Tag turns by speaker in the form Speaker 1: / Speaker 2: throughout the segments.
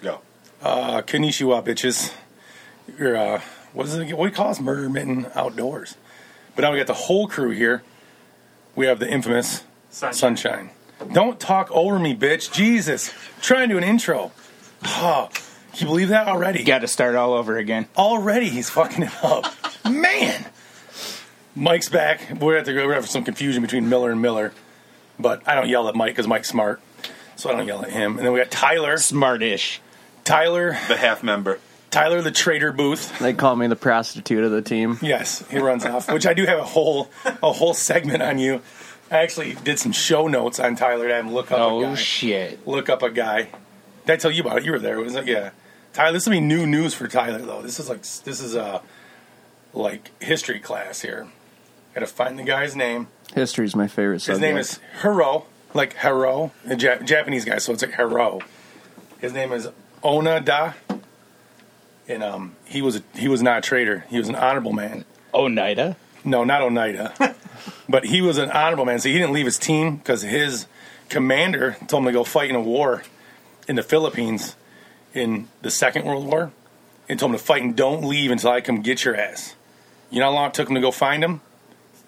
Speaker 1: Go.
Speaker 2: Uh, konnichiwa, bitches. You're, uh, what is it? What do you call us? Murder Mitten Outdoors. But now we got the whole crew here. We have the infamous
Speaker 3: Sunshine.
Speaker 2: Sunshine. Don't talk over me, bitch. Jesus. Try and do an intro. Oh, can you believe that already?
Speaker 4: Got to start all over again.
Speaker 2: Already he's fucking it up. Man! Mike's back. We're at the we're having some confusion between Miller and Miller. But I don't yell at Mike because Mike's smart. So I don't yell at him. And then we got Tyler.
Speaker 4: Smartish.
Speaker 2: Tyler.
Speaker 1: The half member.
Speaker 2: Tyler the traitor booth.
Speaker 5: They call me the prostitute of the team.
Speaker 2: Yes, he runs off. Which I do have a whole a whole segment on you. I actually did some show notes on Tyler to have him look up a
Speaker 4: Oh
Speaker 2: guy.
Speaker 4: shit.
Speaker 2: look up a guy. Did I tell you about it? You were there, wasn't it? Yeah. Tyler, this will be new news for Tyler though. This is like this is a like history class here. Gotta find the guy's name.
Speaker 5: History's my favorite
Speaker 2: His
Speaker 5: subject.
Speaker 2: name is Hiro, like Hiro, a Ja- Japanese guy, so it's like Hiro. His name is Onada, and um, he was he was not a traitor. He was an honorable man.
Speaker 4: Oneida.
Speaker 2: No, not Oneida. but he was an honorable man. So he didn't leave his team because his commander told him to go fight in a war in the Philippines in the Second World War and told him to fight and don't leave until I come get your ass. You know how long it took him to go find him?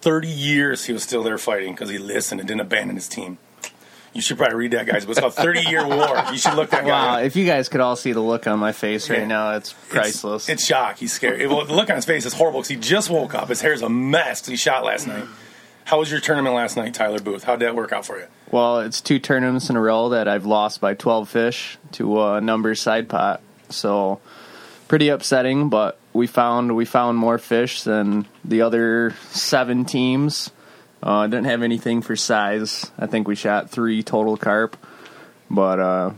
Speaker 2: 30 years he was still there fighting because he listened and didn't abandon his team. You should probably read that, guys. But it's called 30 Year War. You should look that guy up.
Speaker 5: Wow, Uh, if you guys could all see the look on my face right
Speaker 2: Yeah.
Speaker 5: now, it's priceless.
Speaker 2: It's, it's shock. He's scared. It- well, the look on his face is horrible because he just woke up. His hair's a mess. 'cause He shot last night. How was your tournament last night, Tyler Booth? How'd that work out for you?
Speaker 5: well, it's two tournaments in a row that I've lost by 12 fish to a number side pot. So pretty upsetting, but we found we found more fish than the other seven teams. Uh, didn't have anything for size. I think we shot three total carp, but uh,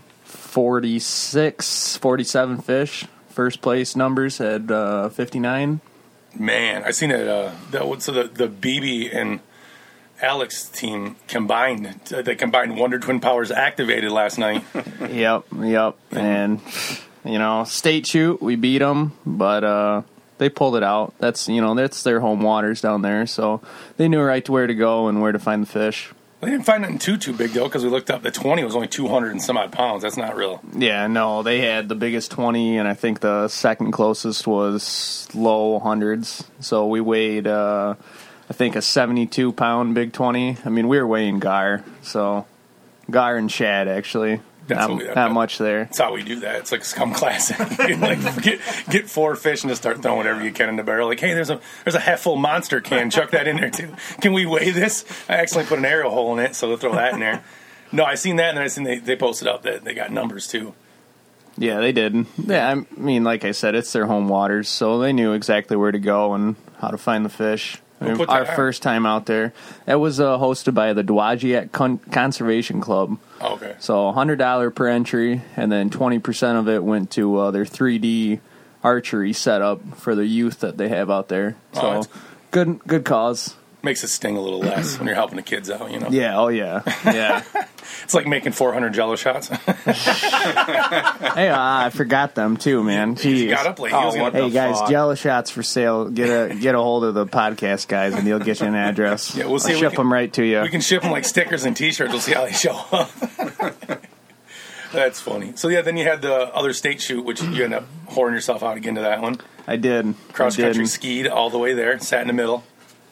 Speaker 5: 46, 47 fish. First place numbers had uh, 59.
Speaker 2: Man, I seen it. Uh, that was, so the the BB and Alex team combined. uh, They combined Wonder Twin powers activated last night.
Speaker 5: Yep, yep. And you know, state shoot, we beat them, but uh they pulled it out. That's you know, that's their home waters down there, so they knew right to where to go and where to find the fish.
Speaker 2: they didn't find nothing too too big though because we looked up. The twenty was only two hundred and some odd pounds. That's not real.
Speaker 5: Yeah, no, they had the biggest 20 and I think the second closest was low hundreds. So we weighed uh I think a 72 pound big 20. I mean, we were weighing gar, so gar and shad actually.
Speaker 2: That's
Speaker 5: not,
Speaker 2: what we-
Speaker 5: not much there.
Speaker 2: That's how we do that. It's like scum classic. You can, like get get four fish and just start throwing whatever you can in the barrel. Like, hey, there's a there's a half full monster can. Chuck that in there too. Can we weigh this? I accidentally put an arrow hole in it, so we'll throw that in there. No, I seen that, and then I seen they, they posted up that they got numbers too.
Speaker 5: Yeah, they did. Yeah, I mean, like I said, it's their home waters, so they knew exactly where to go and how to find the fish. I mean,
Speaker 2: put that
Speaker 5: our
Speaker 2: out?
Speaker 5: first time out there, that was uh, hosted by the Dowagiac Con- Conservation Club.
Speaker 2: Oh, okay,
Speaker 5: So hundred dollar per entry, and then twenty percent of it went to uh, their three D archery setup for the youth that they have out there.
Speaker 2: Oh,
Speaker 5: So
Speaker 2: that's-
Speaker 5: good, good cause.
Speaker 2: makes it sting a little less when you're helping the kids out. You know,
Speaker 5: Yeah. Oh yeah. Yeah.
Speaker 2: it's like making 400 Jello shots.
Speaker 5: hey, uh, I forgot them too, man. Jeez.
Speaker 2: got up late. He was gonna-
Speaker 5: Hey guys, Jello shots for sale. Get a get a hold of the podcast guys, and they'll get you an address.
Speaker 2: Yeah, we'll see
Speaker 5: I'll
Speaker 2: if we
Speaker 5: ship
Speaker 2: can-
Speaker 5: them right to you.
Speaker 2: We can ship them like stickers and T-shirts. We'll see how they show up. That's funny. So yeah, then you had the other state shoot, which you end up whoring yourself out again to that one.
Speaker 5: I did
Speaker 2: cross
Speaker 5: I did.
Speaker 2: country skied all the way there, sat in the middle.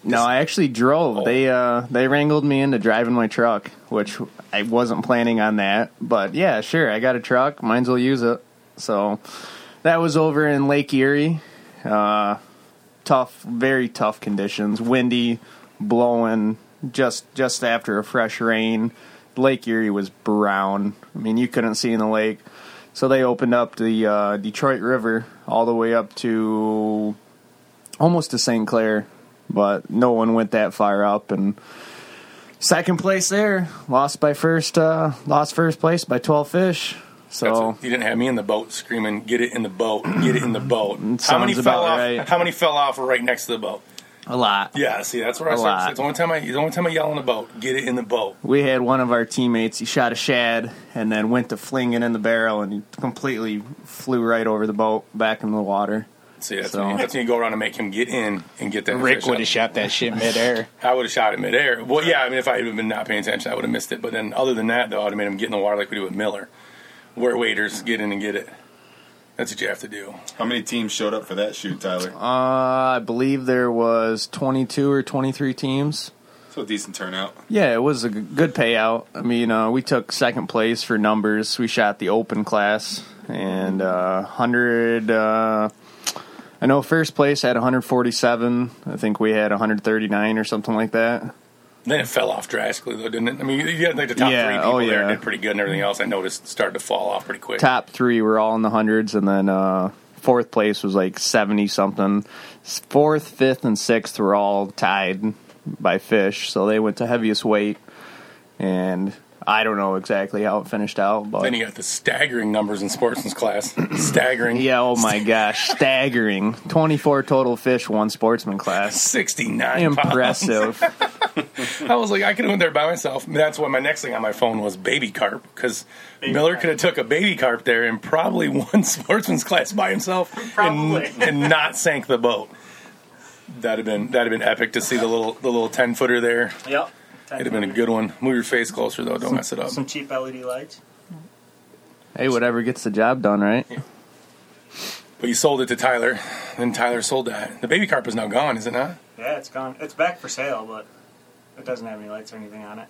Speaker 5: No, I actually drove.
Speaker 2: Oh.
Speaker 5: They uh they wrangled me into driving my truck, which I wasn't planning on that. But yeah, sure, I got a truck. Might as well use it. So that was over in Lake Erie. Uh, tough, very tough conditions. Windy, blowing. Just just after a fresh rain, Lake Erie was brown. I mean, you couldn't see in the lake. So they opened up the uh, Detroit River all the way up to almost to St. Clair, but no one went that far up. And second place there, lost by first, uh, lost first place by twelve fish.
Speaker 2: That's
Speaker 5: So
Speaker 2: it. you didn't have me in the boat screaming, "Get it in the boat! Get it in the boat!" how many
Speaker 5: sounds
Speaker 2: fell
Speaker 5: about
Speaker 2: off?
Speaker 5: right.
Speaker 2: How many fell off right next to the boat?
Speaker 5: a lot.
Speaker 2: Yeah, see, that's where I
Speaker 5: A
Speaker 2: start.
Speaker 5: lot.
Speaker 2: It's the only time I, it's the only time I yell in the boat. Get it in the boat.
Speaker 5: We had one of our teammates. He shot a shad and then went to flinging in the barrel, and he completely flew right over the boat back into the water.
Speaker 2: See, that's,
Speaker 5: So-
Speaker 2: when, you, that's when you go around and make him get in and get that.
Speaker 4: Rick
Speaker 2: fish
Speaker 4: would
Speaker 2: up.
Speaker 4: have shot that shit midair.
Speaker 2: I would have shot it midair. Well, yeah, I mean, if I had been not paying attention, I would have missed it. But then, other than that, though, I'd have made him get in the water like we do with Miller. where waiters get in and get it. That's what you have to do.
Speaker 1: How many teams showed up for that shoot, Tyler?
Speaker 5: Uh, I believe there was 22 or 23 teams.
Speaker 1: So a decent turnout.
Speaker 5: Yeah, it was a g- good payout. I mean, uh, we took second place for numbers. We shot the open class and uh, 100. Uh, I know first place had 147. I think we had 139 or something like that.
Speaker 2: Then it fell off drastically, though, didn't it? I mean, you had like the top
Speaker 5: Yeah,
Speaker 2: three people
Speaker 5: oh,
Speaker 2: there
Speaker 5: yeah.
Speaker 2: did pretty good, and everything else I noticed started to fall off pretty quick.
Speaker 5: Top three were all in the hundreds, and then uh, fourth place was like 70 something. S- Fourth, fifth, and sixth were all tied by fish, so they went to heaviest weight. And I don't know exactly how it finished out, but
Speaker 2: Then you got the staggering numbers in sportsman's class. staggering.
Speaker 5: Yeah, oh my gosh, staggering. 24 total fish, one sportsman class.
Speaker 2: 69 pounds.
Speaker 5: Impressive.
Speaker 2: I was like, I could have went there by myself. And That's why my next thing on my phone was baby carp because Miller could have took a baby carp there and probably won sportsman's class by himself and,
Speaker 3: Probably.
Speaker 2: and not sank the boat. That'd have been that'd have been epic to see the little the little ten footer there.
Speaker 3: Yep.
Speaker 2: It'd have been a good one. Move your face closer though. Don't mess it up.
Speaker 3: Some cheap LED lights.
Speaker 5: hey, whatever gets the job done, right?
Speaker 2: But you sold it to Tyler, then Tyler sold that. The baby carp is now gone, is it not?
Speaker 3: Yeah, it's gone. It's back for sale, but it doesn't have any lights or anything on it.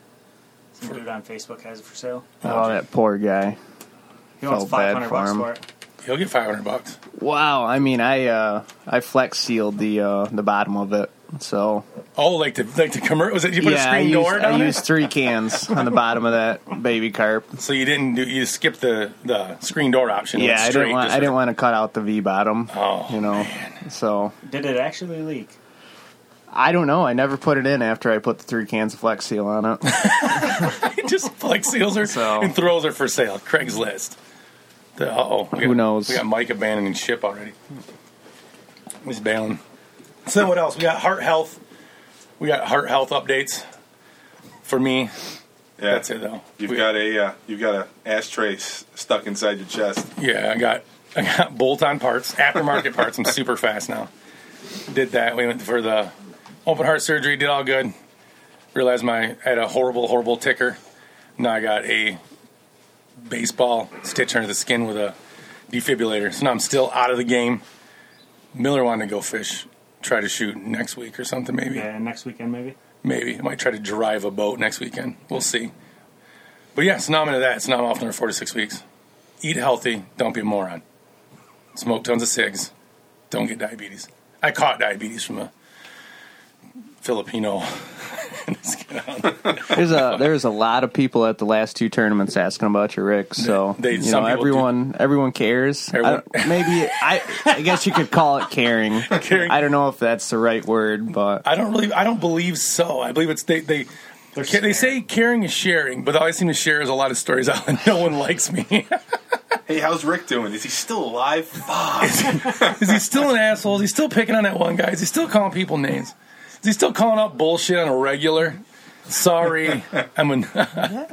Speaker 3: Some dude on Facebook has it for sale.
Speaker 5: Oh, that poor guy.
Speaker 3: He wants
Speaker 5: Felt bad
Speaker 3: five hundred
Speaker 5: for
Speaker 3: bucks
Speaker 5: him.
Speaker 3: for it.
Speaker 2: He'll get five hundred bucks.
Speaker 5: Wow, I mean, I uh I flex sealed the uh the bottom of it. So,
Speaker 2: Oh, like the like the commercial. Was it you put a
Speaker 5: yeah, I
Speaker 2: screen
Speaker 5: used,
Speaker 2: door
Speaker 5: I
Speaker 2: down
Speaker 5: used three cans on the bottom of that baby carp.
Speaker 2: So you didn't do you skipped the the screen door option.
Speaker 5: Yeah,
Speaker 2: Went
Speaker 5: I
Speaker 2: straight
Speaker 5: didn't want
Speaker 2: just
Speaker 5: I
Speaker 2: for-
Speaker 5: didn't want to cut out the V bottom.
Speaker 2: Oh,
Speaker 5: you know. So,
Speaker 3: Did it actually leak?
Speaker 5: I don't know. I never put it in after I put the three cans of flex seal on it.
Speaker 2: He just flex seals her
Speaker 5: So-
Speaker 2: and throws her for sale. Craigslist. The, uh-oh. We
Speaker 5: Who
Speaker 2: got-
Speaker 5: knows?
Speaker 2: We got Mike abandoning ship already. He's bailing. So then what else? We got heart health. We got heart health updates. For me,
Speaker 1: Yeah,
Speaker 2: that's it though.
Speaker 1: You've
Speaker 2: We-
Speaker 1: got a uh, you've got a ashtray s- stuck inside your chest.
Speaker 2: Yeah, I got I got bolt on parts, aftermarket parts. I'm super fast now. Did that. We went for the open heart surgery. Did all good. Realized my I had a horrible, horrible ticker. Now I got a baseball stitch under the skin with a defibrillator. So now I'm still out of the game. Miller wanted to go fish, try to shoot next week or something maybe.
Speaker 3: Yeah, next weekend maybe.
Speaker 2: Maybe I might try to drive a boat next weekend. We'll see. But yeah, so now I'm into that. So now I'm off another four to six weeks. Eat healthy. Don't be a moron. Smoke tons of cigs. Don't get diabetes. I caught diabetes from a Filipino.
Speaker 5: There's a there's a lot of people at the last two tournaments asking about your Rick. So
Speaker 2: They- they-
Speaker 5: you
Speaker 2: some
Speaker 5: know
Speaker 2: people
Speaker 5: everyone everyone cares. I
Speaker 2: Everyone-
Speaker 5: don't- maybe I I guess you could call it caring.
Speaker 2: Caring.
Speaker 5: I don't know if that's the right word, but
Speaker 2: I don't really. I don't believe so. I believe it's they. They
Speaker 3: They're
Speaker 2: ca- they say
Speaker 3: scared.
Speaker 2: caring is sharing, but all I seem to share is a lot of stories out, and no one likes me.
Speaker 1: Hey, how's Rick doing? Is he still alive? Fuck.
Speaker 2: Is he still an asshole? Is he still picking on that one guy? Is he still calling people names? Is he still calling out bullshit on a regular? Sorry, I'm an,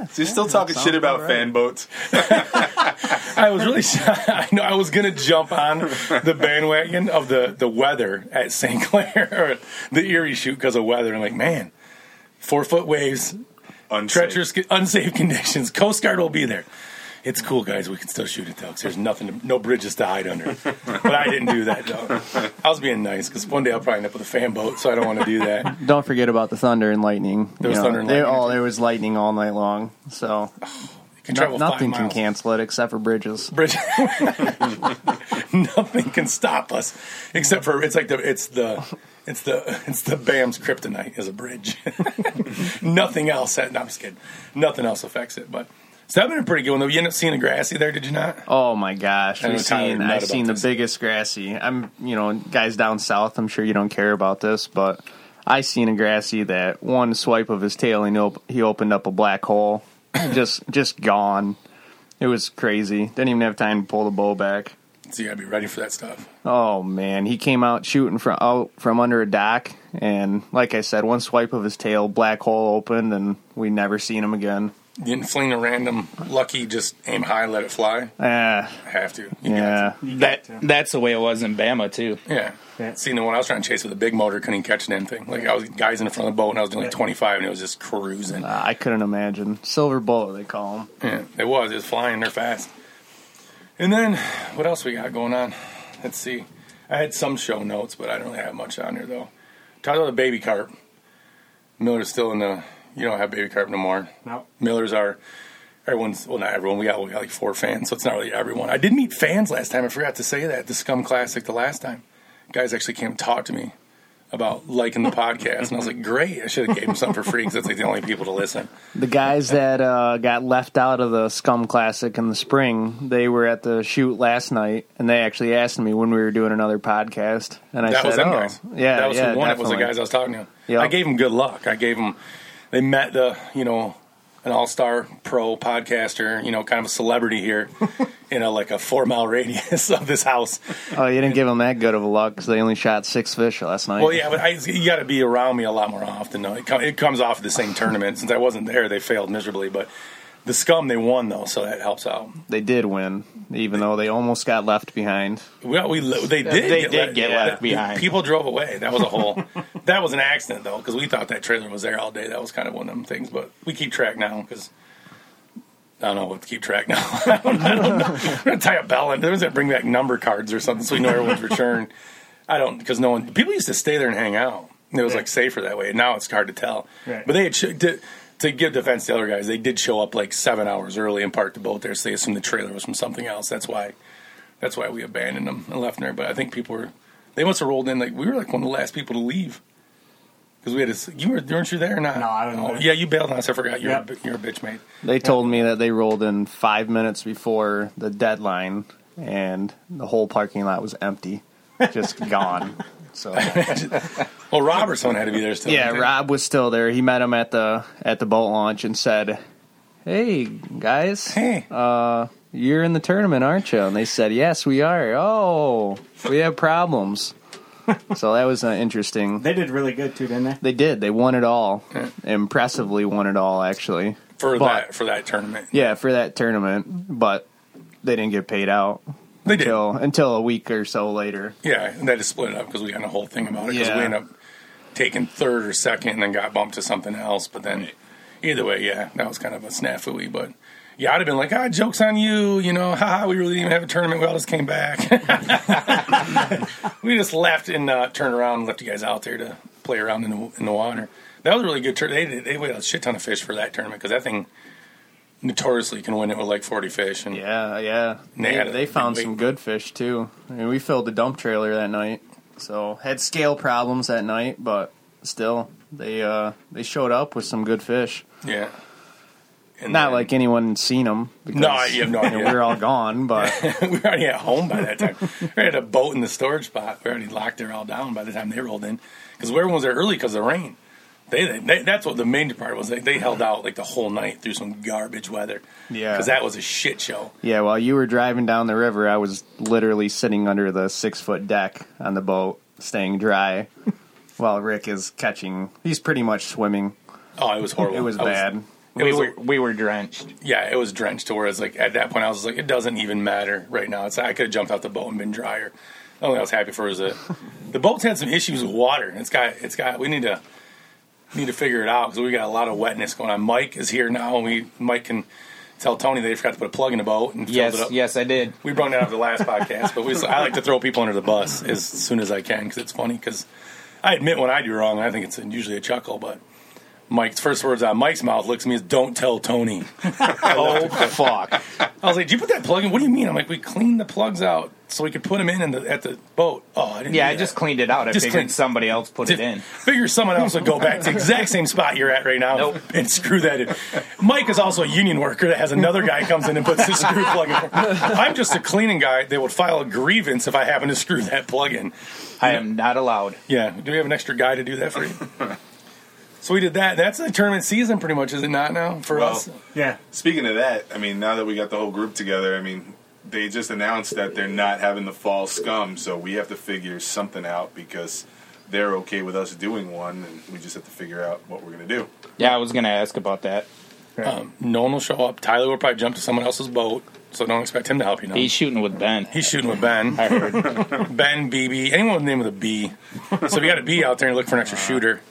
Speaker 1: Is he still talking shit about fan boats?
Speaker 2: I was really shy. I know I was gonna jump on the bandwagon of the the weather at St. Clair or the Erie shoot because of weather. I'm like, man, four foot waves,
Speaker 1: Unsafe.
Speaker 2: treacherous, unsafe conditions. Coast Guard will be there. It's cool, guys. We can still shoot it, though. 'cause there's nothing, to, no bridges to hide under. but I didn't do that, though. I was being nice because one day I'll probably end up with a fan boat, so I don't want to do that.
Speaker 5: don't forget about the thunder and lightning.
Speaker 2: There was thunder and
Speaker 5: they-
Speaker 2: lightning.
Speaker 5: oh, there was lightning all night long. So
Speaker 2: You can
Speaker 5: no-
Speaker 2: travel
Speaker 5: nothing
Speaker 2: five
Speaker 5: can
Speaker 2: miles.
Speaker 5: cancel it except for bridges.
Speaker 2: Bridge. Nothing can stop us except for it's like the it's the it's the it's the BAM's kryptonite is a bridge. Nothing else. No, I'm just kidding. Nothing else affects it. But so that'd been a pretty good one. Though you ended up seeing a grassy there, did you not?
Speaker 5: Oh my gosh,
Speaker 2: I know
Speaker 5: we've
Speaker 2: Tyler
Speaker 5: seen
Speaker 2: nut
Speaker 5: I've
Speaker 2: about
Speaker 5: seen the
Speaker 2: this.
Speaker 5: biggest grassy. I'm you know guys down south. I'm sure you don't care about this, but I seen a grassy that one swipe of his tail and he, op- he opened up a black hole, just just gone. It was crazy. Didn't even have time to pull the bow back.
Speaker 2: So you gotta be ready for that stuff.
Speaker 5: Oh man, he came out shooting from out from under a dock, and like I said, one swipe of his tail, black hole opened, and we never seen him again.
Speaker 2: You didn't fling a random lucky, just aim high, let it fly.
Speaker 5: Ah,
Speaker 2: I have to. You
Speaker 5: yeah.
Speaker 4: That that's the way it was in Bama too.
Speaker 2: got- yeah.
Speaker 3: Yeah.
Speaker 2: Seeing the one I was trying to chase with a big motor, couldn't even catch an thing. Like I was guys in the front of the boat, and I was doing like
Speaker 3: Yeah.
Speaker 2: 25, and it was just cruising.
Speaker 5: I couldn't imagine. Silver bullet, they call him.
Speaker 2: Yeah, it was. It was flying. They're fast. And then what else we got going on? Let's see. I had some show notes, but I don't really have much on here though. Talked about the baby carp. Miller's still in the. You don't have baby carp no more.
Speaker 3: No.
Speaker 2: Millers are everyone's. Well, not everyone. We got we got like four fans, so it's not really everyone. I did meet fans last time. I forgot to say that the Scum Classic the last time. Guys actually came and talked to me about liking the podcast, and I was like, great. I should have gave them something for free because that's like the only people to listen.
Speaker 5: The guys that uh, got left out of the Scum Classic in the spring, they were at the shoot last night, and they actually asked me when we were doing another podcast, and I
Speaker 2: that
Speaker 5: said,
Speaker 2: was them
Speaker 5: "Oh,
Speaker 2: guys.
Speaker 5: yeah,
Speaker 2: that was
Speaker 5: yeah,
Speaker 2: who won. It was the
Speaker 5: definitely."
Speaker 2: guys I was talking to.
Speaker 5: Yeah.
Speaker 2: I gave them good luck. I gave them. They met the you know an all star pro podcaster, you know, kind of a celebrity here in a like a four mile radius of this house.
Speaker 5: Oh, you didn't give them that good of a luck because they only shot six fish last night.
Speaker 2: Well, yeah, but I, you got to be around me a lot more often. Though it, com- it comes off the same tournament. Since I wasn't there, they failed miserably. But the scum they won though, so that helps out.
Speaker 5: they did win, even though they almost got left behind.
Speaker 2: Well, we li- they did
Speaker 4: They did get
Speaker 2: yeah,
Speaker 4: left behind.
Speaker 2: People drove away. That was a whole. that was an accident though, because we thought that trailer was there all day. That was kind of one of them things. But we keep track now because I don't know what to keep track now. I don't, I don't know. We're gonna tie a bell in. There was that bring back number cards or something, so we know everyone's return. I don't because no one. People used to stay there and hang out. It was like safer that way. Now it's hard to tell.
Speaker 3: Right.
Speaker 2: But they had sh- to, to give defense to the other guys. They did show up like seven hours early and parked the boat there, so they assumed the trailer was from something else. That's why. That's why we abandoned them and left them there. But I think people were. They must have rolled in like we were like one of the last people to leave. Because we had a, s- you were weren't you there or not? Oh,
Speaker 3: No, I wasn't there.
Speaker 2: yeah, you bailed on us. I forgot you're
Speaker 3: Yep.
Speaker 2: a, bi- you're a bitch mate.
Speaker 5: They told me that they rolled in five minutes before the deadline, and the whole parking lot was empty, just gone. So
Speaker 2: Well, Robertson had to be there still.
Speaker 5: yeah,
Speaker 2: didn't he?
Speaker 5: Rob was still there. He met him at the at the boat launch and said, "Hey guys,
Speaker 2: Hey,
Speaker 5: you're in the tournament, aren't you?" And they said, "Yes, we are." Oh, we have problems. so that was uh, interesting.
Speaker 3: They did really good too, didn't they?
Speaker 5: They did. They won it all. Impressively won it all, actually.
Speaker 2: for
Speaker 5: but-
Speaker 2: that for that tournament,
Speaker 5: Yeah, for that tournament, but they didn't get paid out
Speaker 2: they did.
Speaker 5: until until a week or so later.
Speaker 2: Yeah, and they just split it up because we had a whole thing about it. Because
Speaker 5: Yeah.
Speaker 2: we ended up taking third or second, and then got bumped to something else. But then, either way, yeah, that was kind of a snafu. But yeah, I'd have been like, ah, jokes on you. You know, haha, we really didn't even have a tournament. We all just came back. we just left and uh, turned around and left you guys out there to play around in the, in the water. That was a really good tournament. They, did- they weighed a shit ton of fish for that tournament because that thing notoriously can win it with like forty fish. And
Speaker 5: Yeah, yeah.
Speaker 2: They had
Speaker 5: They,
Speaker 2: a
Speaker 5: they
Speaker 2: big
Speaker 5: found
Speaker 2: wait.
Speaker 5: some good fish too. I mean, we filled the dump trailer that night, so had scale problems that night, but still, they uh, they showed up with some good fish.
Speaker 2: yeah. And
Speaker 5: Not
Speaker 2: then-
Speaker 5: like anyone seen them. Because,
Speaker 2: No, you have no
Speaker 5: you know,
Speaker 2: idea.
Speaker 5: we were all gone, but
Speaker 2: we were already at home by that time. we had a boat in the storage spot. We already locked her all down by the time they rolled in because everyone was there early because of the rain. They, they, that's what the main part was. They, they held out like the whole night through some garbage weather.
Speaker 5: Yeah.
Speaker 2: because that was a shit show.
Speaker 5: yeah. While you were driving down the river, I was literally sitting under the six foot deck on the boat, staying dry, while Rick is catching. He's pretty much swimming.
Speaker 2: Oh, it was horrible.
Speaker 5: It was
Speaker 2: I
Speaker 5: bad.
Speaker 2: It
Speaker 4: we
Speaker 2: was
Speaker 4: were we were drenched.
Speaker 2: yeah, it was drenched to where it's like at that point I was like, it doesn't even matter right now. It's I could have jumped out the boat and been drier. The only thing I was happy for is that the boat's had some issues with water. It's got it's got we need to need to figure it out because we got a lot of wetness going on. Mike is here now, and we Mike can tell Tony they forgot to put a plug in the boat and filled it
Speaker 4: Yes,
Speaker 2: up.
Speaker 4: yes, I did.
Speaker 2: We brought that up the last podcast, but we, I like to throw people under the bus as soon as I can because it's funny. Because I admit when I do wrong, I think it's usually a chuckle. But Mike's first words out of Mike's mouth looks at me is "Don't tell Tony."
Speaker 4: Oh fuck!
Speaker 2: I was like, "Did you put that plug in? What do you mean?" I'm like, "We cleaned the plugs out so we could put them in, in the, at the boat." Oh, I didn't.
Speaker 4: Yeah,
Speaker 2: do
Speaker 4: I
Speaker 2: that.
Speaker 4: just cleaned it out. I
Speaker 2: Just
Speaker 4: figured
Speaker 2: clean-
Speaker 4: somebody else put it in.
Speaker 2: Figure someone else would go back to the exact same spot you're at right now
Speaker 4: Nope.
Speaker 2: and screw that in. Mike is also a union worker that has another guy comes in and puts the screw plug in. I'm just a cleaning guy that would file a grievance if I happen to screw that plug in.
Speaker 4: I am not allowed.
Speaker 2: Yeah. Do we have an extra guy to do that for you? So we did that. That's the tournament season, pretty much, is it not now for
Speaker 1: Well,
Speaker 2: us?
Speaker 3: Yeah.
Speaker 1: Speaking of that, I mean, now that we got the whole group together, I mean, they just announced that they're not having the fall scum, so we have to figure something out because they're okay with us doing one, and we just have to figure out what we're gonna do.
Speaker 4: Yeah, I was gonna ask about that.
Speaker 2: No one will show up. Tyler will probably jump to someone else's boat, so don't expect him to help you. Know
Speaker 4: He's shooting with Ben.
Speaker 2: he's shooting with Ben.
Speaker 4: I heard.
Speaker 2: Ben, Ah. BB, anyone with the name with a B. So if you got a B out there and you look for an extra shooter,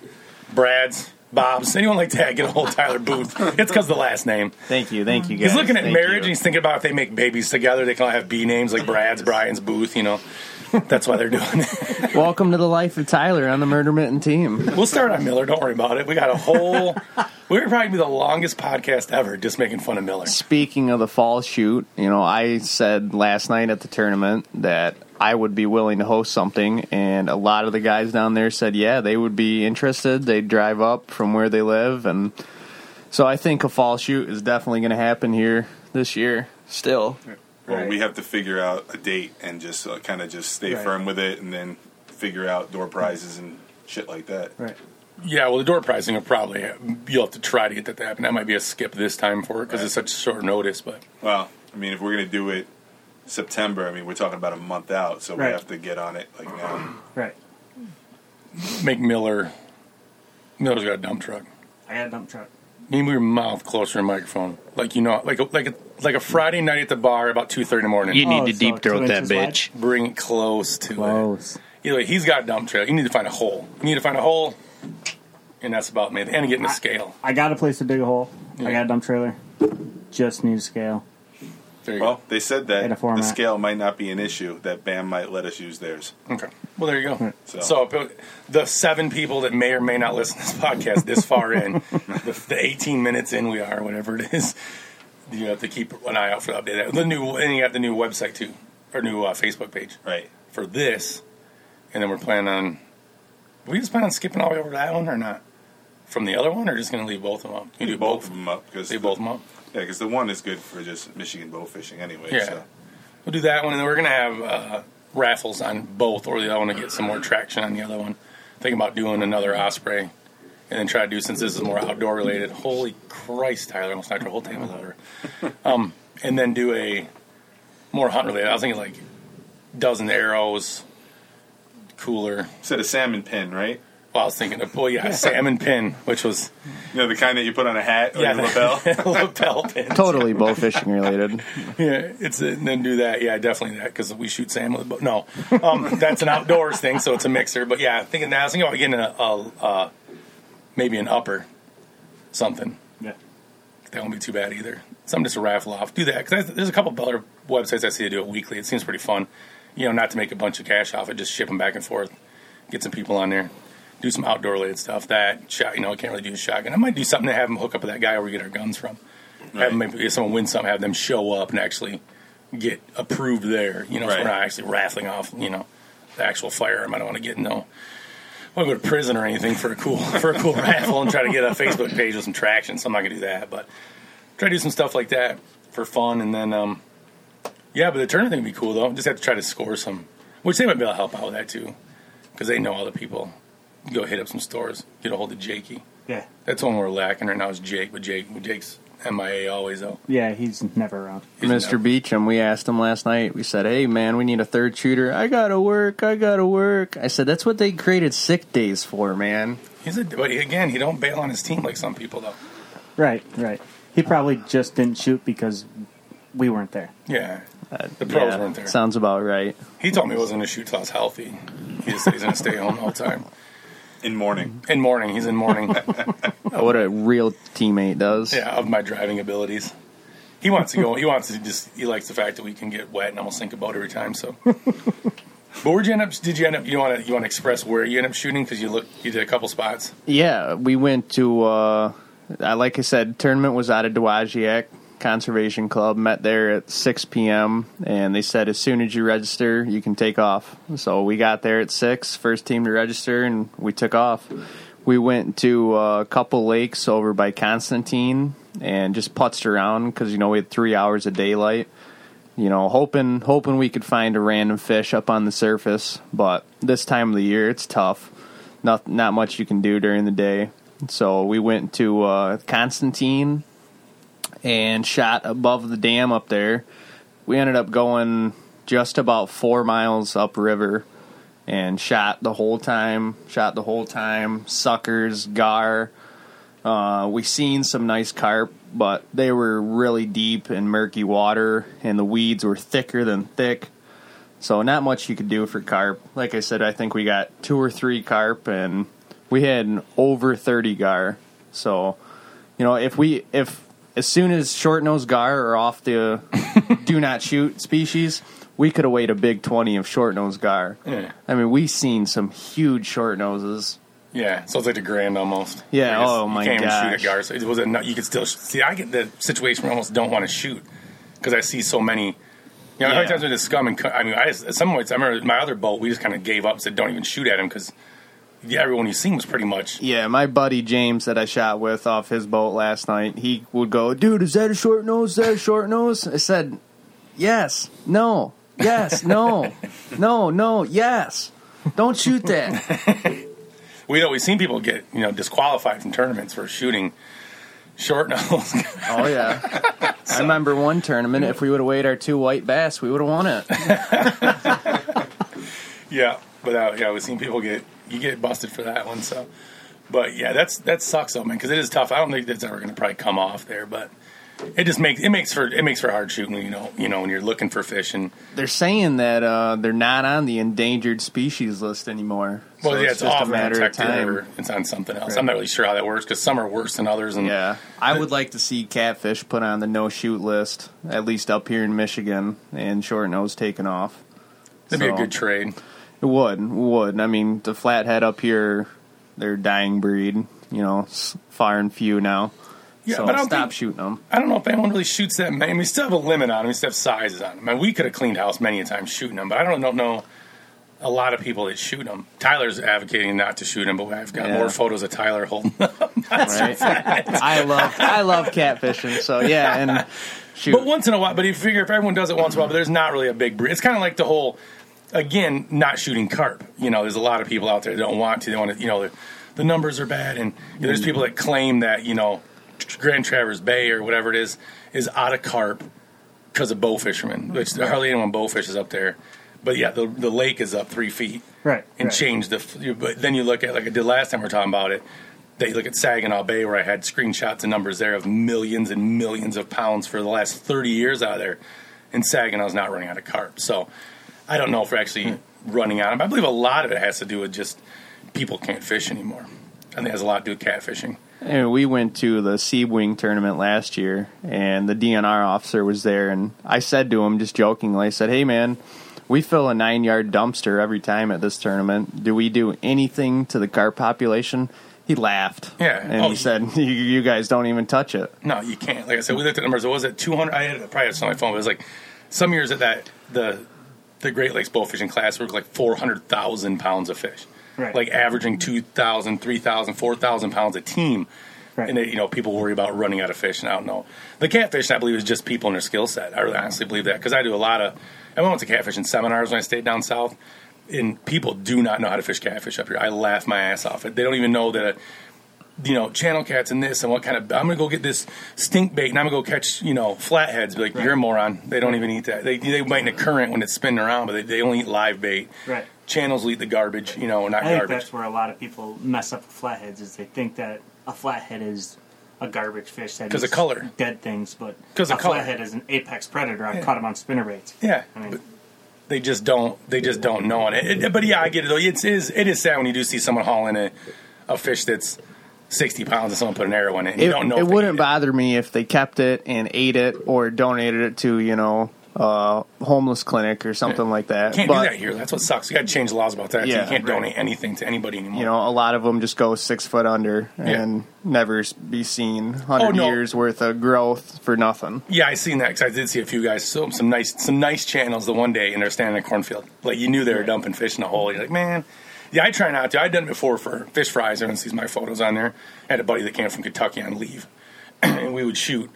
Speaker 2: Brad's, Bob's, anyone like that, get a hold of Tyler Booth. It's because the last name.
Speaker 5: Thank you, thank you guys.
Speaker 2: He's looking at
Speaker 5: Thank
Speaker 2: marriage and
Speaker 5: you.
Speaker 2: he's thinking about if they make babies together, they can all have B names like Brad's, Brian's, Booth, you know. That's why they're doing it.
Speaker 5: Welcome to the life of Tyler on the Murder Mitten team.
Speaker 2: We'll start on Miller. Don't worry about it. We got a whole. We're probably be the longest podcast ever just making fun of Miller.
Speaker 5: Speaking of the fall shoot, you know, I said last night at the tournament that I would be willing to host something, and a lot of the guys down there said, yeah, they would be interested. They'd drive up from where they live, and so I think a fall shoot is definitely going to happen here this year. Still,
Speaker 1: Well,
Speaker 3: Right.
Speaker 1: we have to figure out a date and just uh, kind of just stay
Speaker 3: Right.
Speaker 1: firm with it, and then figure out door prizes and shit like that.
Speaker 3: Right.
Speaker 2: Yeah, well, the door pricing will probably. You'll have to try to get that to happen. That might be a skip this time for it because it's such short notice. But
Speaker 1: Well, I mean, if we're gonna do it September, I mean, we're talking about a month out, so we
Speaker 3: Right.
Speaker 1: have to get on it like now.
Speaker 3: Right.
Speaker 2: make Miller. Miller's got a dump truck.
Speaker 3: I got a dump truck.
Speaker 2: You move your mouth closer to the microphone, like you know, like a, like a, like a Friday night at the bar about two thirty in the morning.
Speaker 6: You need
Speaker 3: Oh,
Speaker 6: to
Speaker 3: so
Speaker 6: deep
Speaker 3: two
Speaker 6: throat that
Speaker 3: inches wide?
Speaker 6: bitch.
Speaker 2: Bring it close to it.
Speaker 5: close.
Speaker 2: Either way, he's got a dump truck. You need to find a hole. You need to find a hole, and that's about me. And getting a scale.
Speaker 3: I got a place to dig a hole.
Speaker 2: Yeah.
Speaker 3: I got a dump trailer. Just need a scale.
Speaker 2: There you
Speaker 1: Well, they said that
Speaker 3: In a
Speaker 1: the
Speaker 3: format.
Speaker 1: scale might not be an issue. That Bam might let us use theirs.
Speaker 2: go. Okay. Well, there you go.
Speaker 1: So-
Speaker 2: So, but the seven people that may or may not listen to this podcast this far in, the, the eighteen minutes in we are, whatever it is, you have to keep an eye out for the update. The new, and you have the new website too, or new uh, Facebook page.
Speaker 1: Right.
Speaker 2: for this, and then we're planning on. We just plan on skipping all the way over to that one or not? From the other one, or just going to leave both of them? up? You do
Speaker 1: both
Speaker 2: both.
Speaker 1: of them up because
Speaker 2: Leave both of them up.
Speaker 1: Yeah, because the one is good for just Michigan bow fishing anyway.
Speaker 2: Yeah.
Speaker 1: So.
Speaker 2: We'll do that one, and then we're going to have uh, raffles on both, or the other one to get some more traction on the other one. Thinking about doing another osprey, and then try to do since this is more outdoor related. Holy Christ, Tyler! I almost knocked your whole table over. Um, and then do a more hunt related. I was thinking like dozen arrows, cooler.
Speaker 1: Said a salmon pin, right?
Speaker 2: Well, I was thinking of, well, yeah, salmon pin, which was
Speaker 1: You know, the kind that you put on a hat or
Speaker 2: yeah,
Speaker 1: your lapel.
Speaker 2: lapel pin.
Speaker 5: Totally bow fishing related.
Speaker 2: Yeah, it's a, then do that. Yeah, definitely that because we shoot salmon. with- But no, um, that's an outdoors thing, so it's a mixer. But yeah, thinking that, I was thinking about getting a, a uh, maybe an upper, something.
Speaker 3: Yeah.
Speaker 2: That won't be too bad either. So I'm just a raffle off. Do that because there's a couple of other websites I see that do it weekly. It seems pretty fun. You know, not to make a bunch of cash off it, just ship them back and forth. Get some people on there, do some outdoor related stuff. That shot, you know, I can't really do the shotgun. I might do something to have them hook up with that guy where we get our guns from. Have them, maybe if someone wins something, have them show up and actually get approved there. You know, so
Speaker 1: Right.
Speaker 2: we're not actually raffling off. You know, the actual firearm. I don't want to get no. I want to go to prison or anything for a cool for a cool raffle and try to get a Facebook page with some traction. So I'm not gonna do that, but try to do some stuff like that for fun, and then um, yeah. But the tournament thing would be cool though. Just have to try to score some, which they might be able to help out with that too, because they know all the people. Go hit up some stores, get a hold of Jakey.
Speaker 3: Yeah.
Speaker 2: That's the one we're lacking right now is Jake, but Jake Jake's MIA always though.
Speaker 3: Yeah, he's never around.
Speaker 2: He's
Speaker 5: Mr.
Speaker 2: never-
Speaker 5: Beecham, we asked him last night. We said, "Hey, man, we need a third shooter. I gotta work. I gotta work." I said, "That's what they created sick days for, man."
Speaker 2: He's a but he- again he don't bail on his team like some people though.
Speaker 3: Right, right. He probably just didn't shoot because we weren't there.
Speaker 2: Yeah, the pros weren't there.
Speaker 5: Sounds about right.
Speaker 2: He told me he wasn't going to shoot till I was healthy. He just said he's going to stay home all the time.
Speaker 1: In mourning.
Speaker 2: In morning, he's in morning.
Speaker 5: What a real teammate does.
Speaker 2: Oh, yeah, of my driving abilities. He wants to go. He wants to just. He likes the fact that we can get wet and almost sink a boat every time. So, but where'd you end up? Did you end up? You want to? You want to express where you end up shooting because you look. You did a couple spots.
Speaker 5: Yeah, we went to. Uh, I like I said, tournament was out of Dowagiac Conservation Club. Met there at six p.m. and they said as soon as you register, you can take off. So we got there at six, first team to register, and we took off. We went to uh, a couple lakes over by Constantine and just putzed around because you know we had three hours of daylight. You know, hoping hoping we could find a random fish up on the surface, but this time of the year it's tough not not much you can do during the day. So we went to uh, Constantine and shot above the dam up there. We ended up going just about four miles upriver and shot the whole time. Shot the whole time. Suckers, gar. Uh, we seen some nice carp, but they were really deep in murky water, and the weeds were thicker than thick. So not much you could do for carp. Like I said, I think we got two or three carp, and we had an over thirty gar. So, you know, if we if as soon as short nosed gar are off the do not shoot species, we could have weighed a big twenty of short nosed gar.
Speaker 2: Yeah.
Speaker 5: I mean, we've seen some huge short noses.
Speaker 2: Yeah, so it's like the grand almost.
Speaker 5: Yeah,
Speaker 2: I guess
Speaker 5: oh my
Speaker 2: You can't even shoot
Speaker 5: gosh.
Speaker 2: at guards. It was a, no- you could still sh- see. I get the situation where I almost don't want to shoot because I see so many. You know, how many
Speaker 5: Yeah.
Speaker 2: times we did scum and cu- I mean, I just, at some points I remember my other boat. We just kind of gave up, said don't even shoot at him because yeah, everyone you seen was pretty much
Speaker 5: Yeah, my buddy James that I shot with off his boat last night, he would go, "Dude, is that a short nose? Is that a short nose?" I said, "Yes, no, yes, no, no, no, yes." Don't shoot that.
Speaker 2: we know we've seen people get you know disqualified from tournaments for shooting short nose.
Speaker 5: Oh yeah, I remember one tournament. If we would have weighed our two white bass, we would have won it.
Speaker 2: yeah, but uh, yeah, we've seen people get you get busted for that one. So, but yeah, that's that sucks though, man, because it is tough. I don't think that's ever going to probably come off there, but it just makes it makes for it makes for hard shooting. You know, you know when you're looking for fish and
Speaker 5: They're saying that uh, they're not on the endangered species list anymore. So
Speaker 2: well, yeah, it's, off and protected
Speaker 5: time.
Speaker 2: or it's on something else. I'm not really sure how that works because some are worse than others, and
Speaker 5: Yeah, I would like to see catfish put on the no shoot list, at least up here in Michigan, and short nose taken off.
Speaker 2: it'd be a
Speaker 5: So-
Speaker 2: good trade.
Speaker 5: It would, it would. I mean, the flathead up here, they're a dying breed. You know, s- far and few now.
Speaker 2: Yeah,
Speaker 5: so
Speaker 2: but I don't
Speaker 5: stop
Speaker 2: think-
Speaker 5: shooting them.
Speaker 2: I don't know if anyone really shoots that many. We still have a limit on them. We still have sizes on them. I mean, we could have cleaned house many a time shooting them, but I don't, don't know a lot of people that shoot them. Tyler's advocating not to shoot them, but I've got
Speaker 5: Yeah.
Speaker 2: more photos of Tyler holding them.
Speaker 5: Right? I love, I love catfishing. So yeah, and shoot,
Speaker 2: But once in a while, but you figure if everyone does it once in a while, but there's not really a big breed. It's kind of like the whole, again, not shooting carp. You know, there's a lot of people out there that don't want to. They want to, you know, the, the numbers are bad, and there's people that claim that you know, Grand Traverse Bay or whatever it is is out of carp because of bow fishermen, which hardly anyone bow fishes up there. But yeah, the the lake is up three feet
Speaker 3: Right.
Speaker 2: and
Speaker 3: right.
Speaker 2: change the. f- you- But then you look at like I did last time we were talking about it. That you look at Saginaw Bay where I had screenshots and numbers there of millions and millions of pounds for the last thirty years out of there, and Saginaw's not running out of carp. So I don't know if we're actually running out. of I believe a lot of it has to do with just people can't fish anymore. I think it has a lot to do with catfishing.
Speaker 5: And we went to the Sea Wing tournament last year, and the DNR officer was there. And I said to him, just jokingly, I said, Hey, man, we fill a nine yard dumpster every time at this tournament. Do we do anything to the carp population? He laughed.
Speaker 2: Yeah.
Speaker 5: And
Speaker 2: Oh,
Speaker 5: he
Speaker 2: he-
Speaker 5: said, you, you guys don't even touch it.
Speaker 2: No, you can't. Like I said, we looked at numbers. What was it? Two hundred. I had probably had it on my phone. But it was like some years at that the the Great Lakes bow fishing class were like four hundred thousand pounds of fish,
Speaker 3: Right.
Speaker 2: like averaging 2,000, 3,000, 4,000 pounds a team.
Speaker 3: Right.
Speaker 2: And they, you know, people worry about running out of fish, and I don't know. The catfish, I believe, is just people and their skill set. I really honestly believe that because I do a lot of. I went to catfishing seminars when I stayed down south, and people do not know how to fish catfish up here. I laugh my ass off. They don't even know that a, you know, channel cats and this and what kind of. I'm gonna go get this stink bait and I'm gonna go catch you know flatheads. Be like, you're a moron. They don't even eat that. They they bite in a current when it's spinning around, but they, they only eat live bait.
Speaker 3: Right.
Speaker 2: Channels will eat the garbage, you know, not
Speaker 3: I think
Speaker 2: garbage.
Speaker 3: that's where a lot of people mess up with flatheads is they think that a flathead is a garbage fish that
Speaker 2: 'Cause of
Speaker 3: eats
Speaker 2: color.
Speaker 3: dead things, but
Speaker 2: 'Cause
Speaker 3: a
Speaker 2: of color.
Speaker 3: flathead is an apex predator. I caught him on spinnerbaits.
Speaker 2: Yeah.
Speaker 3: I mean,
Speaker 2: but they just don't. They just don't know it. It- it- But yeah, I get it. Though it's is it is sad when you do see someone hauling a a fish that's 60 pounds and someone put an arrow in it. And
Speaker 5: It,
Speaker 2: you don't know.
Speaker 5: it
Speaker 2: if they
Speaker 5: wouldn't
Speaker 2: eat
Speaker 5: bother me if they kept it and ate it or donated it to, you know, uh, homeless clinic or something like that.
Speaker 2: Can't
Speaker 5: but,
Speaker 2: do that here. That's what sucks. You got to change the laws about that.
Speaker 5: Yeah.
Speaker 2: you can't
Speaker 5: Right.
Speaker 2: donate anything to anybody anymore.
Speaker 5: you know, a lot of them just go six foot under and never s- be seen. Hundred
Speaker 2: Oh, no.
Speaker 5: years worth of growth for nothing.
Speaker 2: Yeah, I seen that because I did see a few guys some some nice some nice channels the one day, and they're standing in a cornfield. Like you knew they were dumping fish in the hole. You're like, man. Yeah, I try not to. I've done it before for fish fries. Everyone sees my photos on there. I had a buddy that came from Kentucky on leave, and we would shoot.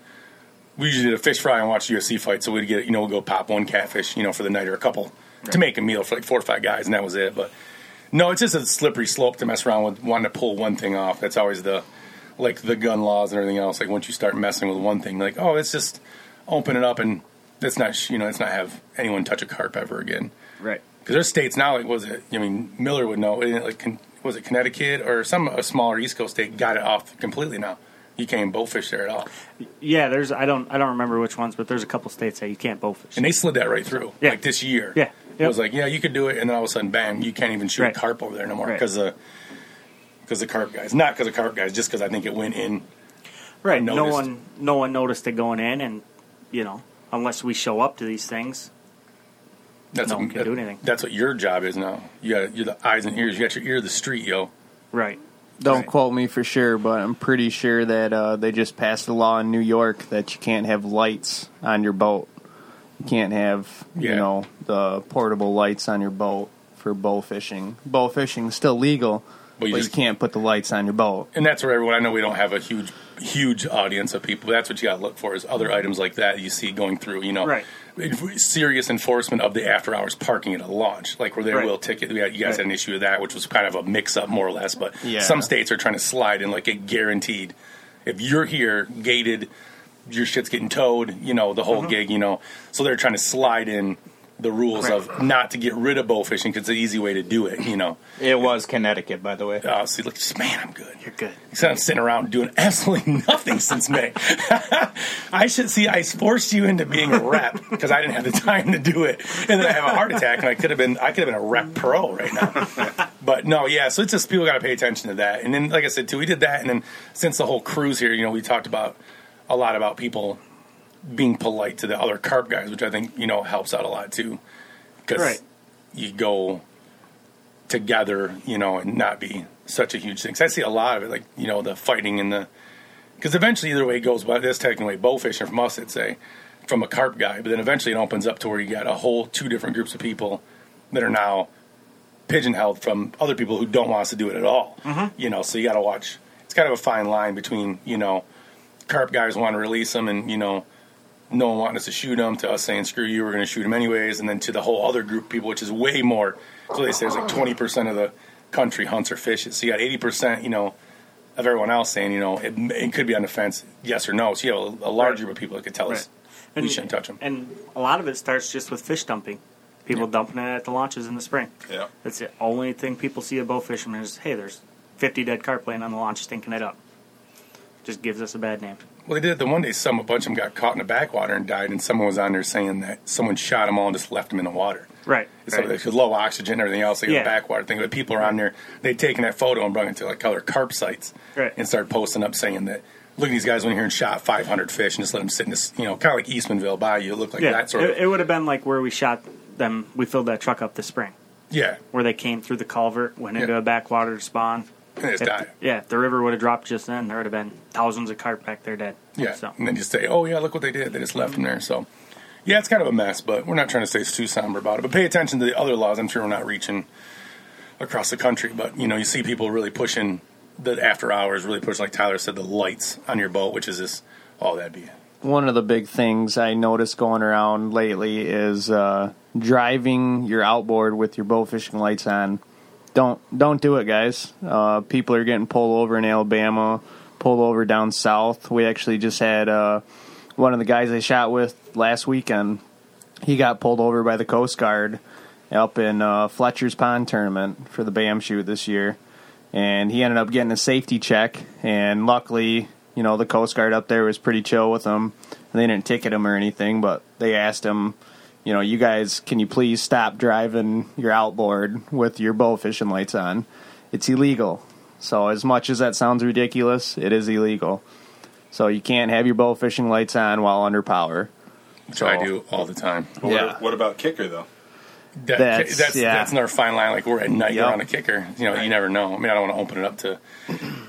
Speaker 2: We usually did a fish fry and watch a UFC fight, so we'd get you know we'd go pop one catfish, you know, for the night or a couple to make a meal for like four or five guys, and that was it. But no, it's just a slippery slope to mess around with wanting to pull one thing off. That's always the like the gun laws and everything else. Like once you start messing with one thing, like oh, it's just open it up and let's not sh- you know let's not have anyone touch a carp ever again.
Speaker 5: Right.
Speaker 2: Because there's states now like was it? I mean Miller would know. Isn't it like Con- was it Connecticut or some a smaller East Coast state got it off completely now. You can't even bowfish there at all,
Speaker 3: yeah, there's I don't I don't remember which ones, but there's a couple states that you can't bowfish.
Speaker 2: and they slid that right through.
Speaker 3: Yeah.
Speaker 2: Like this year,
Speaker 3: Yeah.
Speaker 2: it was like yeah, you could do it, and then all of a sudden, bang, you can't even shoot
Speaker 3: Right.
Speaker 2: a carp over there no more
Speaker 3: Right.
Speaker 2: because because the carp guys, not because of carp guys, just because I think it went in.
Speaker 3: Right. No
Speaker 2: noticed.
Speaker 3: one no one noticed it going in and you know, unless we show up to these things.
Speaker 2: That's
Speaker 3: No
Speaker 2: what,
Speaker 3: one can do anything.
Speaker 2: That's what your job is now. You got you're the eyes and ears. You got your ear to the street, yo.
Speaker 3: Right.
Speaker 5: Don't
Speaker 2: Right.
Speaker 5: quote me for sure, but I'm pretty sure that uh, they just passed a law in New York that you can't have lights on your boat. You can't have
Speaker 2: Yeah.
Speaker 5: you know the portable lights on your boat for bow fishing. Bow fishing's still legal,
Speaker 2: But
Speaker 5: but
Speaker 2: you
Speaker 5: you,
Speaker 2: just-
Speaker 5: can't put the lights on your boat.
Speaker 2: And that's where everyone. I know we don't have a huge huge audience of people. But that's what you got to look for is other items like that you see going through. You know,
Speaker 3: Right.
Speaker 2: If- Serious enforcement of the after hours parking at a launch, like where they
Speaker 3: Right.
Speaker 2: will ticket. We had, you guys had an issue with that, which was kind of a mix up more or less. But
Speaker 5: Yeah.
Speaker 2: some states are trying to slide in like a guaranteed. If you're here gated, your shit's getting towed. You know the whole
Speaker 3: Mm-hmm.
Speaker 2: gig. You know, so they're trying to slide in the rules of not to get rid of bow fishing because it's an easy way to do it. You know,
Speaker 4: It was Connecticut, by the way.
Speaker 2: uh, so look, man, I'm good.
Speaker 3: You're good.
Speaker 2: Except I'm sitting around doing absolutely nothing since May. I should see. I forced you into being a rep because I didn't have the time to do it, and then I have a heart attack, and I could have been. I could have been a rep pro right now. but no, yeah. So it's just people got to pay attention to that. And then, like I said too, we did that, and then since the whole cruise here, you know, we talked about a lot about people being polite to the other carp guys, which I think you know helps out a lot too, because
Speaker 3: Right.
Speaker 2: you go together, you know, and not be such a huge thing. 'Cause I see a lot of it, like you know, the fighting and the because eventually either way it goes. Well, that's taking away bow fishing from us, I'd say, from a carp guy. But then eventually it opens up to where you got a whole two different groups of people that are now pigeonholed from other people who don't want us to do it at all.
Speaker 3: Mm-hmm.
Speaker 2: You know, so you got to watch. It's kind of a fine line between you know, carp guys want to release them, and you know. No one wanting us to shoot them, to us saying "screw you," we're going to shoot them anyways, and then to the whole other group of people, which is way more. So they say it's like twenty percent of the country hunts or fishes. So you got eighty percent, you know, of everyone else saying, you know, it, it could be on the fence, yes or no. So you have a, a large
Speaker 3: Right.
Speaker 2: group of people that could tell us
Speaker 3: And,
Speaker 2: we shouldn't touch them.
Speaker 3: And a lot of it starts just with fish dumping. People dumping it at the launches in the spring.
Speaker 2: Mm-hmm.
Speaker 1: Yeah.
Speaker 3: That's the only thing people see of bow fishermen is hey, there's 50 dead carp laying on the launch stinking it up. Just gives us a bad name.
Speaker 2: well, they did it the one day. Some a bunch of them got caught in the backwater and died, and someone was on there saying that someone shot them all and just left them in the water.
Speaker 3: Right.
Speaker 2: It's like they could low oxygen and everything else. They got
Speaker 3: Yeah.
Speaker 2: backwater thing, but people are on there. They'd taken that photo and brought it to like other carp sites
Speaker 3: Right.
Speaker 2: and started posting up saying that. Look, these guys went here and shot 500 fish and just let them sit in this, you know, kind of like Eastmanville Bayou. It looked like
Speaker 3: yeah.
Speaker 2: that sort
Speaker 3: it,
Speaker 2: of.
Speaker 3: it would have been like where we shot them. We filled that truck up this spring,
Speaker 2: yeah.
Speaker 3: where they came through the culvert, went into
Speaker 2: Yeah.
Speaker 3: a backwater to spawn.
Speaker 2: And they just
Speaker 3: If-
Speaker 2: died.
Speaker 3: yeah, if the river would have dropped just then, there would have been thousands of carp back there dead.
Speaker 2: Yeah.
Speaker 3: So
Speaker 2: And then just say, oh, yeah, look what they did. They just left them there. So, yeah, it's kind of a mess, but we're not trying to stay too somber about it. But pay attention to the other laws. I'm sure we're not reaching across the country, but, you know, you see people really pushing the after hours, really pushing, like Tyler said, the lights on your boat, which is this, oh, that'd be
Speaker 5: One of the big things I noticed going around lately is uh, driving your outboard with your bow fishing lights on. Don't don't do it, guys. Uh, people are getting pulled over in Alabama, pulled over down south. We actually just had uh, one of the guys I shot with last weekend. He got pulled over by the Coast Guard up in uh, Fletcher's Pond tournament for the BAM shoot this year, and he ended up getting a safety check. And luckily, you know, the Coast Guard up there was pretty chill with him. They didn't ticket him or anything, but they asked him, you know, you guys, can you please stop driving your outboard with your bow fishing lights on? It's illegal. So as much as that sounds ridiculous, it is illegal. So you can't have your bow fishing lights on while under power.
Speaker 2: which I do all the time.
Speaker 1: But
Speaker 5: Yeah.
Speaker 1: What, what about kicker though?
Speaker 2: That, that's
Speaker 5: That's-
Speaker 2: that's,
Speaker 5: yeah.
Speaker 2: another fine line. Like we're at night, you're
Speaker 5: Yep.
Speaker 2: on a kicker. You know, you never know. I mean, I don't want to open it up to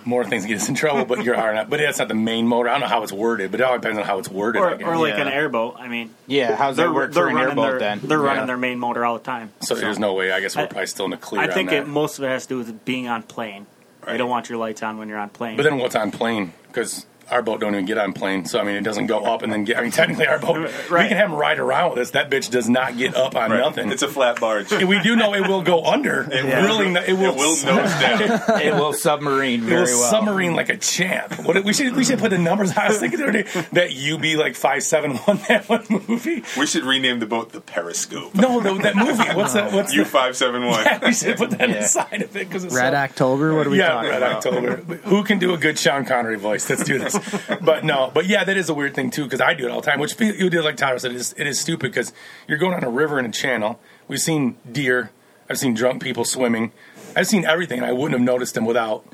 Speaker 2: more things that get us in trouble, but you're hard enough. But that's not the main motor. I don't know how it's worded, but it all depends on how it's worded. I
Speaker 3: or,
Speaker 2: guess.
Speaker 3: or like
Speaker 5: Yeah.
Speaker 3: an airboat. I mean,
Speaker 4: Yeah, how's
Speaker 3: they're
Speaker 4: that work
Speaker 3: they're
Speaker 4: for an
Speaker 3: running
Speaker 4: airboat
Speaker 3: their,
Speaker 4: then?
Speaker 3: They're running
Speaker 2: Yeah.
Speaker 3: their main motor all the time.
Speaker 2: So, there's no way. I guess we're
Speaker 3: I-
Speaker 2: probably still in the clear.
Speaker 3: I think
Speaker 2: on that.
Speaker 3: it most of it has to do with being on plane.
Speaker 1: Right.
Speaker 3: You don't want your lights on when you're on plane.
Speaker 2: But then what's on plane? Because our boat don't even get on plane, so I mean it doesn't go up and then get. I mean technically our boat, we
Speaker 3: Right.
Speaker 2: can have them ride around with us. That bitch does not get up on nothing.
Speaker 1: It's a flat barge. it
Speaker 2: we do know it will go under. It really, no- it will.
Speaker 1: will nose down.
Speaker 4: it will submarine
Speaker 2: it
Speaker 4: very
Speaker 2: will
Speaker 4: well.
Speaker 2: submarine like a champ. What if- we should we should put the numbers. I was thinking the other day that UB like five seven won that one movie.
Speaker 1: We should rename the boat the Periscope.
Speaker 2: No, the, that movie. What's that? What's
Speaker 1: U
Speaker 2: the,
Speaker 1: five seven one.
Speaker 2: we should put that
Speaker 4: Yeah.
Speaker 2: inside of it because it's
Speaker 5: Red
Speaker 2: so,
Speaker 5: October? What are we
Speaker 2: yeah,
Speaker 5: talking
Speaker 2: Red
Speaker 5: about?
Speaker 2: October. Who can do a good Sean Connery voice? Let's do this. but no, but yeah, that is a weird thing too because I do it all the time. Which fe- you did like Tyler said, it is, it is stupid because you're going on a river and a channel. We've seen deer. I've seen drunk people swimming. I've seen everything, and I wouldn't have noticed them without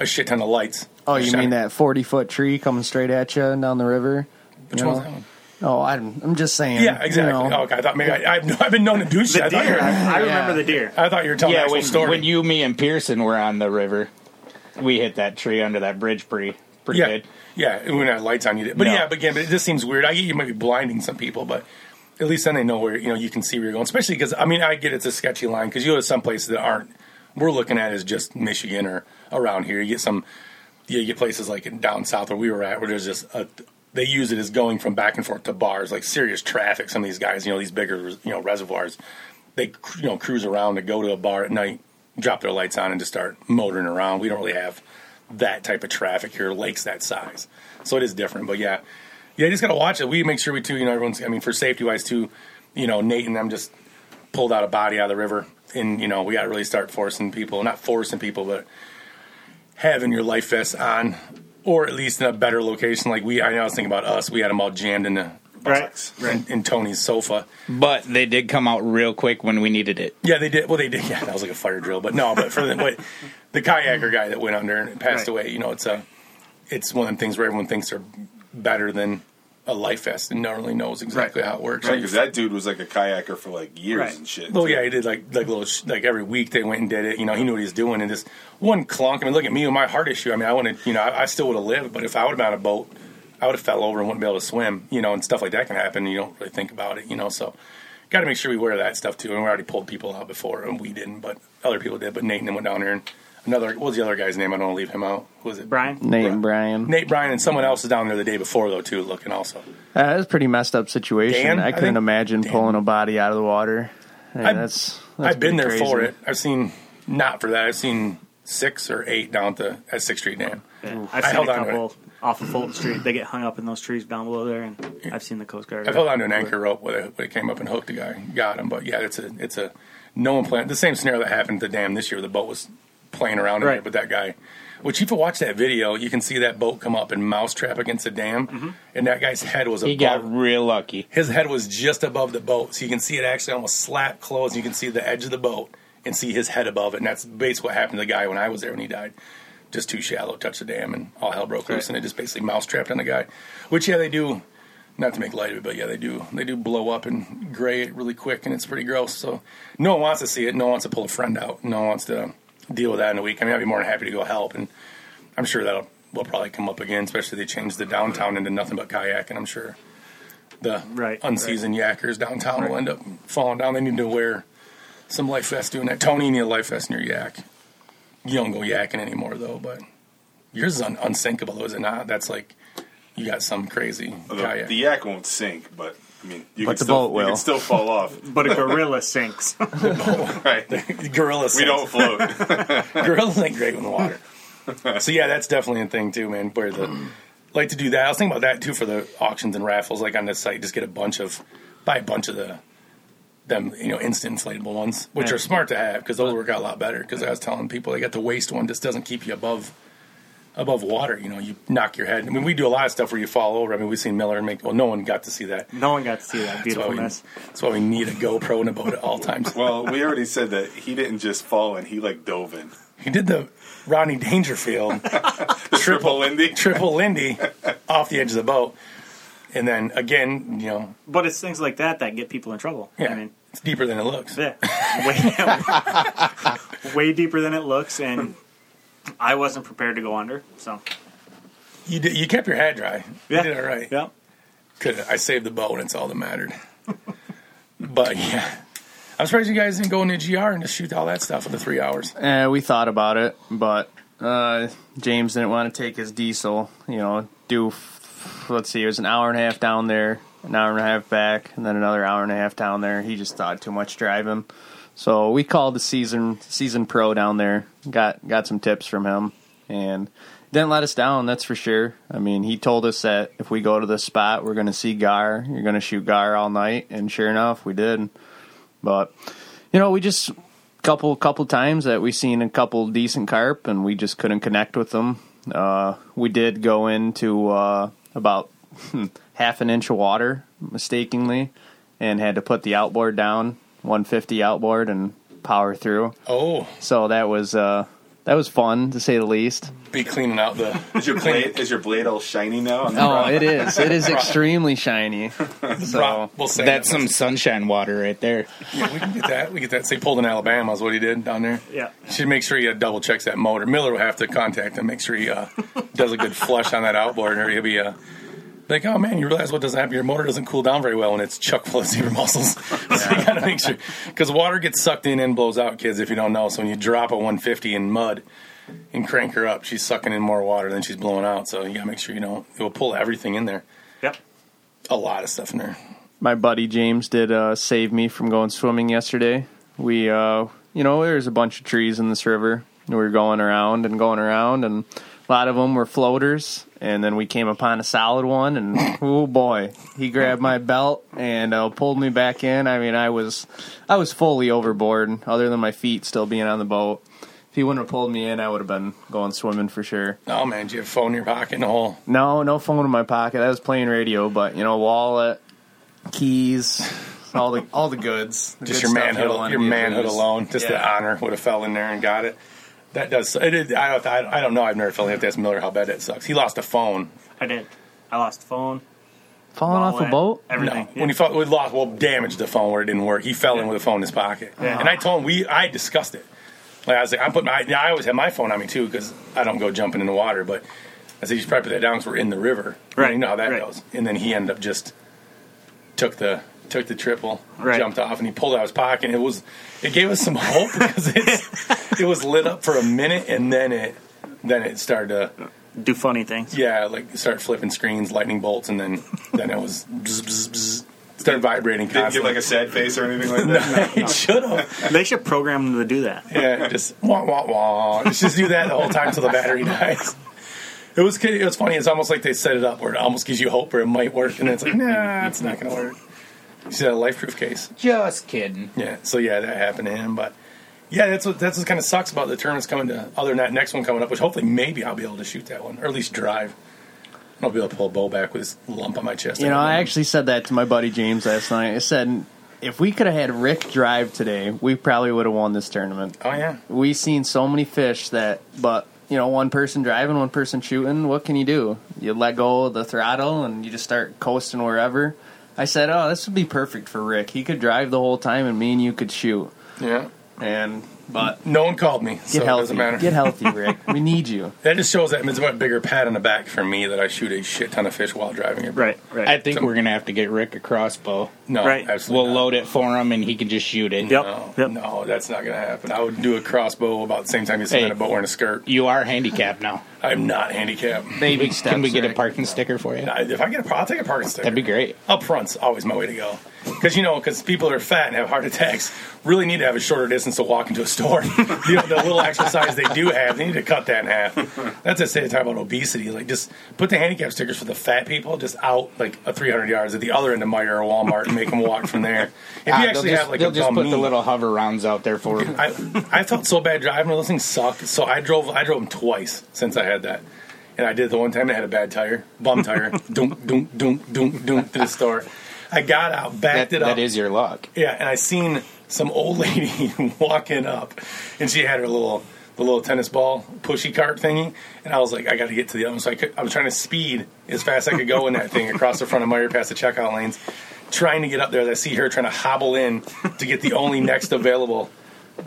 Speaker 2: a shit ton of lights.
Speaker 5: Oh, you
Speaker 2: Shine.
Speaker 5: mean that forty foot tree coming straight at you and down the river?
Speaker 2: Which
Speaker 5: you
Speaker 2: one's
Speaker 5: know?
Speaker 2: that one?
Speaker 5: Oh, I'm, I'm just saying.
Speaker 2: Yeah, exactly.
Speaker 5: You know.
Speaker 2: Oh, okay, I thought maybe I, I've, I've been known to do shit.
Speaker 3: The
Speaker 2: I thought, you
Speaker 3: deer.
Speaker 2: were,
Speaker 3: I,
Speaker 5: Yeah.
Speaker 3: I remember the deer.
Speaker 2: I thought you were telling the
Speaker 4: yeah,
Speaker 2: actual
Speaker 4: when,
Speaker 2: story.
Speaker 4: when you, me, and Pearson were on the river, we hit that tree under that bridge pretty pretty
Speaker 2: yeah,
Speaker 4: good.
Speaker 2: yeah, it wouldn't have lights on you. But
Speaker 4: No.
Speaker 2: yeah, but again, but it just seems weird. I get you might be blinding some people, but at least then they know where you know you can see where you're going. Especially because I mean, I get it's a sketchy line because you go to some places that aren't we're looking at is just Michigan or around here. You get some, you get places like down south where we were at where there's just a. They use it as going from back and forth to bars, like serious traffic. Some of these guys, you know, these bigger, you know, reservoirs, they cr- you know cruise around to go to a bar at night, drop their lights on, and just start motoring around. We don't really have that type of traffic here, lakes that size, so it is different. But yeah, yeah, you just gotta watch it. We make sure we too, you know, everyone's. I mean, for safety wise too, you know, Nate and them just pulled out a body out of the river, and you know, we gotta really start forcing people, not forcing people, but having your life vests on, or at least in a better location. Like we, I know, I was thinking about us. We had them all jammed in the.
Speaker 3: Right. Right.
Speaker 2: In, in Tony's sofa,
Speaker 4: But they did come out real quick when we needed it.
Speaker 2: yeah, they did. Well, they did. Yeah, that was like a fire drill, but no, but for the but the kayaker guy that went under and passed
Speaker 3: Right.
Speaker 2: away, you know, it's a it's one of them things where everyone thinks they're better than a life vest and no one really knows exactly how it works.
Speaker 1: Because that dude was like a kayaker for like years
Speaker 3: Right.
Speaker 1: and shit.
Speaker 2: Well, yeah, he did like like little sh- like every week they went and did it. You know, he knew what he was doing, and just one clunk. I mean, look at me with my heart issue. I mean, I wanted you know I, I still would have lived, but if I would have been on a boat, I would have fell over and wouldn't be able to swim. You know, and stuff like that can happen. and You don't really think about it. You know, so got to make sure we wear that stuff too. And we already pulled people out before, and we didn't, but other people did. But Nate and them went down there, and another what was the other guy's name? I don't want to leave him out. Who was it
Speaker 3: Brian.
Speaker 5: Nate and Brian.
Speaker 2: Nate Bryan and someone else was down there the day before though too, looking also.
Speaker 5: Uh, that was a pretty messed up situation.
Speaker 2: Dan, I
Speaker 5: I couldn't
Speaker 2: think-
Speaker 5: imagine
Speaker 2: Dan.
Speaker 5: pulling a body out of the water. Yeah,
Speaker 2: I've-
Speaker 5: that's, that's
Speaker 2: I've been
Speaker 5: pretty
Speaker 2: there
Speaker 5: crazy.
Speaker 2: for it. I've seen not for that. I've seen six or eight down at the at Sixth Street Dam.
Speaker 3: Yeah.
Speaker 2: I
Speaker 3: I've seen a
Speaker 2: held on to
Speaker 3: couple off of Fulton Street. They get hung up in those trees down below there, and I've seen the Coast Guard.
Speaker 2: I've held onto an anchor rope where it, when it came up and hooked a guy, got him. But yeah, it's a it's a no one planned the same scenario that happened at the dam this year. The boat was playing around in
Speaker 3: Right.
Speaker 2: it with that guy. Which if you watch that video, you can see that boat come up and mousetrap against the dam,
Speaker 3: Mm-hmm.
Speaker 2: and that guy's head was
Speaker 4: He
Speaker 2: above.
Speaker 4: got real lucky.
Speaker 2: his head was just above the boat, so you can see it actually almost slap close. You can see the edge of the boat and see his head above it, and that's basically what happened to the guy when I was there when he died. Just too shallow, touched the dam, and all hell broke loose,
Speaker 3: Right.
Speaker 2: and it just basically mousetrapped on the guy. Which yeah, they do. Not to make light of it, but yeah, they do. They do blow up and gray it really quick, and it's pretty gross. So no one wants to see it. No one wants to pull a friend out. No one wants to deal with that in a week. I mean, I'd be more than happy to go help, and I'm sure that'll will probably come up again. Especially they changed the downtown into nothing but kayak, and I'm sure the
Speaker 3: Right,
Speaker 2: unseasoned yackers downtown will end up falling down. They need to wear some life vests doing that. Tony, you need a life vest in your yak. You don't go yakking anymore though, but yours is un- unsinkable, is it not? That's like you got some crazy
Speaker 1: the,
Speaker 2: kayak.
Speaker 1: the yak won't sink, but I mean, you
Speaker 5: But
Speaker 1: can
Speaker 5: the boat
Speaker 1: still, You
Speaker 5: will.
Speaker 1: can still fall off.
Speaker 3: But a gorilla sinks.
Speaker 1: right.
Speaker 2: gorilla.
Speaker 1: We
Speaker 2: sense.
Speaker 1: don't float.
Speaker 2: Gorillas ain't great in the water. so yeah, that's definitely a thing too, man. Where the like to do that. I was thinking about that too for the auctions and raffles, like on this site, just get a bunch of buy a bunch of the them you know instant inflatable ones, which
Speaker 3: Yeah.
Speaker 2: are smart to have because those work out a lot better. Because I was telling people they got the waist one, just doesn't keep you above above water. You know, you knock your head. I mean, we do a lot of stuff where you fall over. I mean, we've seen Miller make. Well, no one got to see that.
Speaker 3: No one got to see that
Speaker 2: That's why, we,
Speaker 3: beautifulness.
Speaker 2: that's why we need a GoPro and a boat at all times.
Speaker 1: well, we already said that he didn't just fall in; he like dove in.
Speaker 2: He did the Rodney Dangerfield
Speaker 1: Triple Indy.
Speaker 2: triple Lindy off the edge of the boat. And then again, you know,
Speaker 3: But it's things like that that get people in trouble.
Speaker 2: yeah,
Speaker 3: I mean,
Speaker 2: it's deeper than it looks.
Speaker 3: yeah, way, way deeper than it looks, and I wasn't prepared to go under. So,
Speaker 2: You did, you kept your head dry.
Speaker 3: Yeah.
Speaker 2: You did all right.
Speaker 3: yeah,
Speaker 2: Could I saved the boat? It's all that mattered. but yeah, I'm surprised you guys didn't go into GR and just shoot all that stuff for the three hours.
Speaker 5: Eh, we thought about it, but uh, James didn't want to take his diesel. You know, do f- let's see, it was an hour and a half down there, an hour and a half back, and then another hour and a half down there. He just thought too much driving, so we called the season season pro down there. Got got some tips from him, and didn't let us down. That's for sure. I mean, he told us that if we go to this spot, we're going to see Gar. You're going to shoot Gar all night, and sure enough, we did. But you know, we just couple couple times that we seen a couple decent carp and we just couldn't connect with them. Uh, we did go into uh, about half an inch of water mistakenly and had to put the outboard down, 150 outboard and power through.
Speaker 2: Oh,
Speaker 5: So that was uh, that was fun to say the least.
Speaker 2: Be cleaning out the.
Speaker 1: Is your blade is your blade all shiny now? on the
Speaker 5: Oh, it is. It is extremely shiny. So
Speaker 2: we'll say
Speaker 4: That's some sunshine water right there.
Speaker 2: Yeah, we can get that. We get that. Say pulled in Alabama is what he did down there.
Speaker 3: Yeah.
Speaker 2: Should make sure he uh, double checks that motor. Miller will have to contact him, make sure he uh, does a good flush on that outboard, or he'll be uh, like, "Oh man, you realize what doesn't happen? Your motor doesn't cool down very well, and it's chuck full of zebra mussels." so you gotta make sure because water gets sucked in and blows out, kids. If you don't know, so when you drop a 150 in mud and crank her up, she's sucking in more water than she's blowing out. So you gotta make sure you don't. It will pull everything in there,
Speaker 3: Yep.
Speaker 2: a lot of stuff in there.
Speaker 5: my buddy James did uh, save me from going swimming yesterday. We, uh, you know, there's a bunch of trees in this river. and We were going around and going around, and a lot of them were floaters. And then we came upon a solid one, and oh boy, he grabbed my belt and uh, pulled me back in. I mean, I was, I was fully overboard, other than my feet still being on the boat. If he wouldn't have pulled me in, I would have been going swimming for sure.
Speaker 2: Oh man, do you have a phone in your pocket and a hole?
Speaker 5: No, no phone in my pocket. I was playing radio, but you know, wallet, keys, all the all the goods. The
Speaker 2: just your
Speaker 5: good stuff you don't
Speaker 2: manhood,
Speaker 5: wanna
Speaker 2: your
Speaker 5: be
Speaker 2: manhood
Speaker 5: lose.
Speaker 2: alone. Just the
Speaker 5: Yeah.
Speaker 2: honor would have fell in there and got it. That does. It is, I don't. I don't know. I've never felt like that's Miller. How bad that sucks. He lost a phone.
Speaker 3: I did. I lost the phone.
Speaker 5: falling off a
Speaker 3: wallet,
Speaker 5: Oh, boat.
Speaker 2: No,
Speaker 3: Everything.
Speaker 2: when he felt we lost, well, damaged the phone where it didn't work. He fell in with a phone in his pocket,
Speaker 3: Yeah.
Speaker 2: and I told him we. I discussed it. Like I was like, I'm putting. My, I always have my phone on me too because I don't go jumping in the water. But I said, you should probably put that down because we're in the river.
Speaker 3: Right,
Speaker 2: You know how that
Speaker 3: right.
Speaker 2: goes. And then he ended up just took the took the triple,
Speaker 3: Right.
Speaker 2: jumped off, and he pulled out his pocket. And it was it gave us some hope because it it was lit up for a minute, and then it then it started to.
Speaker 3: Do funny things.
Speaker 2: Yeah, like start flipping screens, lightning bolts, and then then it was bzz, bzz, bzz, started vibrating
Speaker 1: Didn't give
Speaker 2: constantly.
Speaker 1: like a sad face or anything like that.
Speaker 2: it should have.
Speaker 3: They should program them to do that.
Speaker 2: Yeah, just wah wah wah. Let's just do that the whole time till the battery dies. It was kid- it was funny. It's almost like they set it up where it almost gives you hope where it might work, and then it's like, nah, it's not gonna work. She's a life proof case.
Speaker 4: Just kidding.
Speaker 2: Yeah. So yeah, that happened to him. But yeah, that's what that's what kind of sucks about the tournament's coming to other than that next one coming up, which hopefully maybe I'll be able to shoot that one or at least drive. I'll be able to pull a bow back with this lump on my chest.
Speaker 5: You know, I
Speaker 2: I
Speaker 5: actually said that to my buddy James last night. I said, if we could have had Rick drive today, we probably would have won this tournament.
Speaker 2: Oh yeah.
Speaker 5: We seen so many fish that, but you know, one person driving, one person shooting. What can you do? You let go of the throttle and you just start coasting wherever. I said, oh, this would be perfect for Rick. He could drive the whole time, and me and you could shoot.
Speaker 2: Yeah.
Speaker 5: And but
Speaker 2: No one called me, so
Speaker 5: get
Speaker 2: it
Speaker 5: healthy,
Speaker 2: doesn't matter.
Speaker 5: get healthy, Rick. we need you.
Speaker 2: that just shows that it's a much bigger pat on the back for me that I shoot a shit ton of fish while driving it.
Speaker 3: Right. Right.
Speaker 4: I think we're gonna have to get Rick a crossbow.
Speaker 2: No,
Speaker 3: Right.
Speaker 2: absolutely.
Speaker 4: We'll
Speaker 2: not.
Speaker 4: load it for him, and he can just shoot it.
Speaker 3: yep.
Speaker 2: No,
Speaker 3: yep.
Speaker 2: no, that's not gonna happen. I would do a crossbow about the same time you sit
Speaker 4: Hey.
Speaker 2: in a boat wearing a skirt.
Speaker 4: You are handicapped now.
Speaker 2: I'm not handicapped.
Speaker 5: Baby
Speaker 4: Can we get a parking sticker for you?
Speaker 2: I- If I get a pro, I'll take a parking sticker.
Speaker 4: That'd be great.
Speaker 2: Up front's always my way to go. Because, you know, because people that are fat and have heart attacks really need to have a shorter distance to walk into a store. you know, the little exercise they do have, they need to cut that in half. That's a say talk about obesity. Like, just put the handicap stickers for the fat people just out, like, a 300 yards at the other end of Meyer or Walmart and make them walk from there. If you
Speaker 4: Ah,
Speaker 2: actually
Speaker 4: they'll just,
Speaker 2: have, like,
Speaker 4: they'll
Speaker 2: a
Speaker 4: just put the
Speaker 2: dummy-
Speaker 4: little hover rounds out there for him.
Speaker 2: I I felt so bad driving. Those things suck. So I drove I drove them twice since I had that, and I did it the one time I had a bad tire, bum tire, dunk dunk dunk dunk dunk to the store. I got out,
Speaker 4: That,
Speaker 2: backed it up.
Speaker 4: that is your luck.
Speaker 2: yeah, and I seen some old lady walking up, and she had her little the little tennis ball pushy cart thingy, and I was like, I got to get to the other one. So I, could, I was trying to speed as fast as I could go in that thing across the front of Meyer past the checkout lanes, trying to get up there. As I see her trying to hobble in to get the only next available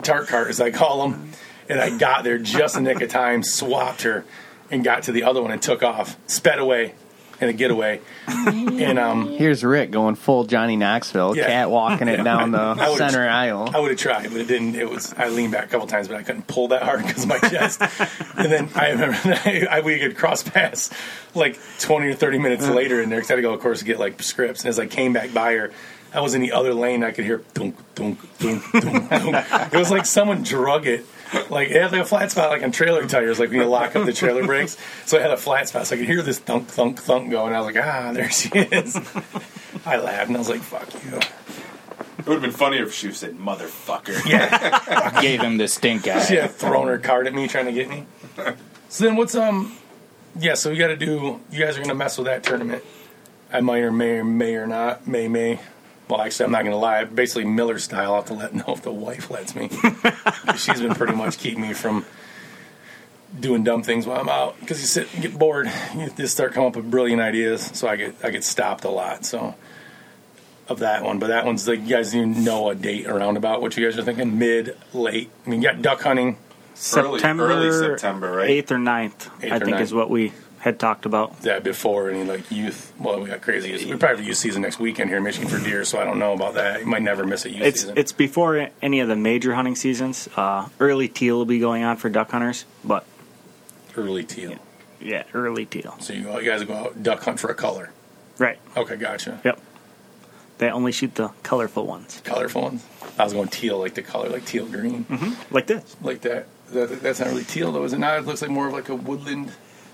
Speaker 2: tart cart, as I call them. And I got there just in the nick of time, swapped her, and got to the other one and took off, sped away in a getaway. And um,
Speaker 5: Here's Rick going full Johnny Knoxville,
Speaker 2: Yeah.
Speaker 5: cat walking it down
Speaker 2: I
Speaker 5: the
Speaker 2: would've-
Speaker 5: center
Speaker 2: I
Speaker 5: aisle.
Speaker 2: would have tried, but it didn't. It was I leaned back a couple times, but I couldn't pull that hard because of my chest. and then I remember I, I we could cross paths like twenty or thirty minutes later in there because I had to go, of course, get like scripts. And as I came back by her. I was in the other lane. I could hear dunk, dunk, dunk, dunk, dunk. It was like someone drug it. Like it had like a flat spot, like on trailer tires, like when you lock up the trailer brakes. So I had a flat spot, so I could hear this thunk, thunk, thunk going. I was like, ah, there she is. I laughed and I was like, fuck you.
Speaker 1: It would have been funnier if she said "motherfucker."
Speaker 2: Yeah,
Speaker 4: Gave him the stink
Speaker 2: she
Speaker 4: eye.
Speaker 2: had thrown her card at me, trying to get me. So then, what's um? Yeah, so we got to do. You guys are gonna mess with that tournament. I might or may or may or not may may. Well, actually, I'm not gonna lie. Basically, Miller style. I will have to let know if the wife lets me. She's been pretty much keeping me from doing dumb things while I'm out because you sit and get bored. You just start coming up with brilliant ideas. So I get I get stopped a lot. So of that one, but that one's like you guys you know a date around about what you guys are thinking mid late. I mean, you got duck hunting.
Speaker 1: Early-
Speaker 3: September,
Speaker 1: early September, right?
Speaker 3: 8th or 9th,
Speaker 2: Eighth
Speaker 3: I
Speaker 2: or
Speaker 3: think
Speaker 2: ninth.
Speaker 3: is what we had talked about.
Speaker 2: that before any like youth. Well, we got crazy. youth. We probably have a youth season next weekend here in Michigan for deer, so I don't know about that. You might never miss a youth
Speaker 3: It's
Speaker 2: season.
Speaker 3: it's before any of the major hunting seasons. Uh, early teal will be going on for duck hunters, but
Speaker 2: early teal.
Speaker 3: yeah, early teal.
Speaker 2: So you, you guys go out duck hunt for a color.
Speaker 3: Right.
Speaker 2: Okay, gotcha.
Speaker 3: Yep. They only shoot the colorful ones,
Speaker 2: Colorful ones. I was going teal, like the color, like teal green,
Speaker 3: like this.
Speaker 2: like that. that. That's not really teal though, is it? Now it looks like more of like a woodland.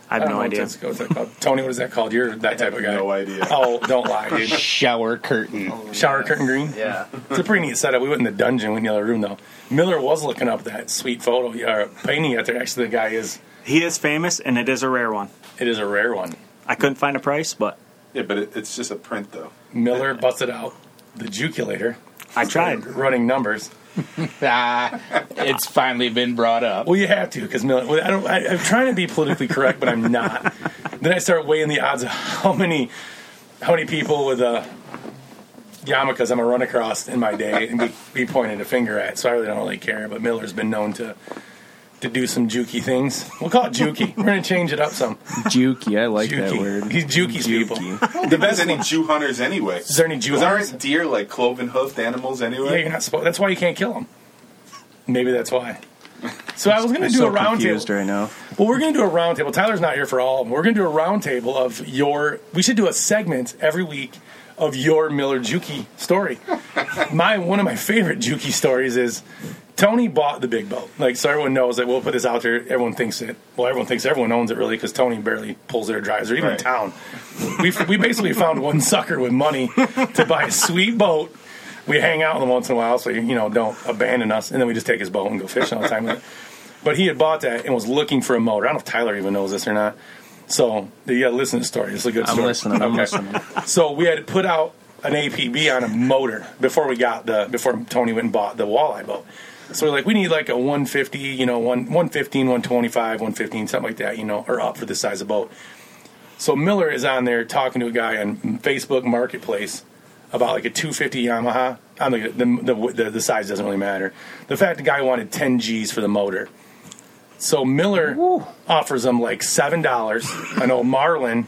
Speaker 3: I have
Speaker 2: don't
Speaker 3: no
Speaker 2: know what
Speaker 3: idea.
Speaker 2: that's- What's that called? Tony, what is that called? You're that type of guy.
Speaker 1: No idea.
Speaker 2: Oh, don't lie, dude.
Speaker 4: Shower curtain.
Speaker 2: Shower curtain green.
Speaker 5: Yeah.
Speaker 2: It's a pretty neat setup. We went in the dungeon, we went in the other room though. Miller was looking up that sweet photo or painting out there. Actually, the guy is.
Speaker 3: He is famous, and it is a rare one.
Speaker 2: It is a rare one.
Speaker 3: I couldn't find a price, but
Speaker 1: Yeah, but it, it's just a print though.
Speaker 5: Uh,
Speaker 2: Miller busted out the jukulator,
Speaker 3: I tried.
Speaker 2: running numbers.
Speaker 4: Ah, it's finally been brought up.
Speaker 2: Well, you have to because Miller. Well, I don't. I, I'm trying to be politically correct, but I'm not. then I start weighing the odds of how many, how many people with uh, yarmulkes I'm gonna run across in my day and be, be pointed a finger at. So I really don't really care. But Miller's been known to. To do some jukey things, we'll call it jukey. We're gonna change it up some.
Speaker 5: Jukey. I like that
Speaker 2: Jukey.
Speaker 5: word.
Speaker 2: He's Jukey's people.
Speaker 5: Jukey.
Speaker 1: The best any Jew hunters anyway.
Speaker 2: Is there any Jew? hunters?
Speaker 1: Aren't deer like cloven hoofed animals
Speaker 2: Yeah,
Speaker 1: anyway?
Speaker 2: you're not supposed. That's why you can't kill them. Maybe that's why. So I was going to
Speaker 5: I'm
Speaker 2: do
Speaker 5: so
Speaker 2: a roundtable.
Speaker 5: confused right now.
Speaker 2: Well, we're going to do a roundtable. Tyler's not here for all of them. We're going to do a roundtable of your. We should do a segment every week of your Miller Juki story. my one of my favorite Juki stories is Tony bought the big boat. Like so, everyone knows that we'll put this out there. Everyone thinks it. Well, everyone thinks everyone owns it really because Tony barely pulls their drives or even
Speaker 1: Right.
Speaker 2: town. We we basically found one sucker with money to buy a sweet boat. We hang out with him once in a while, so you know don't abandon us. And then we just take his boat and go fishing all the time. with it. But he had bought that and was looking for a motor. I don't know if Tyler even knows this or not. So you got to listen to the story. It's a good
Speaker 5: I'm
Speaker 2: story.
Speaker 5: listening. I'm listening.
Speaker 2: So we had put out an APB on a motor before we got the before Tony went and bought the walleye boat. So we're like, we need like a 150, you know, one 115, 125, 115, something like that, you know, or up for this size of boat. So Miller is on there talking to a guy on Facebook Marketplace about like a 250 Yamaha. I'm like, the, the, the, the size doesn't really matter. The fact the guy wanted 10 G's for the motor. So Miller offers him like $7, an old Marlin,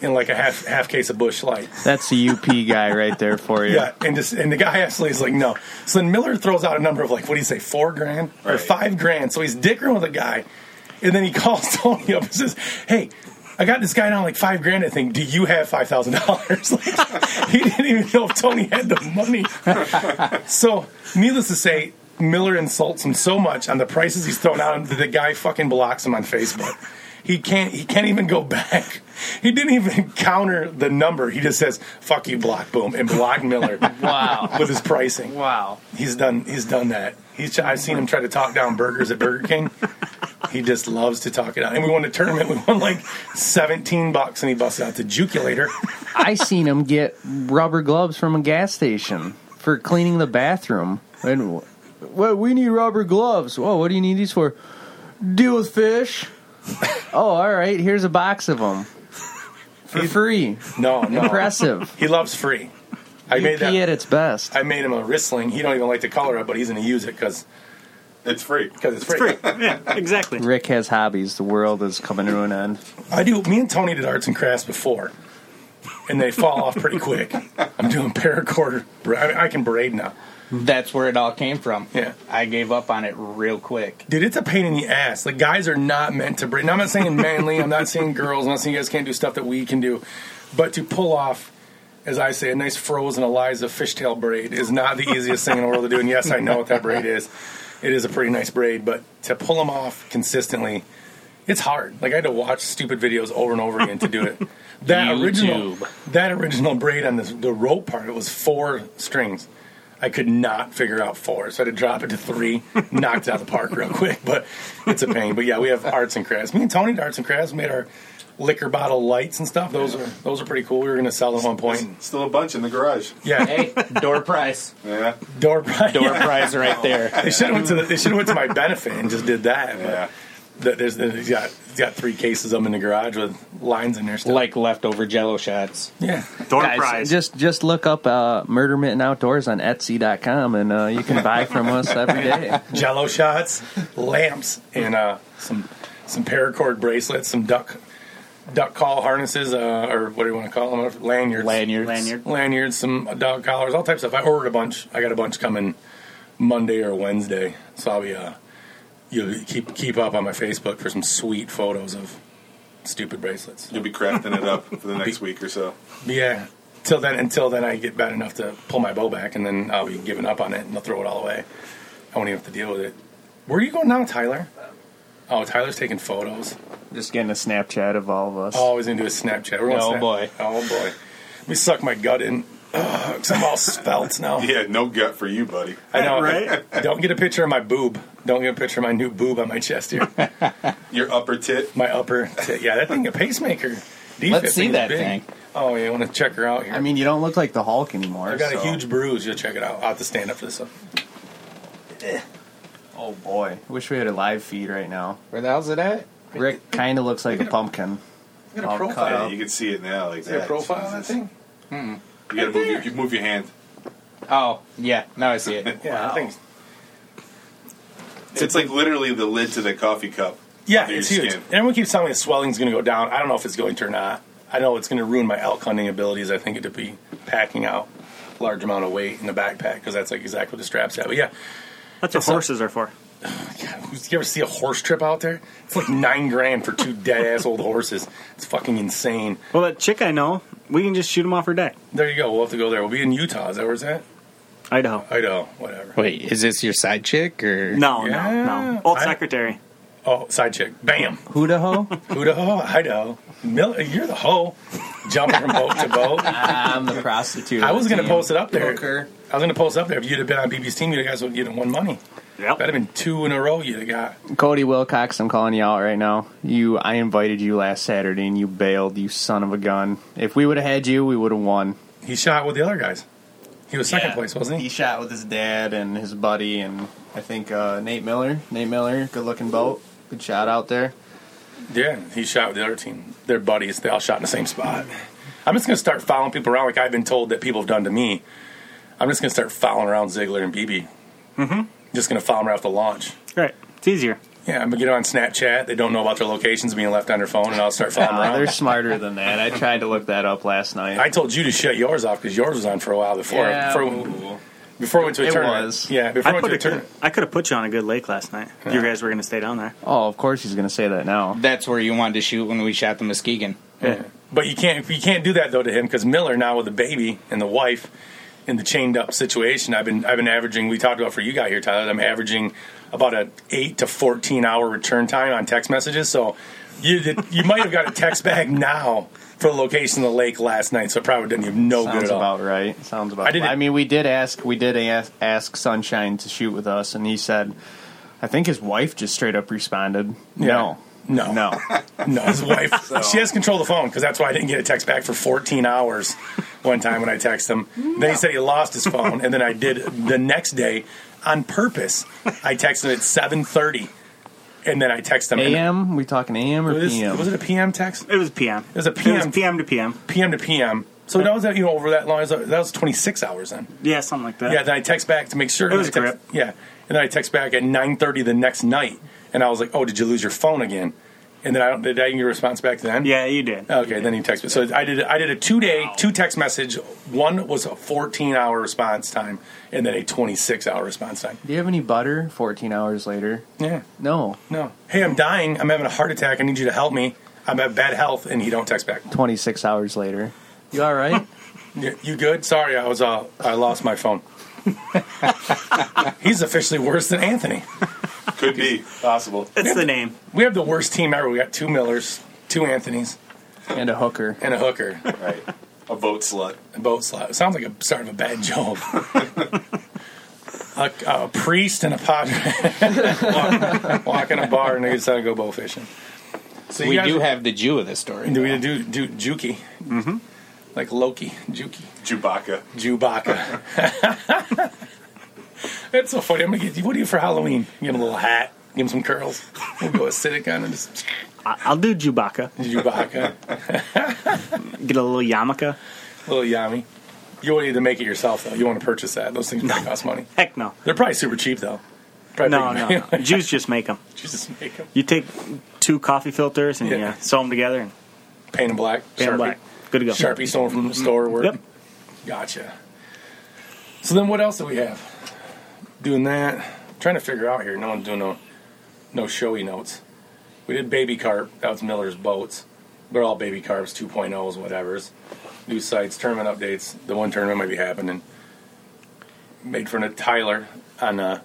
Speaker 2: and like a half half case of Bush Light.
Speaker 5: That's the UP guy right there for you.
Speaker 2: Yeah, and just and the guy actually is like, no. So then Miller throws out a number of like, what do you say, four grand or
Speaker 1: Right.
Speaker 2: five grand? So he's dickering with a guy, and then he calls Tony up and says, hey. I got this guy down like five grand. I think. Do you have five thousand dollars? Like he didn't even know if Tony had the money. So, needless to say, Miller insults him so much on the prices he's thrown out that the guy fucking blocks him on Facebook. He can't. He can't even go back. He didn't even counter the number. He just says "fuck you, block boom" and block Miller
Speaker 5: Wow.
Speaker 2: with his pricing.
Speaker 5: Wow.
Speaker 2: He's done. He's done that. He's. I've seen him try to talk down burgers at Burger King. He just loves to talk it out. And we won a tournament. We won like seventeen bucks, and he busted out the jukulator.
Speaker 5: I seen him get rubber gloves from a gas station for cleaning the bathroom. And well, we need rubber gloves. Whoa, what do you need these for? Deal with fish. oh, all right. Here's a box of them for free.
Speaker 2: No, no.
Speaker 5: Impressive.
Speaker 2: He loves free. I made
Speaker 5: UP
Speaker 2: that.
Speaker 5: at its best.
Speaker 2: I made him a wristling. He don't even like the color of, it, but he's gonna use it because
Speaker 1: It's free.
Speaker 2: it's free.
Speaker 3: yeah, exactly.
Speaker 5: Rick has hobbies. The world is coming to an end.
Speaker 2: I do. Me and Tony did arts and crafts before, and they fall off pretty quick. I'm doing paracord. I, mean, I can braid now.
Speaker 4: That's where it all came from.
Speaker 2: Yeah.
Speaker 4: I gave up on it real quick.
Speaker 2: Dude, it's a pain in the ass. Like guys are not meant to braid. Now, I'm not saying manly. I'm not saying girls. I'm not saying you guys can't do stuff that we can do, but to pull off. As I say, a nice frozen Eliza fishtail braid is not the easiest thing in the world to do. And yes, I know what that braid is. It is a pretty nice braid, but to pull them off consistently, it's hard. Like I had to watch stupid videos over and over again to do it. That original,
Speaker 4: YouTube.
Speaker 2: that original braid on this, the rope part, it was four strings. I could not figure out four, so I had to drop it to three. knocked it out of the park real quick, but it's a pain. But yeah, we have arts and crafts. Me and Tony did arts and crafts. We made our liquor bottle lights and stuff. Those are those are pretty cool. We were going to sell them at one point.
Speaker 1: Still a bunch in the garage.
Speaker 2: Yeah,
Speaker 4: Hey, door prize.
Speaker 1: Yeah.
Speaker 2: door prize.
Speaker 4: Door prize right there.
Speaker 2: They should have went to the, they should have went to my benefit and just did that. but-
Speaker 1: Yeah.
Speaker 2: that there's he's got he's got three cases of them in the garage with lines in there. Still.
Speaker 4: like leftover Jello shots.
Speaker 2: yeah,
Speaker 3: Door
Speaker 5: Guys,
Speaker 3: prize.
Speaker 5: just just look up uh, Murder Mitten Outdoors on Etsy.com, and uh, you can buy from us every day.
Speaker 2: Jello shots, lamps, and uh, some some paracord bracelets, some duck duck call harnesses, uh, or what do you want to call them? Lanyards,
Speaker 4: Lanyards.
Speaker 3: Lanyard.
Speaker 2: lanyards, some dog collars, all types of stuff. I ordered a bunch. I got a bunch coming Monday or Wednesday, so I'll be uh, you keep keep up on my Facebook for some sweet photos of stupid bracelets.
Speaker 1: You'll be crafting it up for the next week or so.
Speaker 2: But yeah, till then, until then, I get bad enough to pull my bow back, and then I'll be giving up on it, and I'll throw it all away. I won't even have to deal with it. Where are you going now, Tyler? Oh, Tyler's taking photos.
Speaker 5: Just getting a Snapchat of all of us.
Speaker 2: Oh, he's gonna do a Snapchat. We're gonna
Speaker 4: Oh,
Speaker 2: snap-
Speaker 4: boy.
Speaker 2: Oh boy. We suck my gut in. Ugh, 'cause I'm all spelt now.
Speaker 1: Yeah, no gut for you, buddy.
Speaker 2: I know.
Speaker 3: Right?
Speaker 2: Don't get a picture of my boob. Don't get a picture of my new boob on my chest here.
Speaker 1: Your upper tit.
Speaker 2: my upper. Tit. Yeah, that thing a pacemaker. D
Speaker 4: Let's
Speaker 2: fit
Speaker 4: see
Speaker 2: is
Speaker 4: that
Speaker 2: big.
Speaker 4: thing.
Speaker 2: Oh yeah, I want to check her out here.
Speaker 5: I mean, you don't look like the Hulk anymore.
Speaker 2: I got a
Speaker 5: so-
Speaker 2: huge bruise. You'll check it out. I'll have to stand up for this one.
Speaker 5: Oh boy, wish we had a live feed right now.
Speaker 4: Where the hell's it at?
Speaker 5: Rick kind of looks like a pumpkin.
Speaker 2: Look at
Speaker 5: All
Speaker 2: a
Speaker 5: cut
Speaker 1: Yeah,
Speaker 5: out.
Speaker 2: profile.
Speaker 1: you can see it now. Like
Speaker 2: Is there
Speaker 1: that.
Speaker 2: a profile on that
Speaker 1: Jesus.
Speaker 2: thing?
Speaker 1: You gotta move your, you move your hand.
Speaker 4: Oh, yeah. Now I see it.
Speaker 2: Yeah, I think.
Speaker 1: It's, like literally the lid to the coffee cup.
Speaker 2: Yeah,
Speaker 1: under
Speaker 2: it's
Speaker 1: your
Speaker 2: huge.
Speaker 1: skin.
Speaker 2: And everyone keeps telling me the swelling's going to go down. I don't know if it's going to or not. I know it's going to ruin my elk hunting abilities. I think it would be packing out large amount of weight in the backpack because that's like exactly what the straps at. But yeah,
Speaker 3: That's what horses are for.
Speaker 2: Did you ever see a horse trip out there? It's like nine grand for two dead ass old horses. It's fucking insane.
Speaker 3: Well, that chick I know, we can just shoot him off her deck.
Speaker 2: There you go. We'll have to go there. We'll be in Utah. Is that where it's at?
Speaker 3: Idaho.
Speaker 2: Idaho. Whatever.
Speaker 4: Wait, is this your side chick or
Speaker 3: No,
Speaker 2: Yeah.
Speaker 3: no, no. Old
Speaker 2: I-
Speaker 3: secretary.
Speaker 2: Oh, side chick. Bam.
Speaker 5: Hudaho?
Speaker 2: Idaho. Idaho. Mil- you're the hoe. Jumping from boat to boat.
Speaker 5: I'm the prostitute.
Speaker 2: I was going to
Speaker 5: Damn.
Speaker 2: post it up there.
Speaker 5: Poker.
Speaker 2: I was going to post it up there. If you'd have been on BB's team, you guys would have won money. That'd
Speaker 3: Yep.
Speaker 2: have been two in a row you'd have got.
Speaker 5: Cody Wilcox, I'm calling you out right now. You, I invited you last Saturday and you bailed. You son of a gun. If we would have had you, we would have won.
Speaker 2: He shot with the other guys. He was second
Speaker 5: Yeah.
Speaker 2: place, wasn't
Speaker 5: He
Speaker 2: he?
Speaker 5: shot with his dad and his buddy and I think uh, Nate Miller. Nate Miller, good looking boat. Good shot out there.
Speaker 2: Yeah, he shot with the other team. They're buddies. They all shot in the same spot. I'm just going to start following people around like I've been told that people have done to me. I'm just going to start following around Ziggler and BB. Mm-hmm. Just going to follow them right off the launch.
Speaker 3: Right. It's easier.
Speaker 2: Yeah, I'm going to get on Snapchat. They don't know about their locations being left on their phone, and I'll start following
Speaker 5: Uh,
Speaker 2: around.
Speaker 5: they're smarter than that. I tried to look that up last night.
Speaker 2: I told you to shut yours off because yours was on for a while before
Speaker 5: Yeah,
Speaker 2: before, before we went to a
Speaker 5: It
Speaker 2: tournament.
Speaker 5: was.
Speaker 2: Yeah, before
Speaker 3: I,
Speaker 2: we went
Speaker 3: put
Speaker 2: to
Speaker 3: a
Speaker 2: a tournament.
Speaker 3: I could have put you on a good lake last night. You guys were going to stay down there.
Speaker 5: oh, of course he's going to say that now.
Speaker 4: that's where you wanted to shoot when we shot the Muskegon?
Speaker 3: Yeah.
Speaker 2: But you can't you can't do that though to him because Miller now with the baby and the wife in the chained up situation. I've been I've been averaging. We talked about for you guys here, Tyler. I'm averaging about a eight to fourteen hour return time on text messages. So you did- you might have got a text back now for the location of the lake last night. So it probably didn't even no good
Speaker 5: Sounds
Speaker 2: at all.
Speaker 5: about right. Sounds about.
Speaker 2: I
Speaker 5: I,
Speaker 2: didn't-
Speaker 5: I mean, we did ask. We did ask, ask Sunshine to shoot with us, and he said, "I think his wife just straight up responded, no,
Speaker 2: No.
Speaker 5: no."
Speaker 2: No, his wife. She has control of the phone because that's why I didn't get a text back for 14 hours one time when I texted him. Then he said he lost his phone, and then I did the next day on purpose. I texted him at 7:30, and then I texted him. and-
Speaker 5: A.M. We talking A.M. or
Speaker 2: Was,
Speaker 5: P.M.
Speaker 2: was it a PM text?
Speaker 3: It was PM. It
Speaker 2: was a
Speaker 3: It
Speaker 2: PM.
Speaker 3: was PM to PM.
Speaker 2: PM to PM. So that was you know over that long. That was 26 hours then.
Speaker 3: Yeah, something like that.
Speaker 2: Yeah, then I text back to make sure.
Speaker 3: It was
Speaker 2: I text-
Speaker 3: grip.
Speaker 2: Yeah, and then I text back at nine thirty the next night, and I was like, "Oh, did you lose your phone again?" And then I don't, did I get a response back then?
Speaker 3: Yeah, you did.
Speaker 2: Okay, then he texted me. So I did I did a two day, two text message. One was a 14 hour response time, and then a 26 hour response time.
Speaker 5: Do you have any butter? Fourteen hours later,
Speaker 2: Yeah,
Speaker 5: no,
Speaker 2: no. Hey, I'm dying. I'm having a heart attack. I need you to help me. I'm at bad health, and he don't text back.
Speaker 5: twenty six hours later. You all right?
Speaker 2: You, you good? Sorry, I was uh, I lost my phone. He's officially worse than Anthony.
Speaker 1: Could be possible.
Speaker 3: It's the name.
Speaker 2: We have the worst team ever. We got two Millers, two Anthonys,
Speaker 5: and a hooker.
Speaker 2: and a hooker.
Speaker 1: Right. A boat slut.
Speaker 2: A boat slot. It sounds like a start of a bad joke. a, a priest and a padre walk, walk in a bar and they decide to go bow fishing. So you
Speaker 4: We
Speaker 2: guys-
Speaker 4: do have the Jew of this story.
Speaker 2: Do we do do Juki? Mm-hmm. Like Loki, Juki,
Speaker 1: Chewbacca.
Speaker 2: Jubaka. That's so funny. I'm gonna get you. What do you for Halloween? You get a little hat. Give him some curls. We'll go acidic on him. Just
Speaker 3: I- I'll do Chewbacca.
Speaker 2: Chewbacca.
Speaker 3: Get a little yarmulke.
Speaker 2: little yummy. You won't need to make it yourself, though. You want to purchase that. Those things probably cost money.
Speaker 3: Heck no.
Speaker 2: They're probably super cheap, though. Probably
Speaker 3: No, no, no. Jews just make them.
Speaker 2: Jesus, make them.
Speaker 3: You take two coffee filters and
Speaker 2: Yeah.
Speaker 3: you sew them together and
Speaker 2: Paint 'em black.
Speaker 3: paint 'em
Speaker 2: Sharpie.
Speaker 3: black. Good to go.
Speaker 2: Sharpie stolen from the store. Where
Speaker 3: Yep.
Speaker 2: Gotcha. So then, what else do we have? Doing that, trying to figure out here. No one's doing no, no showy notes. We did baby carp. That was Miller's boats. They're all baby carps, 2.0s, whatever's. New sites, tournament updates. The one tournament might be happening. Made for Tyler on uh,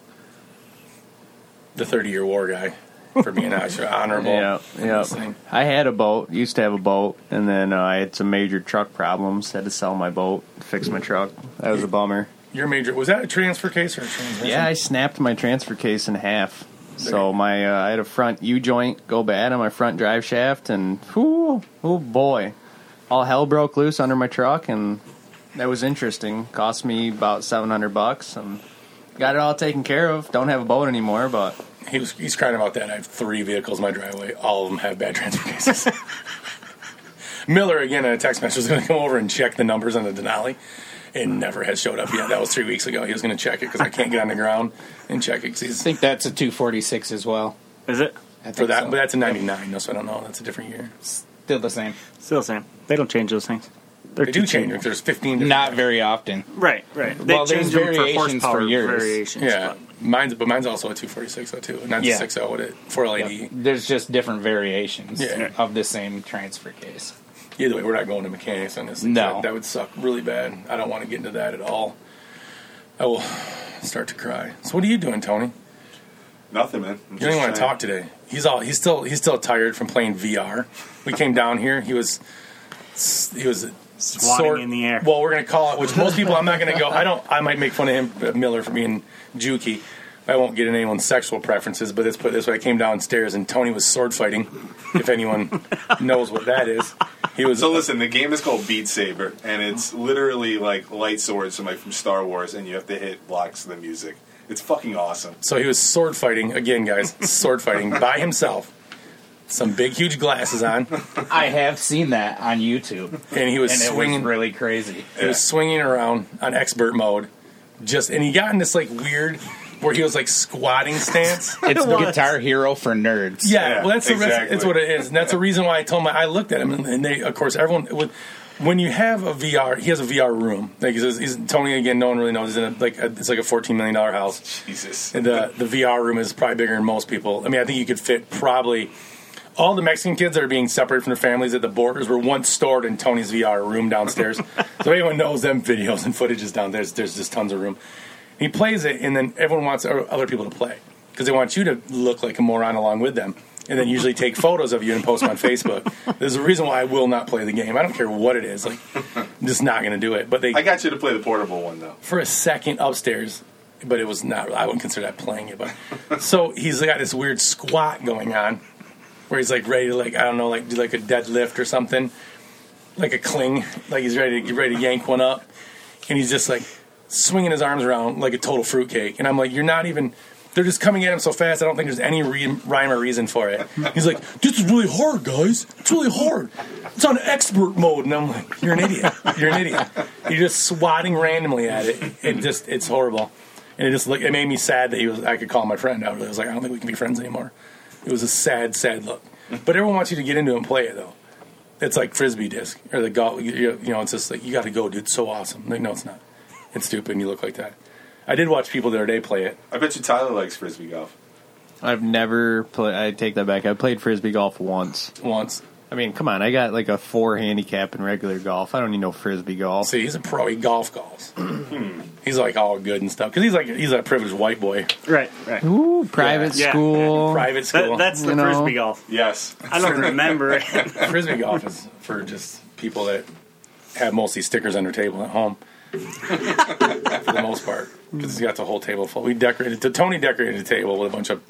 Speaker 2: the 30 year war guy for being actually honorable.
Speaker 5: Yeah,
Speaker 2: in
Speaker 5: yeah.
Speaker 2: this thing.
Speaker 5: I had a boat, used to have a boat, and then uh, I had some major truck problems. Had to sell my boat, fix my truck. That was a bummer.
Speaker 2: Your major was that a transfer case or a transmission?
Speaker 5: Yeah, I snapped my transfer case in half. So my uh, I had a front U joint go bad on my front drive shaft, and whew, oh boy, all hell broke loose under my truck, and that was interesting. Cost me about seven hundred bucks, and got it all taken care of. Don't have a boat anymore, but
Speaker 2: He was, he's crying about that. I have three vehicles in my driveway. All of them have bad transfer cases. Miller, again, in a text message, was going to come over and check the numbers on the Denali. It never has showed up yet. That was three weeks ago. He was going to check it because I can't get on the ground and check it. 'cause
Speaker 4: I
Speaker 2: he's,
Speaker 4: think that's a 246 as well.
Speaker 3: Is it?
Speaker 4: I think
Speaker 2: for that,
Speaker 4: so.
Speaker 2: but that's a 99, so I don't know. That's a different year.
Speaker 4: still the same.
Speaker 3: Still the same. They don't change those things. They're
Speaker 2: They
Speaker 3: too
Speaker 2: do change
Speaker 3: cheap.
Speaker 2: it. 'cause There's 15 different-
Speaker 4: Not very often.
Speaker 3: Right, right. They
Speaker 4: Well, there's
Speaker 3: change them for
Speaker 4: variations
Speaker 3: horsepower
Speaker 4: for years.
Speaker 3: variations.
Speaker 2: Yeah. Mine's, but mine's also a oh 246 though, too. Not
Speaker 4: Yeah.
Speaker 2: a 60 with it. E 480.
Speaker 4: There's just different variations
Speaker 2: Yeah.
Speaker 4: of the same transfer case.
Speaker 2: Either way, we're not going to mechanics on this.
Speaker 4: No.
Speaker 2: That, that would suck really bad. I don't want to get into that at all. I will start to cry. So what are you doing, Tony?
Speaker 1: Nothing, man. I'm
Speaker 2: You don't
Speaker 1: just
Speaker 2: even want to
Speaker 1: trying-
Speaker 2: talk today. He's all he's still he's still tired from playing VR. We came down here. He was he was
Speaker 3: Swatting
Speaker 2: sort-
Speaker 3: in the air.
Speaker 2: Well, we're gonna call it. Which most people, I'm not gonna go. I don't. I might make fun of him uh, Miller for being jukey. I won't get into anyone's sexual preferences, but let's put it this way: I came downstairs and Tony was sword fighting. If anyone knows what that is, he was
Speaker 1: So listen, the game is called Beat Saber, and it's literally like light swords from like from Star Wars, and you have to hit blocks of the music. It's fucking awesome.
Speaker 2: So he was sword fighting again, guys. Sword fighting by himself. Some big, huge glasses on,
Speaker 4: I have seen that on YouTube,
Speaker 2: and he was
Speaker 4: and it was
Speaker 2: swinging.
Speaker 4: really crazy.
Speaker 2: he was swinging around on expert mode. Just and he got in this like weird, where he was like squatting stance.
Speaker 4: It's the
Speaker 3: was.
Speaker 4: Guitar Hero for nerds.
Speaker 2: Yeah,
Speaker 1: Yeah,
Speaker 2: well, that's the rest,
Speaker 1: exactly.
Speaker 2: that's what it is, and that's the reason why I told my I looked at him, and, and they, of course, everyone would. When you have a VR, he has a VR room. Like he's, he's, Tony again, no one really knows. He's in a, like a, it's like a fourteen million dollar house.
Speaker 1: Jesus.
Speaker 2: And the the VR room is probably bigger than most people. I mean, I think you could fit probably all the Mexican kids that are being separated from their families at the borders were once stored in Tony's VR room downstairs. so if anyone knows them videos and footages down there. There's just tons of room. He plays it, and then everyone wants o- other people to play because they want you to look like a moron along with them, and then usually take photos of you and post them on Facebook. There's a reason why I will not play the game. I don't care what it is. Like, I'm just not going to do it. But they
Speaker 1: I got you to play the portable one though.
Speaker 2: for a second upstairs, but it was not. I wouldn't consider that playing it. But so he's got this weird squat going on, where he's like ready to like I don't know like do like a deadlift or something, like a cling, like he's ready to get ready to yank one up, and he's just like swinging his arms around like a total fruitcake. And I'm like, you're not even. They're just coming at him so fast. I don't think there's any re- rhyme or reason for it. He's like, "This is really hard, guys. It's really hard. It's on expert mode." And I'm like, "You're an idiot. You're an idiot. You're just swatting randomly at it. It just, it's horrible." And it just, look, it made me sad that he was. I could call my friend out. I was like, "I don't think we can be friends anymore." It was a sad, sad look. But everyone wants you to get into it and play it though. It's like frisbee disc or the golf. You you know, it's just like you got to go, dude. It's so awesome. Like, no, it's not. It's stupid. and You look like that. I did watch people the other day play it.
Speaker 1: I bet you Tyler likes frisbee golf.
Speaker 5: I've never played. I take that back. I played frisbee golf once.
Speaker 2: once.
Speaker 5: I mean, come on, I got like a four handicap in regular golf. I don't need no frisbee golf.
Speaker 2: See, he's a pro. He golf calls. he's like all good and stuff because he's like he's a privileged white boy,
Speaker 3: Right, right.
Speaker 5: Ooh, private
Speaker 3: Yeah.
Speaker 5: school.
Speaker 2: private
Speaker 3: That-
Speaker 2: school.
Speaker 3: that's the
Speaker 5: You know.
Speaker 3: frisbee golf.
Speaker 1: Yes.
Speaker 3: I don't remember it.
Speaker 2: frisbee golf is for just people that have mostly stickers on their table at home. for the most part, because he's got the whole table full. We decorated. Tony decorated the table with a bunch of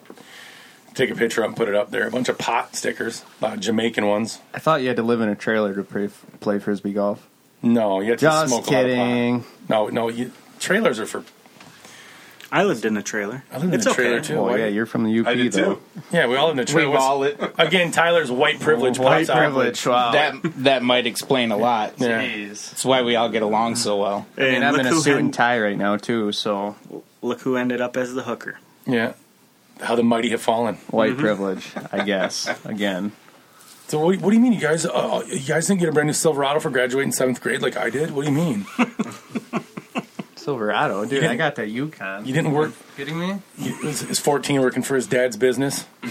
Speaker 2: take a picture up and put it up there. A bunch of pot stickers, a lot of Jamaican ones.
Speaker 5: I thought you had to live in a trailer to play, play frisbee golf.
Speaker 2: No, you have to
Speaker 5: Just
Speaker 2: smoke a lot of pot.
Speaker 5: kidding.
Speaker 2: No, no. You, trailers are for
Speaker 3: I lived in a trailer.
Speaker 2: I lived in
Speaker 3: it's
Speaker 2: a trailer
Speaker 3: okay.
Speaker 2: too.
Speaker 5: Well,
Speaker 2: Why-
Speaker 5: yeah, you're from the UP
Speaker 1: I did
Speaker 5: though.
Speaker 1: too.
Speaker 2: Yeah, we all live in a trailer.
Speaker 4: We've
Speaker 2: What's-
Speaker 4: all it,
Speaker 2: Again, Tyler's white privilege.
Speaker 5: White
Speaker 2: pops out.
Speaker 5: privilege. Wow.
Speaker 4: that that might explain a lot.
Speaker 2: Yeah.
Speaker 5: Jeez.
Speaker 4: That's why we all get along so well.
Speaker 5: I mean,
Speaker 3: And
Speaker 5: I'm
Speaker 3: look
Speaker 5: in a
Speaker 3: who
Speaker 5: suit
Speaker 3: hen-
Speaker 5: and tie right now too, so
Speaker 3: Look who ended up as the hooker.
Speaker 2: Yeah. How the mighty have fallen.
Speaker 5: white privilege, I guess. Again,
Speaker 2: So what, what do you mean, you guys? Uh, you guys didn't get a brand new Silverado for graduating seventh grade like I did? What do you mean?
Speaker 5: Silverado, dude.
Speaker 2: didn't-
Speaker 5: I got that Yukon.
Speaker 2: You didn't work.
Speaker 5: kidding me?
Speaker 2: You, is, is fourteen working for his dad's business,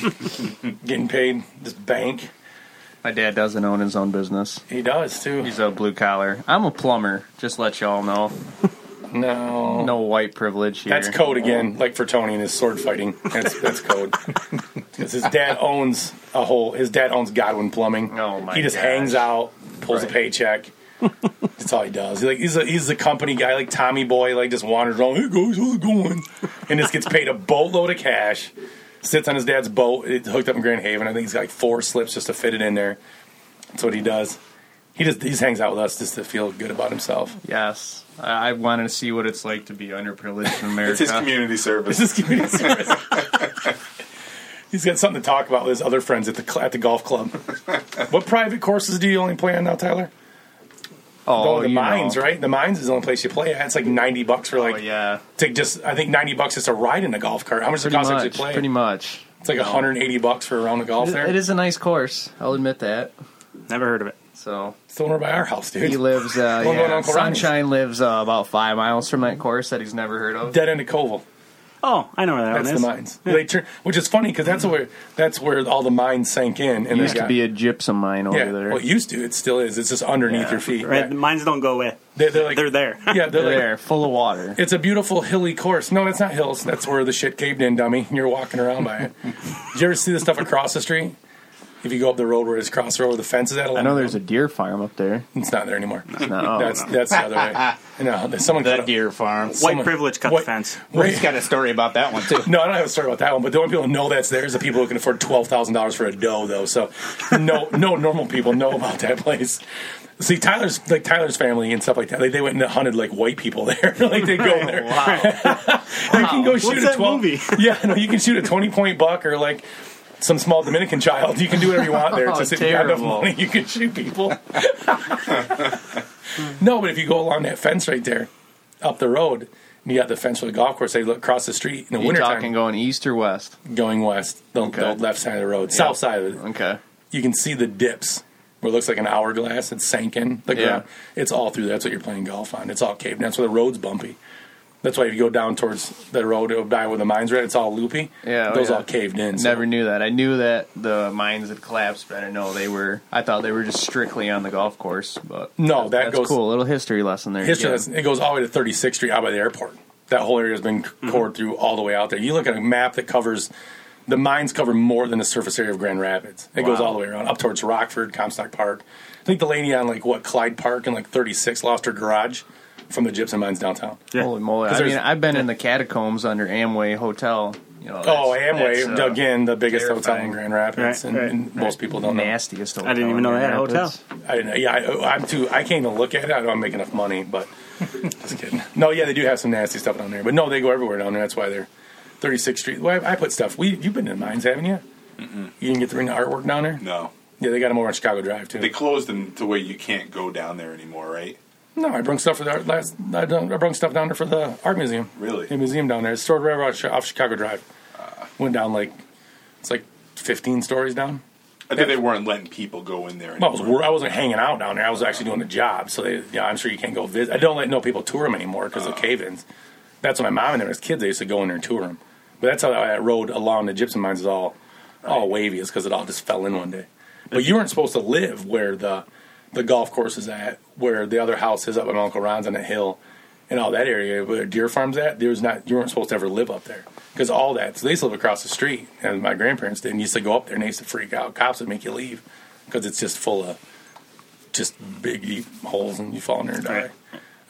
Speaker 2: getting paid this bank?
Speaker 5: My dad doesn't own his own business.
Speaker 2: He does too.
Speaker 5: He's a blue collar. I'm a plumber. Just let y'all know.
Speaker 2: no,
Speaker 5: No white privilege here. Um,
Speaker 2: that's code again. Like for Tony and his sword fighting, that's that's code. 'Cause his dad owns a whole. His dad owns Godwin Plumbing.
Speaker 5: Oh, my
Speaker 2: He just
Speaker 5: gosh.
Speaker 2: hangs out, pulls a
Speaker 5: Right.
Speaker 2: paycheck. That's all he does. He, like he's a he's a company guy, like Tommy Boy, like just wanders around. Hey guys, how's it going? And just gets paid a boatload of cash. Sits on his dad's boat. It's hooked up in Grand Haven. I think he's got like four slips just to fit it in there. That's what he does. He just he just hangs out with us just to feel good about himself.
Speaker 5: Yes, I, I wanted to see what it's like to be underprivileged in America.
Speaker 1: It's his community service.
Speaker 2: This is community service. He's got something to talk about with his other friends at the cl- at the golf club. what private courses do you only play on now, Tyler?
Speaker 5: oh,
Speaker 2: Oh, the
Speaker 5: you
Speaker 2: mines,
Speaker 5: know.
Speaker 2: right? The mines is the only place you play. at. It's like ninety bucks for like
Speaker 5: Oh yeah,
Speaker 2: take just I think ninety bucks just a ride in a golf cart. How much does it
Speaker 5: pretty
Speaker 2: cost to actually
Speaker 5: much.
Speaker 2: play?
Speaker 5: Pretty much.
Speaker 2: it's like hundred and eighty bucks for a round of golf
Speaker 5: It-
Speaker 2: there.
Speaker 5: it is a nice course. I'll admit that.
Speaker 3: Never heard of it.
Speaker 5: So
Speaker 2: It's the one right by our house, dude.
Speaker 5: he lives. Uh,
Speaker 2: Well, going
Speaker 5: yeah,
Speaker 2: on Corrales.
Speaker 5: Sunshine lives uh, about five miles from that course that he's never heard of.
Speaker 2: Dead end of Koval.
Speaker 3: Oh, I know where that
Speaker 2: That's the
Speaker 3: one is.
Speaker 2: mines. They turn, which is funny because that's where that's where all the mines sank in. And
Speaker 5: Mm-hmm. Used
Speaker 2: they
Speaker 5: to
Speaker 2: got-
Speaker 5: be a gypsum mine over
Speaker 2: yeah.
Speaker 5: there.
Speaker 2: Well, it used to. It still is. It's just underneath
Speaker 5: Yeah.
Speaker 2: your feet.
Speaker 3: Right,
Speaker 2: Yeah.
Speaker 3: mines don't go away.
Speaker 2: They're, they're like
Speaker 3: They're there.
Speaker 2: Yeah, they're like
Speaker 5: there, full of water.
Speaker 2: It's a beautiful hilly course. No, that's not hills. That's where the shit caved in, dummy. And you're walking around by it. Did you ever see the stuff across the street? If you go up the road where it's cross the road where the fence is at,
Speaker 5: I know there's a deer farm up there.
Speaker 2: It's not there anymore.
Speaker 5: No,
Speaker 2: that's that's the other way. No, there's someone
Speaker 4: The
Speaker 2: cut up-
Speaker 4: deer farm.
Speaker 3: White
Speaker 2: someone-
Speaker 3: privilege cut
Speaker 2: White-
Speaker 3: the fence.
Speaker 4: He's
Speaker 2: Wait,
Speaker 4: got a story about that one too.
Speaker 2: no, I don't have a story about that one. But the only people who know that's there is the people who can afford twelve thousand dollars for a doe, though. So no, no normal people know about that place. See, Tyler's like Tyler's family and stuff like that. Like, they went and hunted like white people there. like they go there. You can go shoot a
Speaker 3: that
Speaker 2: twelve.
Speaker 3: movie?
Speaker 2: yeah, no, you can shoot a twenty point buck or like some small Dominican child. You can do whatever you want there. It's
Speaker 5: Oh,
Speaker 2: just if you have enough
Speaker 5: terrible.
Speaker 2: money, you can shoot people. no, but if you go along that fence right there, up the road, and you got the fence for the golf course. They look across the street in the
Speaker 5: You're
Speaker 2: wintertime
Speaker 5: talking going east or west.
Speaker 2: going west, the, the
Speaker 5: Okay.
Speaker 2: left side of the road, south side of it.
Speaker 5: Okay.
Speaker 2: You can see the dips where it looks like an hourglass. It's sinking. The
Speaker 5: Yeah.
Speaker 2: ground. It's all through. there. That's what you're playing golf on. It's all caved. in. That's why the road's bumpy. That's why if you go down towards the road over by where the mines are at, it's all loopy.
Speaker 5: Yeah, oh,
Speaker 2: those
Speaker 5: yeah.
Speaker 2: all caved in. so-
Speaker 5: Never knew that. I knew that the mines had collapsed, but I didn't know they were. I thought they were just strictly on the golf course. But
Speaker 2: No, that
Speaker 5: that's
Speaker 2: goes
Speaker 5: cool. A little history lesson there.
Speaker 2: history.
Speaker 5: Yeah.
Speaker 2: lesson. It goes all the way to 36th Street out by the airport. That whole area has been
Speaker 5: Mm-hmm.
Speaker 2: cored through all the way out there. You look at a map that covers the mines cover more than the surface area of Grand Rapids. It goes
Speaker 5: Wow.
Speaker 2: all the way around up towards Rockford, Comstock Park. I think the lady on like what Clyde Park and like 36 lost her garage from the gypsum mines downtown.
Speaker 3: Yeah.
Speaker 5: Holy moly!
Speaker 2: 'Cause
Speaker 5: I mean,
Speaker 2: there's-
Speaker 5: I've been in the catacombs under Amway Hotel. You know,
Speaker 2: Oh,
Speaker 5: that's-
Speaker 2: Amway
Speaker 5: that's, uh,
Speaker 2: again, the biggest hotel
Speaker 5: terrifying.
Speaker 2: in Grand Rapids,
Speaker 3: Right,
Speaker 2: and,
Speaker 3: right,
Speaker 2: and most people don't know.
Speaker 5: nastiest hotel.
Speaker 3: I didn't even know
Speaker 5: in
Speaker 3: they had a
Speaker 5: Grand
Speaker 3: hotel.
Speaker 5: Rapids.
Speaker 2: I didn't know. Yeah, I, oh, I'm too. I can't even look at it. I don't make enough money, but just kidding. No, yeah, they do have some nasty stuff down there, but no, they go everywhere down there. That's why they're 36th Street. Well, I, I put stuff. We you've been in mines, haven't you? You didn't get the ring of artwork down there.
Speaker 1: No.
Speaker 2: Yeah, they got them over on Chicago Drive too.
Speaker 1: They closed them to where you can't go down there anymore, right?
Speaker 2: no, I brought stuff for the art, last. I done- I brought stuff down there for the art museum.
Speaker 1: Really? Ah.
Speaker 2: the museum down there. It's stored right off, off Chicago Drive. Went down like it's like 15 stories down.
Speaker 1: I think they weren't letting people go in there
Speaker 2: Well, I
Speaker 1: anymore.
Speaker 2: was wor- I wasn't hanging out down there. I was actually doing the job. So they, yeah, I'm sure you can't go visit. I don't let no people tour them anymore because of cave-ins. That's when my mom and them as kids they used to go in there and tour them. But that's how that road along the gypsum mines is all all wavy is because it all just fell in one day. But you weren't supposed to live where the the golf course is at, where the other house is up by my uncle Ron's on a hill, and all that area where deer farms at. There was not you weren't supposed to ever live up there because all that. So they used to live across the street, and my grandparents did. And used to go up there and they used to freak out. Cops would make you leave because it's just full of just big deep holes, and you fall in there and die.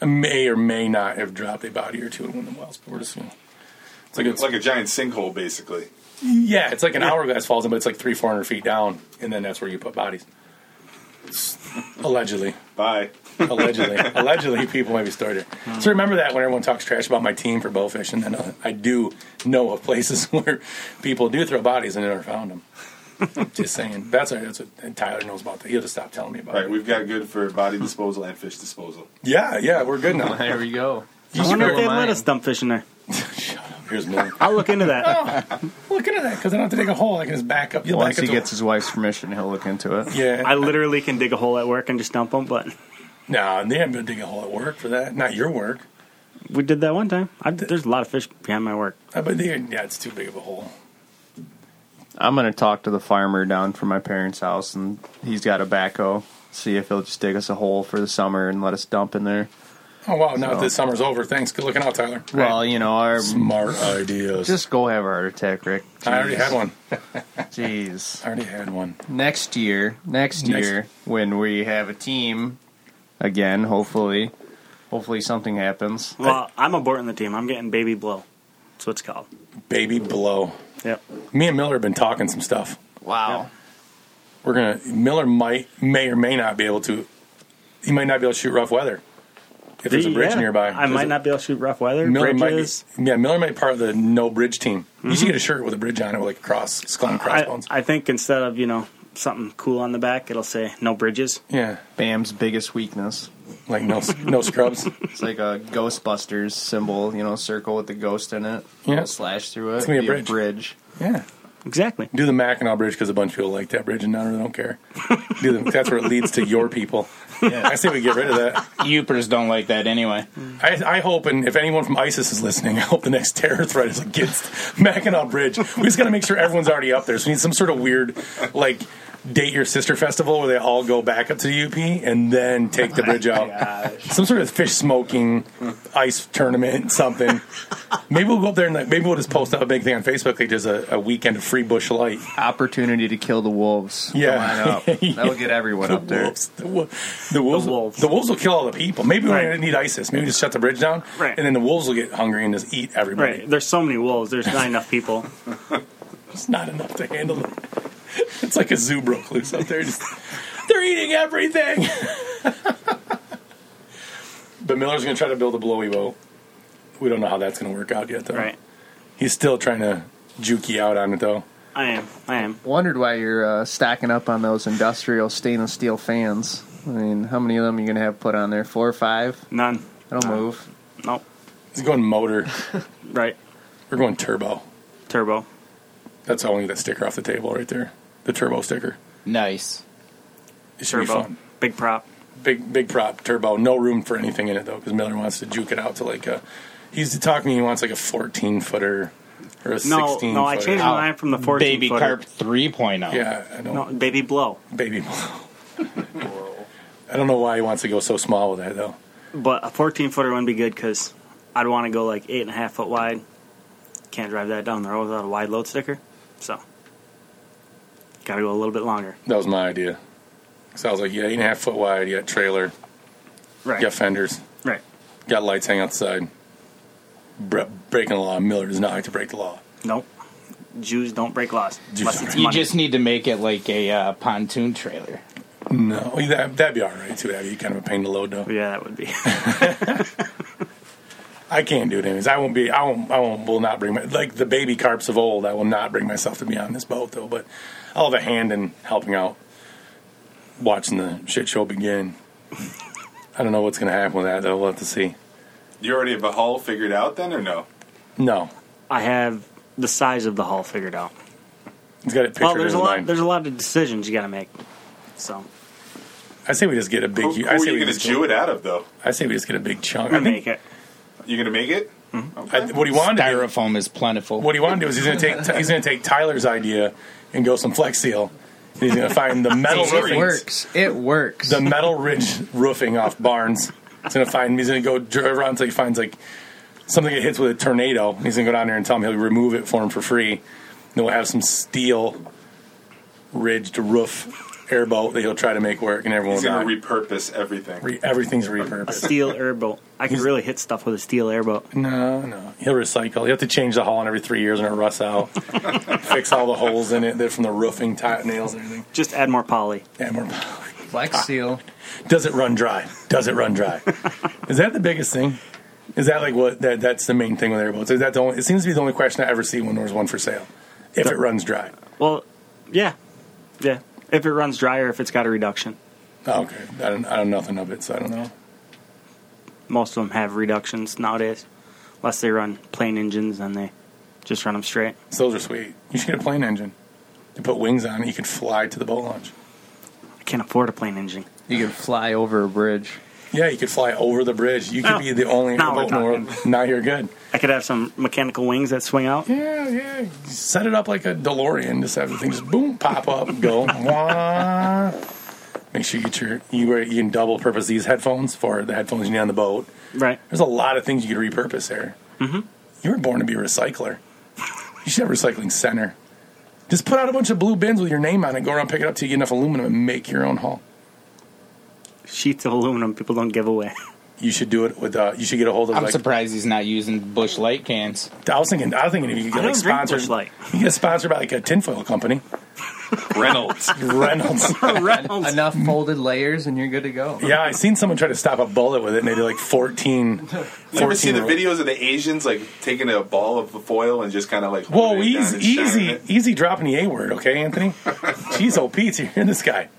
Speaker 2: I may or may not have dropped a body or two in one of the wells, but we're just gonna. It's like
Speaker 1: it's like a giant sinkhole, basically.
Speaker 2: yeah, it's like an hourglass falls in, but it's like three, four hundred feet down, and then that's where you put bodies. Allegedly,
Speaker 1: Bye.
Speaker 2: Allegedly, allegedly, people might be started. So remember that when everyone talks trash about my team for bow fishing, and uh, I do know of places where people do throw bodies and never found them. Just saying, that's what, that's what and Tyler knows about that. He'll just stop telling me about
Speaker 1: All right,
Speaker 2: it.
Speaker 1: we've got good for body disposal and fish disposal.
Speaker 2: Yeah, yeah, we're good now.
Speaker 5: There we go.
Speaker 3: I wonder if they
Speaker 5: Mine.
Speaker 3: let us dump fish in there.
Speaker 2: Here's more.
Speaker 3: I'll look into that.
Speaker 2: Look into that because I don't have to dig a hole. I can just back up. You'll
Speaker 5: Once
Speaker 2: back
Speaker 5: he
Speaker 2: up
Speaker 5: gets his wife's permission, he'll look into it.
Speaker 2: yeah.
Speaker 3: I literally can dig a hole at work and just dump them, but
Speaker 2: No, and they haven't been digging a hole at work for that. Not your work.
Speaker 3: we did that one time. I, there's a lot of fish behind my work.
Speaker 2: Uh, But they, yeah, it's too big of a hole.
Speaker 5: I'm gonna talk to the farmer down from my parents' house, and he's got a backhoe. See if he'll just dig us a hole for the summer and let us dump in there.
Speaker 2: Oh wow! Now that this summer's over, thanks. Good looking out, Tyler.
Speaker 5: Well, you know, our
Speaker 2: Smart ideas.
Speaker 5: just go have a heart attack, Rick.
Speaker 2: I already had one.
Speaker 5: Jeez.
Speaker 2: I already had one.
Speaker 5: Next year, next,
Speaker 2: Next-
Speaker 5: year, when we have a team again, hopefully, hopefully something happens.
Speaker 3: Well, I'm aborting the team. I'm getting baby blow. That's what it's called.
Speaker 2: Baby blow.
Speaker 3: Yep.
Speaker 2: Me and Miller have been talking some stuff.
Speaker 5: Wow.
Speaker 2: We're gonna Miller might may or may not be able to. He might not be able to shoot rough weather if there's a bridge
Speaker 3: Yeah.
Speaker 2: nearby.
Speaker 3: I might not be able to shoot rough weather.
Speaker 2: Miller might be,
Speaker 3: bridges.
Speaker 2: yeah, Miller might be part of the no bridge team. You should get a shirt with a bridge on it with like cross skull and
Speaker 3: I,
Speaker 2: crossbones.
Speaker 3: I think instead of you know something cool on the back, it'll say no bridges.
Speaker 2: yeah,
Speaker 5: Bam's biggest weakness.
Speaker 2: like no no scrubs.
Speaker 5: It's like a Ghostbusters symbol, you know, circle with the ghost in it.
Speaker 2: Yeah.
Speaker 5: Slash through it.
Speaker 2: gonna be a
Speaker 5: be
Speaker 2: bridge. Yeah.
Speaker 3: Exactly.
Speaker 2: Do the Mackinac Bridge because a bunch of people like that bridge and none of them don't care. Do the, that's where it leads to your people. I say we get rid of that.
Speaker 4: Youpers don't like that anyway.
Speaker 2: I, I hope, and if anyone from ISIS is listening, I hope the next terror threat is against Mackinac Bridge. We just got to make sure everyone's already up there. So we need some sort of weird, like, date your sister festival where they all go back up to the UP and then take the bridge out. Some sort of fish smoking ice tournament, something. Maybe we'll go up there and like, maybe we'll just post up a big thing on Facebook. Like, there's a, a weekend of free bush light.
Speaker 5: Opportunity to kill the wolves.
Speaker 2: Yeah.
Speaker 5: Come on up. That'll get everyone up there.
Speaker 2: Wolves. The, wo- the wolves. The wolves.
Speaker 3: wolves.
Speaker 2: will kill all the people. Maybe we
Speaker 3: Right.
Speaker 2: don't need ISIS. Maybe we just shut the bridge down,
Speaker 3: Right.
Speaker 2: and then the wolves will get hungry and just eat everybody.
Speaker 3: Right. There's so many wolves. There's not enough people.
Speaker 2: It's not enough to handle them. It's like a zoo broke loose out there. Just, they're eating everything. but Miller's going to try to build a blowy boat. We don't know how that's going to work out yet, though.
Speaker 3: Right.
Speaker 2: He's still trying to juke you out on it, though.
Speaker 3: I am. I am.
Speaker 5: Wondered why you're uh, stacking up on those industrial stainless steel fans. I mean, how many of them are you going to have put on there? Four or five?
Speaker 3: None.
Speaker 5: It'll move.
Speaker 3: Nope.
Speaker 2: He's going motor.
Speaker 3: Right.
Speaker 2: We're going turbo.
Speaker 3: Turbo.
Speaker 2: That's how we get that sticker off the table right there. The turbo sticker.
Speaker 4: Nice.
Speaker 2: It should be
Speaker 3: Turbo.
Speaker 2: fun.
Speaker 3: Big prop.
Speaker 2: big big prop turbo. No room for anything in it though, because Miller wants to juke it out to like a. He's talking. He wants like a 14 footer or a
Speaker 3: No,
Speaker 2: 16.
Speaker 3: no, I
Speaker 2: footer.
Speaker 3: changed
Speaker 4: Oh.
Speaker 3: my mind from the 14
Speaker 4: Baby
Speaker 3: footer.
Speaker 4: carp oh. 3.0.
Speaker 2: Yeah, I don't.
Speaker 3: No, baby blow.
Speaker 2: Baby blow. I don't know why he wants to go so small with that though.
Speaker 3: But a 14 footer wouldn't be good because I'd want to go like eight and a half foot wide. Can't drive that down the road without a wide load sticker. So, got to go a little bit longer.
Speaker 2: That was my idea. So I was like, yeah, eight and a half foot wide. You got trailer.
Speaker 3: Right.
Speaker 2: You got fenders.
Speaker 3: Right.
Speaker 2: You got lights hanging outside. Bre- breaking the law. Miller does not like to break the law.
Speaker 3: Nope. Jews don't break laws.
Speaker 2: Jews
Speaker 3: unless
Speaker 2: don't
Speaker 3: it's
Speaker 2: break-
Speaker 4: You
Speaker 3: money.
Speaker 4: just need to make it like a uh, pontoon trailer.
Speaker 2: No, that, that'd be all right too. That'd be kind of a pain to load though.
Speaker 3: yeah, that would be.
Speaker 2: I can't do it anyways. I won't be. I won't. I won't. Will not bring my like the baby carps of old. I will not bring myself to be on this boat though. But I'll have a hand in helping out, watching the shit show begin. I don't know what's gonna happen with that. though. We'll have to see.
Speaker 1: You already have a hull figured out then, or no?
Speaker 2: No,
Speaker 3: I have the size of the hull figured out.
Speaker 2: it's got it pictured
Speaker 3: Well, there's
Speaker 2: in
Speaker 3: a
Speaker 2: his
Speaker 3: lot.
Speaker 2: mind.
Speaker 3: There's a lot of decisions you got to make. So
Speaker 2: I say we just get a big.
Speaker 1: Who, who
Speaker 2: I
Speaker 1: are
Speaker 2: say
Speaker 1: you
Speaker 2: we
Speaker 1: going to
Speaker 2: just
Speaker 1: chew it out of, though?
Speaker 2: I say we just get a big chunk.
Speaker 3: I
Speaker 2: I think
Speaker 3: make it.
Speaker 1: You going to make it?
Speaker 2: I, what he wanted to do
Speaker 4: Styrofoam is plentiful.
Speaker 2: what he wanted to do is he's gonna take he's gonna take Tyler's idea and go some Flex Seal. He's gonna find the metal
Speaker 5: It
Speaker 2: roofing.
Speaker 5: works. It works.
Speaker 2: the metal ridge roofing off Barnes. He's gonna find. He's gonna go drive around until he finds like something that hits with a tornado. He's gonna go down there and tell him he'll remove it for him for free. Then we'll have some steel ridged roof airboat that he'll try to make work, and everyone
Speaker 1: He's
Speaker 2: will
Speaker 1: going
Speaker 2: die.
Speaker 1: to repurpose everything.
Speaker 2: Re- everything's
Speaker 3: A
Speaker 2: repurposed.
Speaker 3: steel airboat. I could really hit stuff with a steel airboat.
Speaker 2: No, no, he'll recycle. You have to change the hull on every three years when it rusts out. Fix all the holes in it. They're from the roofing, tie nails, and everything.
Speaker 3: Just add more poly.
Speaker 2: Yeah, more poly.
Speaker 6: Flex seal.
Speaker 2: Does it run dry? Does it run dry? is that the biggest thing? Is that like what that, that's the main thing with airboats? Is that the only? It seems to be the only question I ever see when there's one for sale. If it runs dry.
Speaker 3: Well, yeah, yeah. If it runs dry or if it's got a reduction,
Speaker 2: Oh, okay, I don't, I don't know nothing of it, so I don't know.
Speaker 3: most of them have reductions nowadays, unless they run plain engines and they just run them straight.
Speaker 2: So those are sweet. You should get a plane engine. You put wings on it, you could fly to the boat launch.
Speaker 3: I can't afford a plain engine.
Speaker 6: You can fly over a bridge.
Speaker 2: Yeah, you could fly over the bridge. You could
Speaker 3: Oh,
Speaker 2: be the only
Speaker 3: now
Speaker 2: airboat in
Speaker 3: we're
Speaker 2: the world. Now you're good.
Speaker 3: I could have some mechanical wings that swing out.
Speaker 2: Yeah, yeah. Set it up like a DeLorean. Just have the thing just boom, pop up, go. Wah. Make sure you get your you wear- you can double purpose these headphones for the headphones you need on the boat.
Speaker 3: Right.
Speaker 2: There's a lot of things you could repurpose there. Mm-hmm. You were born to be a recycler. You should have a recycling center. Just put out a bunch of blue bins with your name on it. Go around, pick it up till you get enough aluminum and make your own hull.
Speaker 3: Sheets of aluminum people don't give away.
Speaker 2: You should do it with. Uh, you should get a hold of.
Speaker 4: I'm
Speaker 2: like,
Speaker 4: surprised he's not using Bush Light cans.
Speaker 2: I was thinking. I was thinking if you could get
Speaker 3: I
Speaker 2: like
Speaker 3: don't drink
Speaker 2: sponsored,
Speaker 3: Busch Light.
Speaker 2: you get sponsored by like a tinfoil company,
Speaker 1: Reynolds.
Speaker 2: Reynolds.
Speaker 3: Reynolds.
Speaker 6: Enough folded layers and you're good to go.
Speaker 2: Mm. Yeah, I seen someone try to stop a bullet with it, and they did like 14.
Speaker 1: You ever see the
Speaker 2: 14
Speaker 1: videos of the Asians like taking a ball of foil and just kind of like
Speaker 2: Whoa,
Speaker 1: holding it
Speaker 2: easy,
Speaker 1: down and shining
Speaker 2: easy,
Speaker 1: it?
Speaker 2: easy dropping the A word, okay, Anthony? Jeez, oh, Pete, you hear this guy.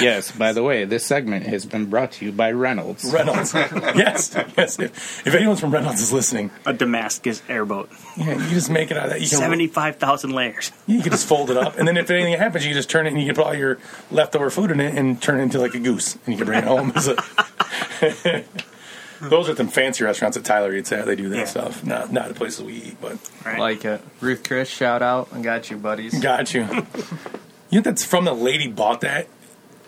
Speaker 4: Yes, by the way, this segment has been brought to you by Reynolds.
Speaker 2: Reynolds. yes, yes. If, if anyone's from Reynolds is listening,
Speaker 3: A Damascus airboat.
Speaker 2: yeah, you just make it out of that. You can,
Speaker 3: 75,000 layers.
Speaker 2: you can just fold it up, and then if anything happens, you can just turn it and you can put all your leftover food in it and turn it into like a goose, and you can bring it home as a. Those are some fancy restaurants that Tyler eats at. They do that
Speaker 3: Yeah.
Speaker 2: stuff. Not not the places we eat, but
Speaker 3: Right.
Speaker 6: Like it. Ruth Chris, shout out. I got you, buddies.
Speaker 2: Got you. you know that's from the lady bought that.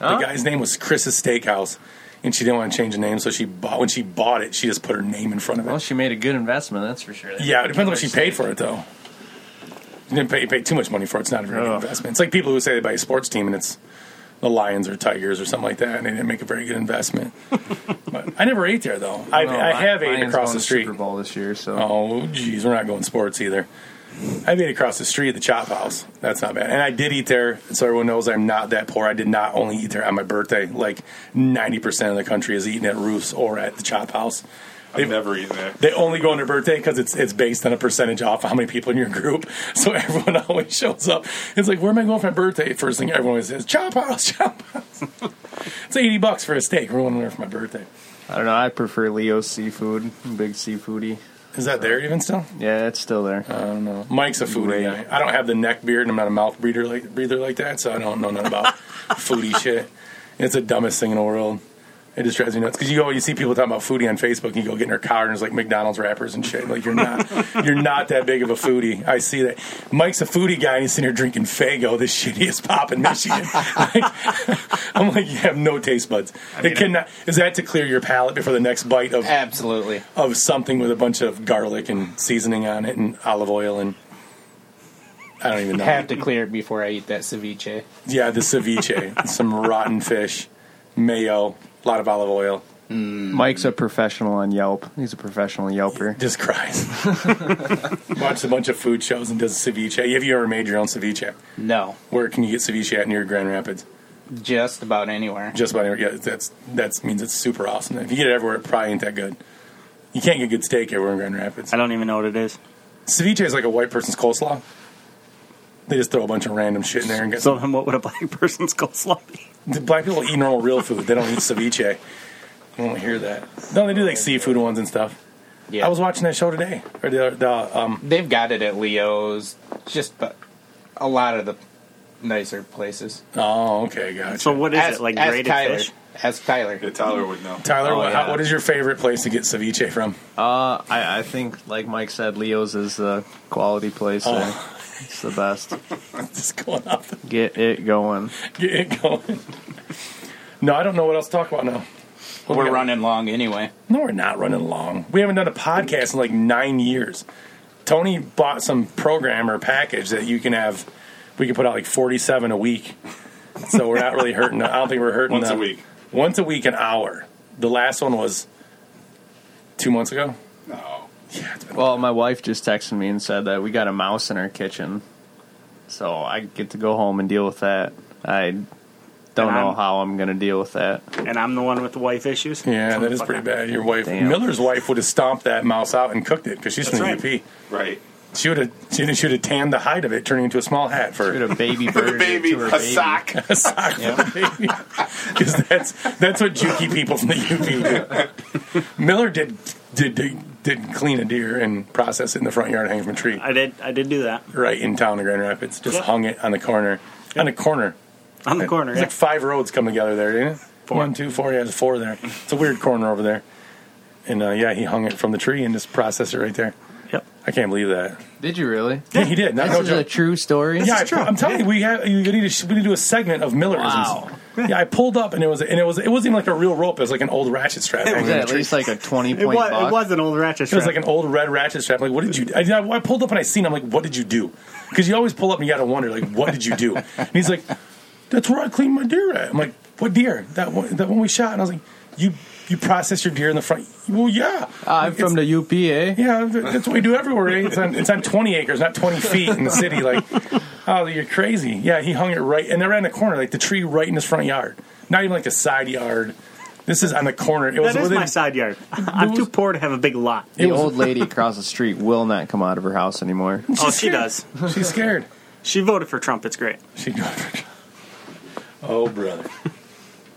Speaker 6: Huh?
Speaker 2: The guy's name was Chris's Steakhouse, and she didn't want to change the name, so she bought when she bought it, she just put her name in front of it.
Speaker 6: Well, she made a good investment, that's for sure.
Speaker 2: yeah, it depends on what she paid for it though. You didn't pay, you paid too much money for it. It's not a very good
Speaker 6: Ugh.
Speaker 2: investment. It's like people who say they buy a sports team and it's the Lions or Tigers or something like that, and they didn't make a very good investment. but I never ate there though. I,
Speaker 6: No,
Speaker 2: I have
Speaker 6: Lions
Speaker 2: ate across
Speaker 6: won
Speaker 2: the street.
Speaker 6: Super Bowl this year, so
Speaker 2: Oh, geez, we're not going sports either. I made it across the street at the Chop House. That's not bad. And I did eat there, so everyone knows I'm not that poor. I did not only eat there on my birthday. Like 90% of the country is eating at Roofs or at the Chop House.
Speaker 1: I've never eaten there.
Speaker 2: They only go on their birthday because it's it's based on a percentage off how many people in your group. So everyone always shows up. It's like, where am I going for my birthday? First thing everyone always says, Chop House, Chop House. it's 80 bucks for a steak. Everyone went there for my birthday.
Speaker 6: I don't know. I prefer Leo's seafood. I'm a big seafoodie.
Speaker 2: Is that there even still?
Speaker 6: Yeah, it's still there.
Speaker 2: Mike's a foodie guy. I don't have the neck beard, and I'm not a mouth breather like breather like that, so I don't know nothing about foodie shit. It's the dumbest thing in the world. It just drives me nuts because you go, you see people talking about foodie on Facebook, and you go get in their car, and it's like McDonald's wrappers and shit. Like you're not, you're not that big of a foodie. I see that Mike's a foodie guy, and he's sitting here drinking Fago, the shittiest pop in Michigan. Like, I'm like, you have no taste buds. it cannot. Is that to clear your palate before the next bite of
Speaker 4: Absolutely.
Speaker 2: of something with a bunch of garlic and seasoning on it and olive oil and I don't even know.
Speaker 4: Have to clear it before I eat that ceviche.
Speaker 2: Yeah, the ceviche, some rotten fish, mayo, a lot of olive oil.
Speaker 5: Mike's a professional on Yelp. He's a professional Yelper.
Speaker 2: Just cries. Watched a bunch of food shows and does ceviche. Have you ever made your own ceviche?
Speaker 4: No,
Speaker 2: Where can you get ceviche at near Grand Rapids?
Speaker 4: just about anywhere.
Speaker 2: Just about anywhere. Yeah, that's that means it's super awesome. If you get it everywhere, it probably ain't that good. You can't get good steak everywhere in Grand Rapids.
Speaker 3: I don't even know what it is.
Speaker 2: Ceviche is like a white person's coleslaw. They just throw a bunch of random shit in there and get
Speaker 3: So then what would a black person's coleslaw be?
Speaker 2: The black people eat normal real food. They don't eat ceviche. I don't hear that. No, they do like seafood ones and stuff.
Speaker 4: Yeah.
Speaker 2: I was watching that show today, or the, the um,
Speaker 4: They've got it at Leo's, just bu- a lot of the nicer places.
Speaker 2: oh, okay, gotcha.
Speaker 3: So what is
Speaker 4: Ask-
Speaker 3: it? Like
Speaker 4: ask
Speaker 3: grated
Speaker 4: Tyler.
Speaker 3: fish?
Speaker 4: Ask Tyler.
Speaker 1: Yeah, Tyler would know.
Speaker 2: Tyler,
Speaker 6: Oh,
Speaker 2: what,
Speaker 6: yeah.
Speaker 2: what is your favorite place to get ceviche from?
Speaker 6: Uh, I, I think, like Mike said, Leo's is the quality place. there.
Speaker 2: Oh.
Speaker 6: It's the best.
Speaker 2: Just going off,
Speaker 6: Get it going.
Speaker 2: get it going. No, I don't know what else to talk about now. What we
Speaker 4: We're
Speaker 2: got?
Speaker 4: running long anyway.
Speaker 2: No, we're not running long. We haven't done a podcast in like nine years. Tony bought some program or package that you can have. We can put out like forty-seven a week, so we're not really hurting. I don't think we're hurting.
Speaker 1: Once
Speaker 2: the-
Speaker 1: a week.
Speaker 2: Once a week, an hour. The last one was two months ago.
Speaker 1: No.
Speaker 2: Yeah, it's been-
Speaker 6: Well, my wife just texted me and said that we got a mouse in our kitchen, so I get to go home and deal with that. I
Speaker 5: Don't
Speaker 3: And
Speaker 5: know
Speaker 3: I'm-
Speaker 5: how I'm gonna deal with that.
Speaker 3: and I'm the one with the wife issues.
Speaker 2: Yeah,
Speaker 3: Come
Speaker 2: that
Speaker 3: the
Speaker 2: is
Speaker 3: fuck
Speaker 2: pretty
Speaker 3: on.
Speaker 2: bad. Your wife,
Speaker 5: Damn.
Speaker 2: Miller's wife, would have stomped that mouse out and cooked it because she's
Speaker 3: That's
Speaker 2: from the
Speaker 3: right.
Speaker 2: UP.
Speaker 1: Right.
Speaker 2: She would have, she would have tanned the hide of it, turning into a small hat for
Speaker 5: Get a baby bird.
Speaker 1: Baby,
Speaker 5: to her
Speaker 1: a
Speaker 5: baby.
Speaker 1: sock.
Speaker 2: a sock because that's that's what jukey people from the UP do. Miller did did did, did clean a deer and process it in the front yard, hang from a tree,
Speaker 3: I did. I did do that
Speaker 2: right in town in Grand Rapids. Just
Speaker 3: Yeah.
Speaker 2: hung it on the corner, on the corner.
Speaker 3: on the corner.
Speaker 2: There's
Speaker 3: Yeah.
Speaker 2: like five roads come together there, didn't it?
Speaker 3: Four.
Speaker 2: One, two, four. Yeah, there's four there. It's a weird corner over there. And uh, yeah, he hung it from the tree and just processed it right there.
Speaker 3: Yep.
Speaker 2: I can't believe that.
Speaker 5: Did you really?
Speaker 2: Yeah, he did. Not,
Speaker 5: This
Speaker 2: no
Speaker 5: is a
Speaker 2: joke.
Speaker 5: true story.
Speaker 2: Yeah, I, I'm telling you, we have you need to we need to do a segment of Millerisms.
Speaker 5: Wow.
Speaker 2: Yeah, I pulled up and it was and it was it wasn't even like a real rope. It was like an old ratchet strap.
Speaker 5: Was
Speaker 2: hanging
Speaker 5: that
Speaker 2: on
Speaker 5: at
Speaker 2: the tree.
Speaker 5: least like a twenty
Speaker 3: It
Speaker 5: point
Speaker 3: was,
Speaker 5: buck?
Speaker 3: it was an old ratchet
Speaker 2: It
Speaker 3: strap.
Speaker 2: was like an old red ratchet strap. Like, what did you? I, I pulled up and I seen. him. I'm like, what did you do? Because you always pull up and you gotta wonder, like, what did you do? And he's like, that's where I cleaned my deer at. I'm like, what deer? That one, that one we shot. And I was like, you you process your deer in the front. Well, yeah.
Speaker 5: Uh, I'm from the UP, eh?
Speaker 2: Yeah, th- that's what we do everywhere. eh? It's on, it's on 20 acres, not 20 feet in the city. Like, oh, you're crazy. Yeah, he hung it right, and they're in the corner, like the tree right in his front yard. Not even like a side yard. This is on the corner. It was
Speaker 3: that is
Speaker 2: within,
Speaker 3: my side yard. I'm too poor to have a big lot.
Speaker 5: The old lady across the street will not come out of her house anymore.
Speaker 3: Oh, she does.
Speaker 2: She's scared.
Speaker 3: She voted for Trump. It's great.
Speaker 2: She Oh, brother.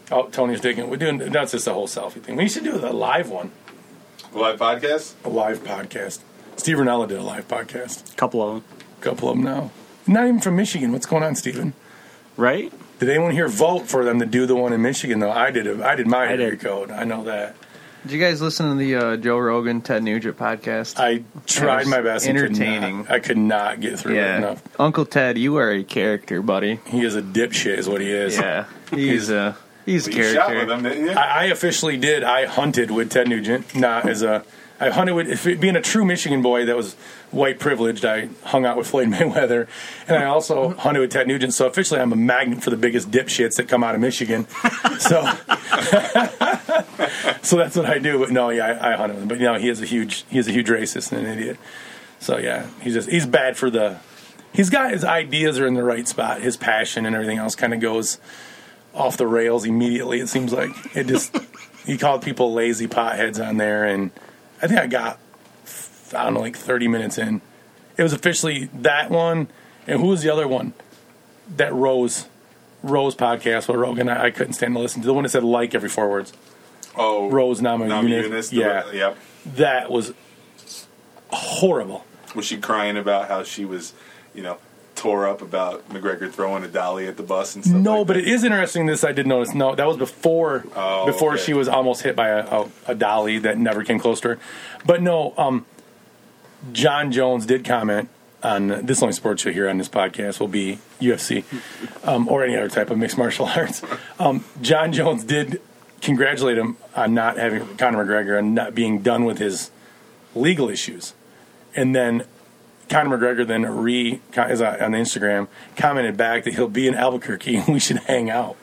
Speaker 2: Oh, Tony's digging. We're doing that's just a whole selfie thing. We should do a live one,
Speaker 1: Live podcast?
Speaker 2: a live podcast. Steve Rinella did a live podcast.
Speaker 3: couple of them,
Speaker 2: A couple of them now. Not even from Michigan. What's going on, Steven?
Speaker 3: right?
Speaker 2: Did anyone here vote for them to do the one in Michigan though? I did. A, I did my
Speaker 3: I did.
Speaker 2: area code. I know that.
Speaker 5: Did you guys listen to the uh, Joe Rogan Ted Nugent podcast?
Speaker 2: I tried my best. and could not-
Speaker 5: Entertaining.
Speaker 2: I could not get through it
Speaker 5: yeah,
Speaker 2: enough.
Speaker 5: Uncle Ted, you are a character, buddy.
Speaker 2: He is a dipshit, is what he is.
Speaker 5: Yeah, he's a he's a
Speaker 1: You shot with
Speaker 5: character.
Speaker 1: them, didn't you?
Speaker 2: I, I officially did. I hunted with Ted Nugent, not as a. I hunted with if it, being a true Michigan boy that was white privileged. I hung out with Floyd Mayweather, and I also hunted with Ted Nugent. So officially, I'm a magnet for the biggest dipshits that come out of Michigan. So, so that's what I do. But no, yeah, I, I hunted with him. But you know, he is a huge he is a huge racist and an idiot. So yeah, he's just he's bad for the. He's got his ideas are in the right spot. His passion and everything else kind of goes off the rails immediately. It seems like it just he called people lazy potheads on there, and I think I got I don't know like thirty minutes in. It was officially that one, and who was the other one? That Rose Rose podcast with Rogan. I, I couldn't stand to listen to the one that said like every four words.
Speaker 1: oh,
Speaker 2: Rose Nama,
Speaker 1: Nami
Speaker 2: Yunus.
Speaker 1: Yunus, the-
Speaker 2: Yeah,
Speaker 1: Yep.
Speaker 2: that was horrible.
Speaker 1: Was she crying about how she was, you know, tore up about McGregor throwing a dolly at the bus and stuff?
Speaker 2: No,
Speaker 1: like
Speaker 2: but
Speaker 1: that?
Speaker 2: it is interesting. This I did notice. No, that was before
Speaker 1: Oh,
Speaker 2: before
Speaker 1: okay.
Speaker 2: she was almost hit by a, a, a dolly that never came close to her. But no, um, John Jones did comment on this only sports show here on this podcast will be UFC um, or any other type of mixed martial arts. Um, John Jones did congratulate him on not having Conor McGregor and not being done with his legal issues, and then Conor McGregor then re is on on Instagram commented back that he'll be in Albuquerque and we should hang out.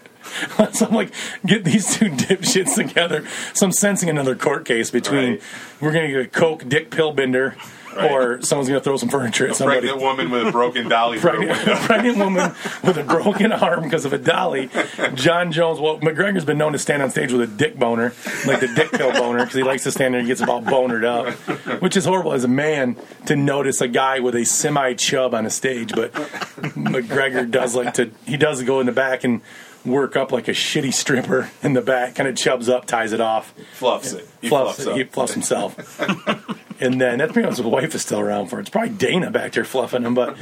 Speaker 2: so I'm like, get these two dipshits together. So I'm sensing another court case between
Speaker 1: Right.
Speaker 2: we're gonna get a coke dick pill bender, or someone's gonna throw some furniture at somebody.
Speaker 1: pregnant woman with a broken dolly. through a
Speaker 2: Pregnant,
Speaker 1: window.
Speaker 2: pregnant woman with a broken arm because of a dolly. John Jones. Well, McGregor's been known to stand on stage with a dick boner, like the dick pill boner, because he likes to stand there and gets about bonered up, which is horrible as a man to notice a guy with a semi chub on a stage. But McGregor does like to. He does go in the back and work up like a shitty stripper in the back, kind of chubs up, ties it off
Speaker 1: Fluffs it. He
Speaker 2: fluffs,
Speaker 1: fluffs, up.
Speaker 2: he fluffs himself. and then that's pretty much what the wife is still around for. It's probably Dana back there fluffing him, but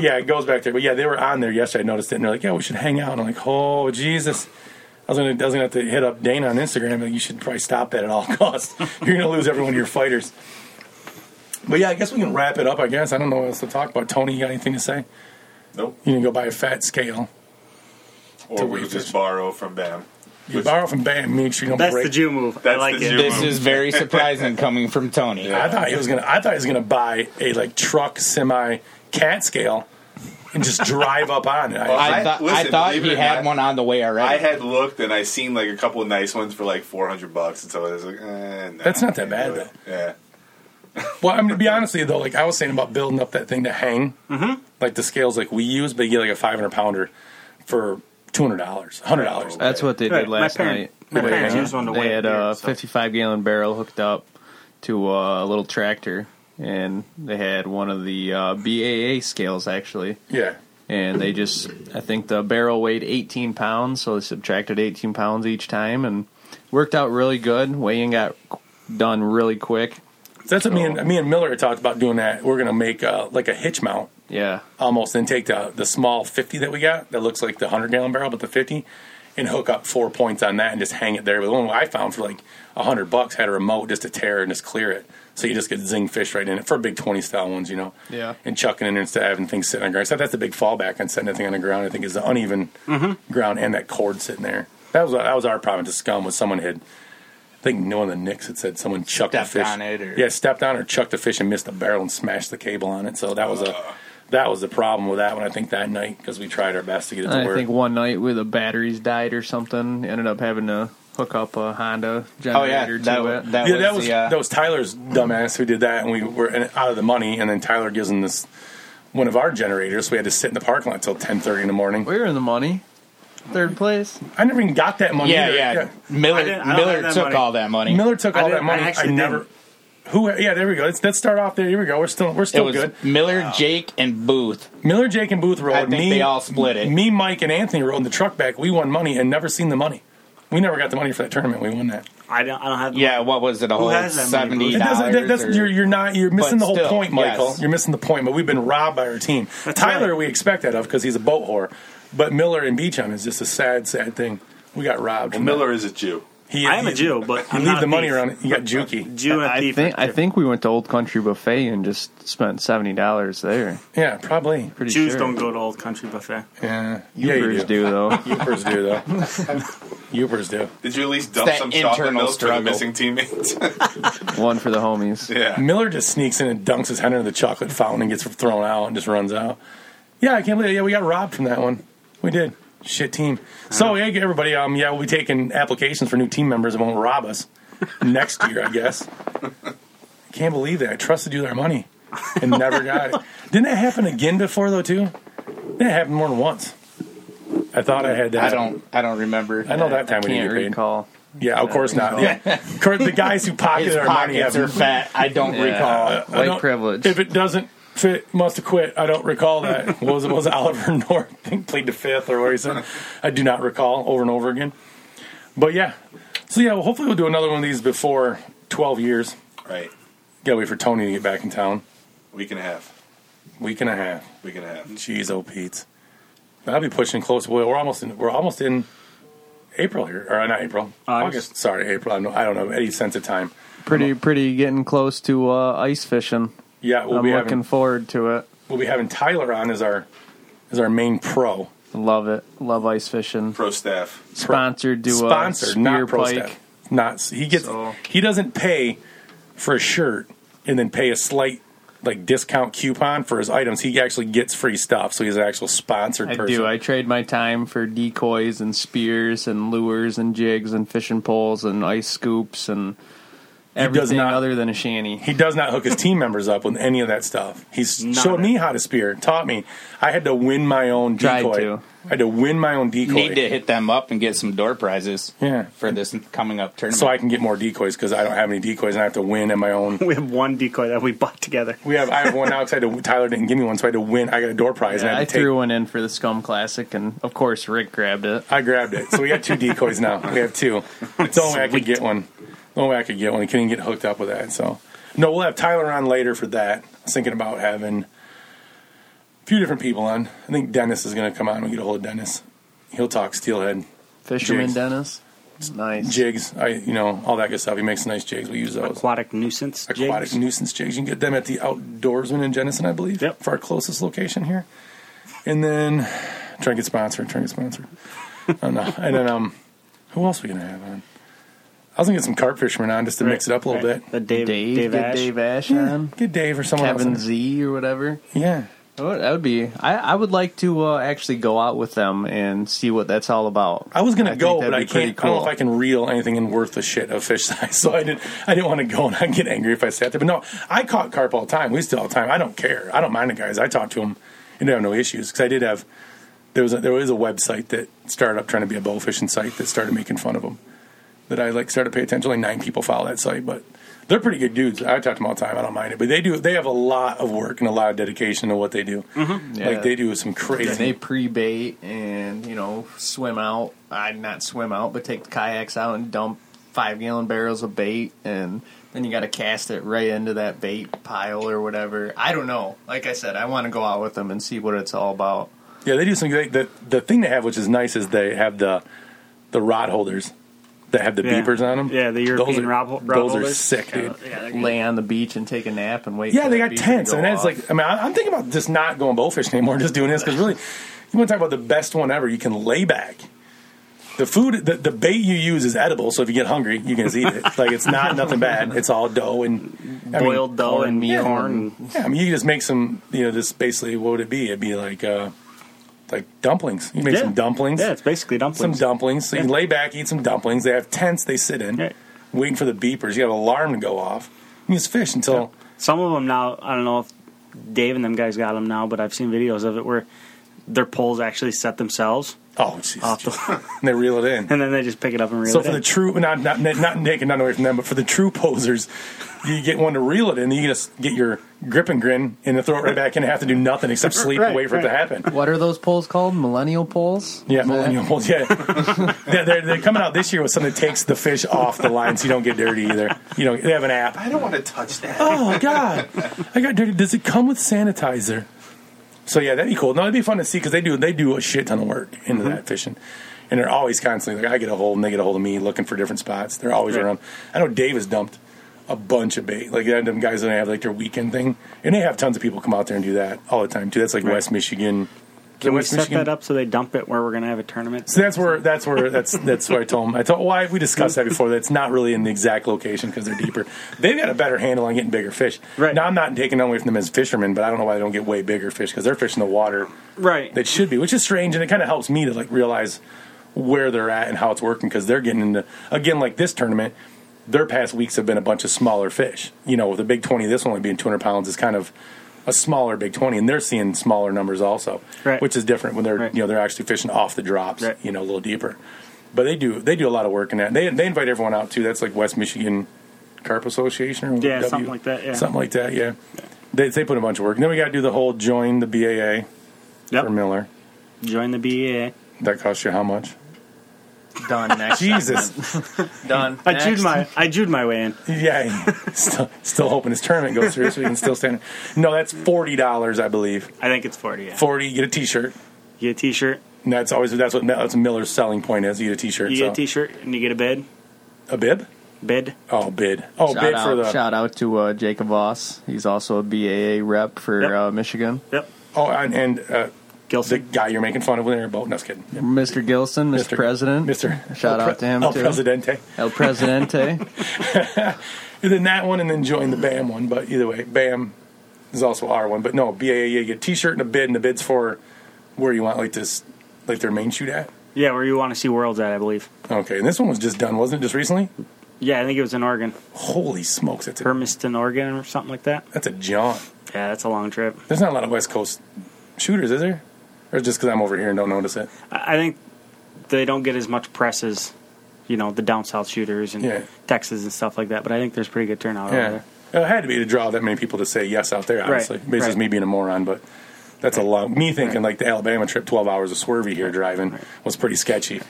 Speaker 2: yeah, it goes back there. But yeah, they were on there yesterday. I noticed it, and they're like, "Yeah, we should hang out." And I'm like, "Oh Jesus." I was gonna, I was gonna have to hit up Dana on Instagram. Like, you should probably stop that at all costs. You're gonna lose every one of your fighters. But yeah, I guess we can wrap it up. I guess I don't know what else to talk about. Tony, you got anything to say?
Speaker 1: nope.
Speaker 2: You can go buy a fat scale.
Speaker 1: Or we just borrow from Bam.
Speaker 2: You borrow from Bam. Make sure you don't
Speaker 3: That's
Speaker 2: break.
Speaker 3: the Jew move. I
Speaker 1: That's
Speaker 3: like
Speaker 1: the
Speaker 3: it.
Speaker 1: Jew
Speaker 4: This is very surprising coming from Tony.
Speaker 2: I thought he was gonna. I thought he was gonna buy a like truck semi cat scale and just drive up on it. I,
Speaker 4: I,
Speaker 1: I-
Speaker 4: thought I
Speaker 1: listen,
Speaker 4: thought
Speaker 1: believe it
Speaker 4: he
Speaker 1: or
Speaker 4: had
Speaker 1: not,
Speaker 4: one on the way already.
Speaker 1: I had looked and I seen like a couple of nice ones for like four hundred bucks, and so I was like, eh, no,
Speaker 2: That's not that bad, though.
Speaker 1: Yeah,
Speaker 2: well, I'm gonna be honest with you though. Like I was saying about building up that thing to hang, like the scales like we use, but you get like a 500 pounder for two hundred dollars, hundred dollars.
Speaker 5: That's what they
Speaker 3: Right,
Speaker 5: did
Speaker 3: my
Speaker 5: last
Speaker 3: parent-
Speaker 5: night.
Speaker 3: my
Speaker 5: They
Speaker 3: parents
Speaker 5: had-
Speaker 3: used one to
Speaker 5: They
Speaker 3: win
Speaker 5: had
Speaker 3: here,
Speaker 2: uh,
Speaker 5: a
Speaker 3: so.
Speaker 5: 55 gallon barrel hooked up to uh, a little tractor, and they had one of the uh, BAA scales actually.
Speaker 2: Yeah,
Speaker 5: And they just, I think the barrel weighed 18 pounds, so they subtracted 18 pounds each time, and worked out really good. Weighing got done really quick.
Speaker 2: so that's what me and me and Miller had talked about doing that. We're gonna make uh, like a hitch mount
Speaker 5: Yeah,
Speaker 2: almost, and take the the small fifty that we got that looks like the hundred gallon barrel, but the fifty, and hook up four points on that and just hang it there. But the one I found for like hundred bucks had a remote just to tear and just clear it, so you just could zing fish right in it for big twenty style ones, you know.
Speaker 5: Yeah.
Speaker 2: And chucking in there instead of having things sitting on the ground. So that's the big fallback on setting anything on the ground. I think is the uneven ground and that cord sitting there. That was that was our problem to scum was someone had. I think no one of the Knicks had said someone chucked
Speaker 4: Stepped
Speaker 2: the fish.
Speaker 4: on it or-
Speaker 2: Yeah, stepped on it or chucked the fish and missed the barrel and smashed the cable on it. So that was a that was the problem with that one. I think that night because we tried our best to get it to
Speaker 5: I
Speaker 2: work.
Speaker 5: think one night where the batteries died or something, ended up having to hook up a Honda
Speaker 4: Oh yeah,
Speaker 5: generator
Speaker 4: that,
Speaker 5: to
Speaker 4: wa-
Speaker 5: it.
Speaker 4: that
Speaker 2: yeah,
Speaker 4: was
Speaker 2: that was
Speaker 4: the, uh,
Speaker 2: that was Tyler's dumbass who did that, and we were in- out of the money. And then Tyler gives him this one of our generators. So we had to sit in the parking lot till ten thirty in the morning.
Speaker 5: we were in the money, third place.
Speaker 2: I never even got that money.
Speaker 4: yeah,
Speaker 2: either.
Speaker 4: yeah,
Speaker 3: I
Speaker 4: Miller
Speaker 3: didn't- I don't
Speaker 4: Miller
Speaker 3: have that
Speaker 4: took
Speaker 3: money.
Speaker 4: all that money.
Speaker 2: Miller took
Speaker 3: I
Speaker 2: all
Speaker 3: didn't-
Speaker 2: that money.
Speaker 3: I
Speaker 2: I,
Speaker 3: actually
Speaker 2: never.
Speaker 3: didn't.
Speaker 2: Who? Yeah, there we go. Let's, let's start off there. Here we go. We're still we're
Speaker 4: it
Speaker 2: still
Speaker 4: was
Speaker 2: good.
Speaker 4: Miller, Jake, and Booth.
Speaker 2: Miller, Jake, and Booth rode.
Speaker 4: I think
Speaker 2: me,
Speaker 4: they all split it.
Speaker 2: Me, Mike, and Anthony rode in the truck back. We won money and never seen the money. We never got the money for that tournament. We won that.
Speaker 3: I don't. I don't have.
Speaker 4: Yeah, what was it? A whole
Speaker 3: has that money, Booth?
Speaker 4: seventy
Speaker 2: It doesn't, that, that's,
Speaker 4: dollars.
Speaker 2: you're, you're not. You're missing the whole
Speaker 4: still,
Speaker 2: point, Michael.
Speaker 4: yes.
Speaker 2: You're missing the point. But we've been robbed by our team. Tyler,
Speaker 3: right.
Speaker 2: we expect that of because he's a boat whore. But Miller and Beecham is just a sad, sad thing. We got robbed. from
Speaker 1: Miller is a Jew.
Speaker 2: that. He,
Speaker 3: I am a
Speaker 2: he-
Speaker 3: Jew, but
Speaker 2: You
Speaker 3: I'm
Speaker 2: leave
Speaker 3: not
Speaker 2: the
Speaker 3: a
Speaker 2: money
Speaker 3: thief.
Speaker 2: around. You got jukey.
Speaker 3: Jew and
Speaker 5: I
Speaker 3: thief.
Speaker 5: think I
Speaker 3: Sure.
Speaker 5: think we went to Old Country Buffet and just spent seventy dollars there.
Speaker 2: Yeah, probably.
Speaker 5: Pretty
Speaker 3: Jews
Speaker 5: sure.
Speaker 3: don't go to Old Country Buffet.
Speaker 2: Yeah, yeah, you do.
Speaker 5: Ubers do though.
Speaker 2: Upers do though. Upers do.
Speaker 1: Did you at least dump
Speaker 4: that
Speaker 1: some chocolate
Speaker 4: internal
Speaker 1: milk for
Speaker 4: struggle.
Speaker 1: the missing teammates?
Speaker 5: One for the homies.
Speaker 1: yeah.
Speaker 2: Miller just sneaks in and dunks his head into the chocolate fountain and gets thrown out and just runs out. Yeah, I can't believe. Yeah, we got robbed from that one. We did. Shit team. So yeah, everybody. Um, yeah, we'll be taking applications for new team members that won't rob us next year, I guess. I can't believe that. I trusted you with our money and never got it. Didn't that happen again before though too? That happened more than once. I thought I had that.
Speaker 4: I don't. I don't remember.
Speaker 2: I know that time we
Speaker 5: Can't
Speaker 2: didn't get paid.
Speaker 5: recall.
Speaker 2: Yeah, of course not. Yeah, Of course, the guys who
Speaker 4: His
Speaker 2: pocketed our money
Speaker 4: pockets
Speaker 2: have
Speaker 4: are fat. I don't recall.
Speaker 2: Uh, I
Speaker 5: White
Speaker 2: don't-
Speaker 5: privilege.
Speaker 2: If it doesn't fit, must have quit. I don't recall that. was it was it Oliver North I think played the fifth or what he said? I do not recall over and over again. But yeah, so yeah, well, hopefully we'll do another one of these before twelve years.
Speaker 1: Right.
Speaker 2: Gotta wait for Tony to get back in town.
Speaker 1: Week and a half.
Speaker 2: Week and a half.
Speaker 1: Week and a half.
Speaker 2: Jeez, oh Pete, I'll be pushing close. Well, we're almost in. We're almost in April here, or not April?
Speaker 3: August.
Speaker 2: August. Sorry, April. I don't, I don't know any sense of time.
Speaker 5: Pretty pretty getting close to uh, ice fishing.
Speaker 2: Yeah, we'll
Speaker 5: I'm
Speaker 2: be
Speaker 5: looking
Speaker 2: having
Speaker 5: forward to it.
Speaker 2: we'll be having Tyler on as our as our main pro.
Speaker 5: Love it. Love ice fishing.
Speaker 1: Pro staff.
Speaker 5: Sponsored do a
Speaker 2: sponsored,
Speaker 5: spear
Speaker 2: not pro
Speaker 5: uh, pike.
Speaker 2: staff. Not he gets
Speaker 5: So-
Speaker 2: he doesn't pay for a shirt and then pay a slight like discount coupon for his items. He actually gets free stuff, so he's an actual sponsored
Speaker 5: I
Speaker 2: person.
Speaker 5: do. I trade my time for decoys and spears and lures and jigs and fishing poles and ice scoops and everything
Speaker 2: not-
Speaker 5: other than a shanty.
Speaker 2: he does not hook his team members up with any of that stuff. He's
Speaker 3: None
Speaker 2: showed
Speaker 3: of
Speaker 2: me how to spear, taught me. I had to win my own
Speaker 5: Tried
Speaker 2: decoy.
Speaker 5: to.
Speaker 2: I had to win my own decoy.
Speaker 4: Need to hit them up and get some door prizes.
Speaker 2: Yeah.
Speaker 4: for this coming up tournament.
Speaker 2: so I can get more decoys because I don't have any decoys and I have to win in my own
Speaker 3: We have one decoy that we bought together.
Speaker 2: We have. I have one now because Tyler didn't give me one, so I had to win. I got a door prize, and I,
Speaker 5: Yeah,
Speaker 2: had
Speaker 5: I,
Speaker 2: to take,
Speaker 5: threw one in for the Scum Classic, and of course Rick grabbed it.
Speaker 2: I grabbed it. So we got two decoys now. We have two. It's the only way I could get one. The only way I could get one. I couldn't get hooked up with that. So no, we'll have Tyler on later for that. I was thinking about having a few different people on. I think Dennis is going to come on. We get a hold of Dennis. He'll talk steelhead
Speaker 5: Fisherman
Speaker 2: Jigs.
Speaker 5: Dennis, it's nice.
Speaker 2: jigs. I you know all that good stuff. He makes nice jigs. We use those.
Speaker 3: Aquatic nuisance.
Speaker 2: Aquatic
Speaker 3: jigs.
Speaker 2: nuisance jigs. You can get them at the Outdoorsman in Jenison, I believe.
Speaker 3: Yep.
Speaker 2: For our closest location here. And then try and get sponsored. Try and get sponsored. I don't know. And then um, who else we gonna have on? I was gonna get some carp fishermen on just to mix it up a little
Speaker 3: Right. um, The Dave,
Speaker 5: Dave,
Speaker 3: Dave,
Speaker 5: get
Speaker 3: Ash.
Speaker 5: Dave Ash on.
Speaker 2: bit. Get Dave or someone
Speaker 5: Kevin
Speaker 2: else.
Speaker 5: Z or whatever.
Speaker 2: in. Yeah.
Speaker 5: Oh, that would be. I, I would like to uh, actually go out with them and see what that's all about.
Speaker 2: I was gonna
Speaker 5: I think
Speaker 2: go,
Speaker 5: that'd
Speaker 2: but I
Speaker 5: be pretty
Speaker 2: can't. I don't know
Speaker 5: cool.
Speaker 2: if I can reel anything in worth the shit of fish size, so I didn't. I didn't want to go, and I'd get angry if I sat there. But no, I caught carp all the time. We still all the time. I don't care. I don't mind the guys. I talk to them, and they have no issues because I did have there was a, there was a website that started up trying to be a bow fishing site that started making fun of them. That I like started to pay attention. Only nine people follow that site, but they're pretty good dudes. I talk to them all the time. I don't mind it, but they do they have a lot of work and a lot of dedication to what they do.
Speaker 6: Mm-hmm. Yeah.
Speaker 2: Like they do some crazy.
Speaker 6: And they pre-bait and you know swim out. I not swim out, but take the kayaks out and dump five gallon barrels of bait, and then you got to cast it right into that bait pile or whatever. I don't know. Like I said, I want to go out with them and see what it's all about.
Speaker 2: Yeah, they do some. They, the the thing they have, which is nice, is they have the the rod holders that have the
Speaker 3: Yeah.
Speaker 2: beepers on them.
Speaker 3: Yeah, the European
Speaker 2: are,
Speaker 3: rod- rod
Speaker 2: Those are
Speaker 3: holders.
Speaker 2: sick, dude.
Speaker 3: Yeah, they're good.
Speaker 6: Lay on the beach and take a nap and wait.
Speaker 2: Yeah,
Speaker 6: for
Speaker 2: they
Speaker 6: that
Speaker 2: got
Speaker 6: beaver to
Speaker 2: tents,
Speaker 6: go
Speaker 2: and that's
Speaker 6: off.
Speaker 2: like. I mean, I, I'm thinking about just not going bow fishing anymore, just doing this because really, you want to talk about the best one ever. You can lay back. The food, the, the bait you use is edible, so if you get hungry, you can just eat it. like it's not nothing bad. It's all dough and I mean,
Speaker 3: boiled dough
Speaker 6: corn,
Speaker 3: and
Speaker 6: meal,
Speaker 3: corn.
Speaker 2: Yeah, I mean, you can just make some. You know, just basically, what would it be? It'd be like uh, like dumplings. You make
Speaker 3: Yeah.
Speaker 2: some dumplings.
Speaker 3: Yeah, it's basically
Speaker 2: some
Speaker 3: dumplings.
Speaker 2: dumplings. So you lay back, eat some dumplings. They have tents they sit in,
Speaker 3: Yeah.
Speaker 2: waiting for the beepers. You have an alarm to go off. You just fish until
Speaker 3: Some of them now, I don't know if Dave and them guys got them now, but I've seen videos of it where their poles actually set themselves
Speaker 2: oh, jeez,
Speaker 3: off the,
Speaker 2: and they reel it in.
Speaker 3: and then they just pick it up and reel
Speaker 2: So
Speaker 3: it
Speaker 2: for
Speaker 3: in.
Speaker 2: the true, not not not naked, not away from them, but for the true posers, you get one to reel it in. You just get your grip and grin and then throw it right back in. and have to do nothing except sleep
Speaker 3: Right,
Speaker 2: and wait for it to
Speaker 3: right.
Speaker 2: happen.
Speaker 6: What are those poles called? Millennial poles?
Speaker 2: Yeah, millennial poles. Yeah, they're, they're, they're coming out this year with something that takes the fish off the line, so you don't get dirty either. You know, they have an app.
Speaker 1: I don't want to touch that.
Speaker 2: Oh God, I got dirty. Does it come with sanitizer? So yeah, that'd be cool. No, it'd be fun to see because they do they do a shit ton of work into
Speaker 3: Mm-hmm.
Speaker 2: that fishing, and they're always constantly like I get a hold and they get a hold of me looking for different spots. They're always
Speaker 3: Right.
Speaker 2: around. I know Dave has dumped a bunch of bait. Like they have them guys that have like their weekend thing, and they have tons of people come out there and do that all the time too. That's like West Michigan.
Speaker 3: Can we
Speaker 2: West
Speaker 3: set
Speaker 2: Michigan?
Speaker 3: that up so they dump it where we're going to have a tournament?
Speaker 2: So that's where that's where that's that's where I told him. I told why we discussed that before. That's not really in the exact location because they're deeper. They've got a better handle on getting bigger fish.
Speaker 3: Right.
Speaker 2: now, I'm not taking away from them as fishermen, but I don't know why they don't get way bigger fish because they're fishing the water
Speaker 3: right.
Speaker 2: that should be, which is strange, and it kind of helps me to like realize where they're at and how it's working because they're getting into again like this tournament. Their past weeks have been a bunch of smaller fish. You know, with the big twenty, this one only being two hundred pounds is kind of a smaller big twenty, and they're seeing smaller numbers also,
Speaker 3: Right.
Speaker 2: which is different when they're
Speaker 3: Right.
Speaker 2: you know they're actually fishing off the drops,
Speaker 3: Right.
Speaker 2: you know, a little deeper. But they do they do a lot of work in that. They they invite everyone out too. That's like West Michigan Carp Association or
Speaker 3: Yeah, something like that, yeah.
Speaker 2: something like that. Yeah, they they put a bunch of work. And then we got to do the whole join the BAA
Speaker 3: Yep.
Speaker 2: for Miller.
Speaker 3: Join the BEA.
Speaker 2: That cost you how much?
Speaker 6: Done. Next.
Speaker 2: Jesus.
Speaker 6: segment. Done.
Speaker 3: I
Speaker 6: Next.
Speaker 3: jewed my I jewed my way in.
Speaker 2: Yeah, still, still hoping his tournament goes through so we can still stand. No, that's forty dollars, I believe.
Speaker 3: I think it's forty. Yeah.
Speaker 2: Forty, you get a T-shirt.
Speaker 3: You get a T-shirt.
Speaker 2: And that's always that's what that's Miller's selling point is. You get a T-shirt.
Speaker 3: You
Speaker 2: so.
Speaker 3: get a T-shirt and you get a bid.
Speaker 2: A bib?
Speaker 3: Bid.
Speaker 2: Oh, bid. Oh,
Speaker 6: Shout
Speaker 2: bid
Speaker 6: out,
Speaker 2: for the.
Speaker 6: shout out to uh, Jacob Voss. He's also a BAA rep for
Speaker 3: Yep.
Speaker 6: uh, Michigan.
Speaker 3: Yep.
Speaker 2: Oh, and, and uh, the
Speaker 3: Gilson.
Speaker 2: guy you're making fun of with an airboat. No, just kidding. Yeah,
Speaker 6: Mr. Gilson, Mr. President,
Speaker 2: Mister.
Speaker 6: Shout
Speaker 2: El
Speaker 6: out to him,
Speaker 2: El
Speaker 6: too.
Speaker 2: Presidente.
Speaker 6: El Presidente.
Speaker 2: And then that one, and then join the BAM one. But either way, BAM is also our one. But no, BAA, you get a T-shirt and a bid, and the bid's for where you want like this, like their main shoot at.
Speaker 3: Yeah, where you want to see worlds at, I believe.
Speaker 2: Okay, and this one was just done, wasn't it? Just recently?
Speaker 3: Yeah, I think it was in Oregon,
Speaker 2: Holy smokes, that's a,
Speaker 3: Hermiston, Oregon, or something like that.
Speaker 2: that's a jaunt.
Speaker 3: Yeah, that's a long trip.
Speaker 2: There's not a lot of West Coast shooters, is there? Or just because I'm over here and don't notice it?
Speaker 3: I I think they don't get as much press as you know the down south shooters and
Speaker 2: Yeah.
Speaker 3: Texas and stuff like that. But I think there's pretty good turnout over
Speaker 2: Yeah,
Speaker 3: there.
Speaker 2: it had to be to draw that many people to say yes out there. Obviously,
Speaker 3: Right,
Speaker 2: it's just
Speaker 3: right.
Speaker 2: me being a moron, but that's a lot. Me thinking like the Alabama trip, 12 hours of swervy here driving was pretty sketchy.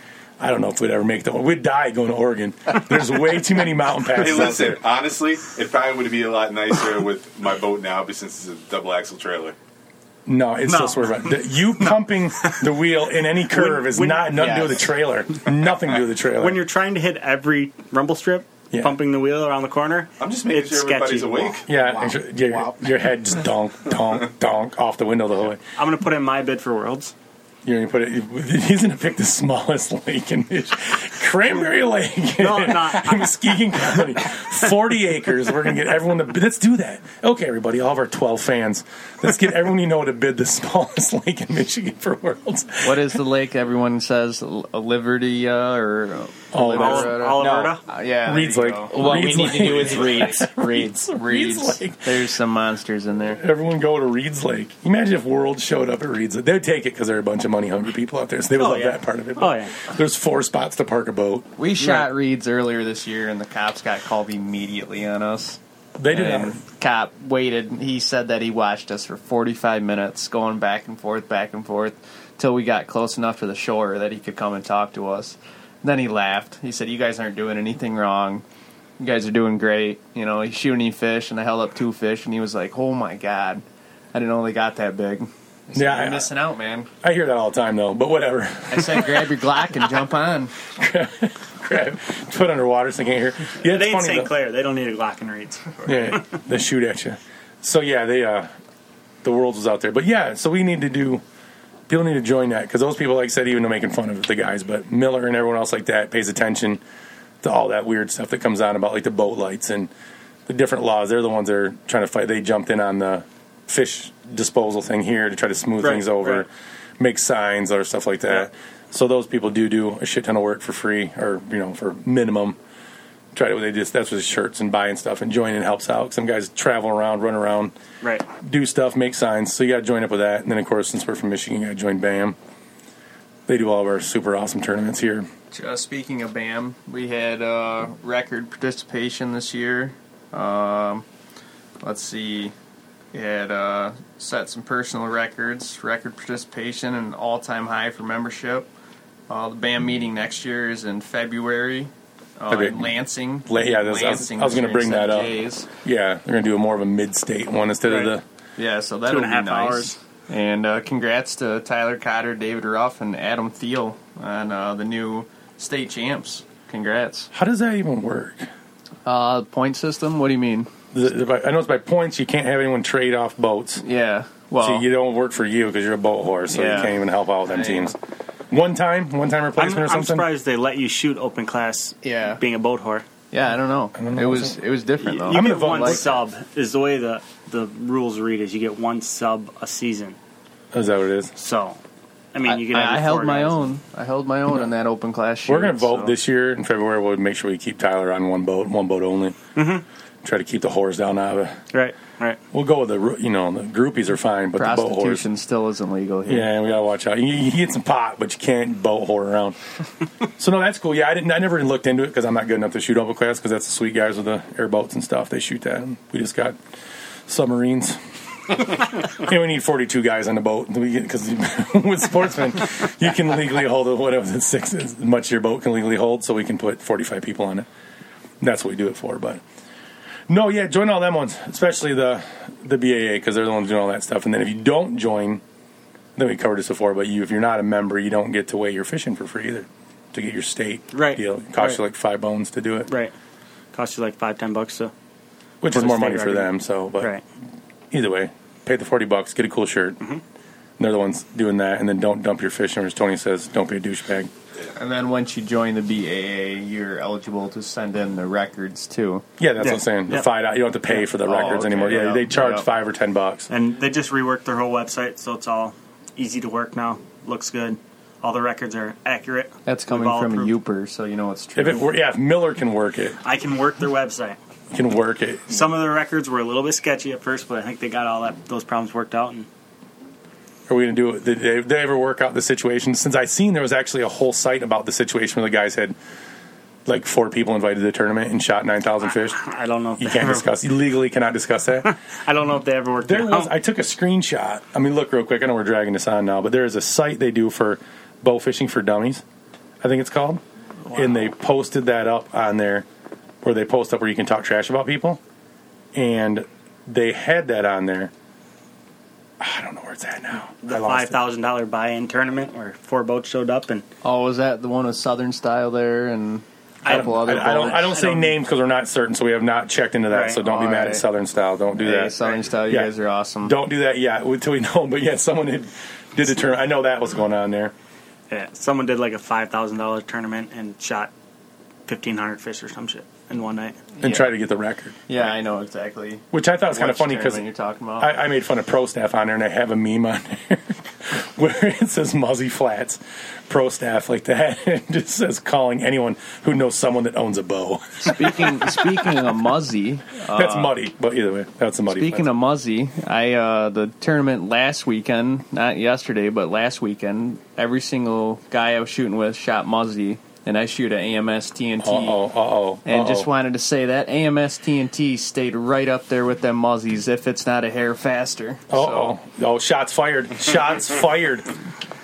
Speaker 2: I don't know if we'd ever make the. We'd die going to Oregon. There's way too many mountain passes.
Speaker 1: Hey,
Speaker 2: out
Speaker 1: listen.
Speaker 2: there.
Speaker 1: Honestly, it probably would be a lot nicer with my boat now, but since it's a double axle trailer.
Speaker 2: No, it's
Speaker 3: No.
Speaker 2: still swerve. The- You pumping the wheel in any curve is
Speaker 3: when-
Speaker 2: not nothing to do
Speaker 4: Yes.
Speaker 2: with the trailer. Nothing to do with the trailer.
Speaker 3: When you're trying to hit every rumble strip,
Speaker 2: Yeah.
Speaker 3: pumping the wheel around the corner,
Speaker 1: I'm just making
Speaker 3: it's
Speaker 1: sure everybody's
Speaker 3: sketchy.
Speaker 1: awake.
Speaker 2: Yeah, and your- your, your head just donk, donk, donk off the window the whole way.
Speaker 3: I'm gonna put in my bid for worlds.
Speaker 2: You're gonna put it. He's gonna pick the smallest lake in this. Cranberry Lake.
Speaker 3: No, I'm not.
Speaker 2: in Muskegon County. 40 acres. We're going to get everyone to bid. Let's do that. Okay, everybody, all of our 12 fans. Let's get everyone you know to bid the smallest lake in Michigan for Worlds.
Speaker 5: What is the lake everyone says? L- Liberty uh, or
Speaker 2: Oh,
Speaker 3: Ol-
Speaker 2: that's-
Speaker 5: Colorado.
Speaker 3: Oliverta.
Speaker 5: uh, yeah,
Speaker 2: Reed's Lake.
Speaker 4: What
Speaker 2: Reed's
Speaker 4: we need to
Speaker 2: Lake.
Speaker 4: do is reads. reads.
Speaker 5: Reeds.
Speaker 2: Reed's Lake.
Speaker 5: There's some monsters in there.
Speaker 2: Everyone go to Reed's Lake. Imagine if World showed up at Reed's Lake. They'd take it because there are a bunch of money hungry people out there, so they would
Speaker 3: Oh,
Speaker 2: love
Speaker 3: yeah.
Speaker 2: that part of it.
Speaker 3: Oh, yeah.
Speaker 2: There's four spots to park a boat.
Speaker 6: We shot Reeds earlier this year, and the cops got called immediately on us.
Speaker 2: They did
Speaker 6: And
Speaker 2: not.
Speaker 6: cop waited. He said that he watched us for 45 minutes, going back and forth, back and forth, till we got close enough to the shore that he could come and talk to us. Then he laughed. He said, "You guys aren't doing anything wrong. You guys are doing great." You know, he's shooting fish, and I held up two fish, and he was like, "Oh my god, I didn't know they got that big." I said,
Speaker 2: Yeah,
Speaker 6: "You're
Speaker 2: I- uh,
Speaker 6: missing out, man."
Speaker 2: I hear that all the time, though, but whatever.
Speaker 6: I said, "Grab your Glock and jump on."
Speaker 2: Crap. Put underwater so they can't hear. Yeah, it's
Speaker 3: They ain't
Speaker 2: funny.
Speaker 3: St.
Speaker 2: though.
Speaker 3: Clair. They don't need a Glock and Reeds.
Speaker 2: Yeah, they shoot at you. So, yeah, they, uh, the world was out there. But yeah, so we need to do, people need to join that because those people, like I said, even are making fun of the guys, but Miller and everyone else like that pays attention to all that weird stuff that comes on about like the boat lights and the different laws. They're the ones that are trying to fight. They jumped in on the fish disposal thing here to try to smooth
Speaker 3: Right,
Speaker 2: things over,
Speaker 3: right.
Speaker 2: make signs or stuff like that. So those people do do a shit ton of work for free or you know for minimum. Try to they just that's with shirts and buying stuff and joining helps out. Some guys travel around, run around,
Speaker 3: Right.
Speaker 2: do stuff, make signs. So you got to join up with that. And then of course, since we're from Michigan, you got to join BAM. They do all of our super awesome tournaments here.
Speaker 6: Uh, speaking of BAM, we had uh, record participation this year. Um, let's see, we had uh, set some personal records, record participation, and all time high for membership. Uh, the BAM meeting next year is in February. Uh,
Speaker 2: Okay.
Speaker 6: in Lansing.
Speaker 2: La- yeah, that's- I was- I was
Speaker 6: this
Speaker 2: gonna
Speaker 6: year,
Speaker 2: bring that
Speaker 6: St.
Speaker 2: up.
Speaker 6: J's.
Speaker 2: Yeah, they're gonna do a more of a mid-state one instead
Speaker 3: Right.
Speaker 2: of the
Speaker 6: Yeah, so that'll
Speaker 3: and a half
Speaker 6: be nice.
Speaker 3: hours.
Speaker 6: And uh, congrats to Tyler Cotter, David Ruff, and Adam Thiel on uh, the new state champs. Congrats.
Speaker 2: How does that even work?
Speaker 5: Uh, point system? What do you mean?
Speaker 2: The- the- by- I know it's by points. You can't have anyone trade off boats.
Speaker 6: Yeah. Well,
Speaker 2: so you don't work for you because you're a boat whore, so you
Speaker 6: Yeah.
Speaker 2: can't even help out with them
Speaker 6: Right.
Speaker 2: teams. One time, one time
Speaker 3: I'm,
Speaker 2: replacement or
Speaker 3: I'm
Speaker 2: something.
Speaker 3: surprised they let you shoot open class
Speaker 6: Yeah.
Speaker 3: being a boat whore.
Speaker 5: Yeah, I don't know.
Speaker 2: don't know.
Speaker 5: It was it was different though.
Speaker 3: You
Speaker 2: I'm gonna
Speaker 3: get
Speaker 2: vote
Speaker 3: one
Speaker 2: like-
Speaker 3: sub is the way the the rules read is you get one sub a season.
Speaker 2: Is that what it is?
Speaker 3: So, I mean, you can. have
Speaker 5: I, I
Speaker 3: your
Speaker 5: held
Speaker 3: four
Speaker 5: my
Speaker 3: guys.
Speaker 5: own. I held my own in that open class. Shoot,
Speaker 2: We're gonna vote
Speaker 5: so-
Speaker 2: this year in February. We'll make sure we keep Tyler on one boat, one boat only. Mm-hmm. Try to keep the whores down. Out of it.
Speaker 3: Right, right.
Speaker 2: We'll go with the ru- you know the groupies are fine, but the boat whores.
Speaker 5: Prostitution still isn't legal here.
Speaker 2: Yeah, we gotta watch out. You, you get some pot, but you can't boat whore around. so no, that's cool. Yeah, I didn't. I never looked into it because I'm not good enough to shoot open class because that's the sweet guys with the airboats and stuff. They shoot that. We just got submarines. and we need 42 guys on the boat because with sportsmen, you can legally hold it whatever the six is, as much your boat can legally hold. So we can put 45 people on it. That's what we do it for. But no, yeah, join all them ones, especially the the BAA because they're the ones doing all that stuff. And then if you don't join, then we covered this before, but you if you're not a member, you don't get to weigh your fishing for free either. To get your state
Speaker 3: Right.
Speaker 2: deal, it costs you
Speaker 3: Right.
Speaker 2: like five bones to do it,
Speaker 3: Right. Cost you like five, ten bucks to.
Speaker 2: which
Speaker 3: For
Speaker 2: is
Speaker 3: the
Speaker 2: more
Speaker 3: state
Speaker 2: money for
Speaker 3: record.
Speaker 2: them. So, but
Speaker 3: Right. Mm-hmm.
Speaker 2: either way, pay the forty bucks, get a cool shirt. And They're the ones doing that, and then don't dump your fish. Or as Tony says, don't be a douchebag.
Speaker 6: and then once you join the BAA, you're eligible to send in the records too.
Speaker 2: Yeah, that's
Speaker 3: Yeah.
Speaker 2: what I'm saying. The
Speaker 3: Yep.
Speaker 2: five, you don't have to pay for the
Speaker 6: Oh,
Speaker 2: records
Speaker 6: okay.
Speaker 2: anymore. Yeah,
Speaker 6: Yep.
Speaker 2: they charge
Speaker 6: Yep.
Speaker 2: five or ten bucks.
Speaker 3: And they just reworked their whole website, so it's all easy to work now. Looks good. All the records are accurate.
Speaker 5: That's
Speaker 3: We've
Speaker 5: coming
Speaker 3: all
Speaker 5: from
Speaker 3: approved.
Speaker 5: a Uper, so you know it's true.
Speaker 2: If it were, yeah, if Miller can work it,
Speaker 3: I can work their website.
Speaker 2: can work it.
Speaker 3: Some of their records were a little bit sketchy at first, but I think they got all that those problems worked out. And
Speaker 2: Are we gonna do it? Did they, did they ever work out the situation? Since I seen there was actually a whole site about the situation where the guys had like four people invited to the tournament and shot nine thousand fish.
Speaker 3: I don't know. If
Speaker 2: You
Speaker 3: they
Speaker 2: can't
Speaker 3: ever,
Speaker 2: discuss. You legally cannot discuss that.
Speaker 3: I don't know if they ever worked.
Speaker 2: There
Speaker 3: it
Speaker 2: was.
Speaker 3: out.
Speaker 2: I took a screenshot. I mean, look real quick. I know we're dragging this on now, but there is a site they do for bow fishing for dummies. I think it's called, and they posted that up on there, where they post up where you can talk trash about people, and they had that on there. I don't know where it's at now. I
Speaker 3: the
Speaker 2: lost
Speaker 3: five
Speaker 2: it.
Speaker 3: thousand dollar buy-in tournament where four boats showed up, and
Speaker 5: Oh, was that the one with Southern style there and a
Speaker 3: I-
Speaker 5: couple other?
Speaker 2: I, I don't.
Speaker 5: boats?
Speaker 2: I don't say
Speaker 3: I don't-
Speaker 2: names because we're not certain, so we have not checked into that.
Speaker 3: Right.
Speaker 2: So don't be
Speaker 5: All
Speaker 2: mad at
Speaker 5: right.
Speaker 2: Southern style. Don't do
Speaker 5: Hey,
Speaker 2: that.
Speaker 5: Southern style, you
Speaker 2: Yeah.
Speaker 5: guys are awesome.
Speaker 2: Don't do that yet until we know. But yeah, someone had, did the turn. I know that was going on there.
Speaker 3: Yeah, someone did like a five thousand dollar tournament and shot fifteen hundred fish or some shit in one night.
Speaker 2: and try to get the record.
Speaker 6: Yeah, I know exactly.
Speaker 2: Which I thought was kind of
Speaker 6: Which
Speaker 2: funny because
Speaker 6: tournament you're talking about.
Speaker 2: I, I made fun of Pro Staff on there, and I have a meme on there where it says Muzzy Flats, Pro Staff like that. It just says calling anyone who knows someone that owns a bow.
Speaker 5: Speaking speaking of Muzzy,
Speaker 2: That's muddy, but either way, that's a muddy.
Speaker 5: Uh, Speaking of Muzzy, I uh, the tournament last weekend, not yesterday, but last weekend, every single guy I was shooting with shot Muzzy, and I shoot at AMS TNT.
Speaker 2: uh oh, uh oh,
Speaker 5: And just wanted to say that AMS TNT stayed right up there with them Muzzies, if it's not a hair faster.
Speaker 2: uh oh, oh, shots fired, shots fired.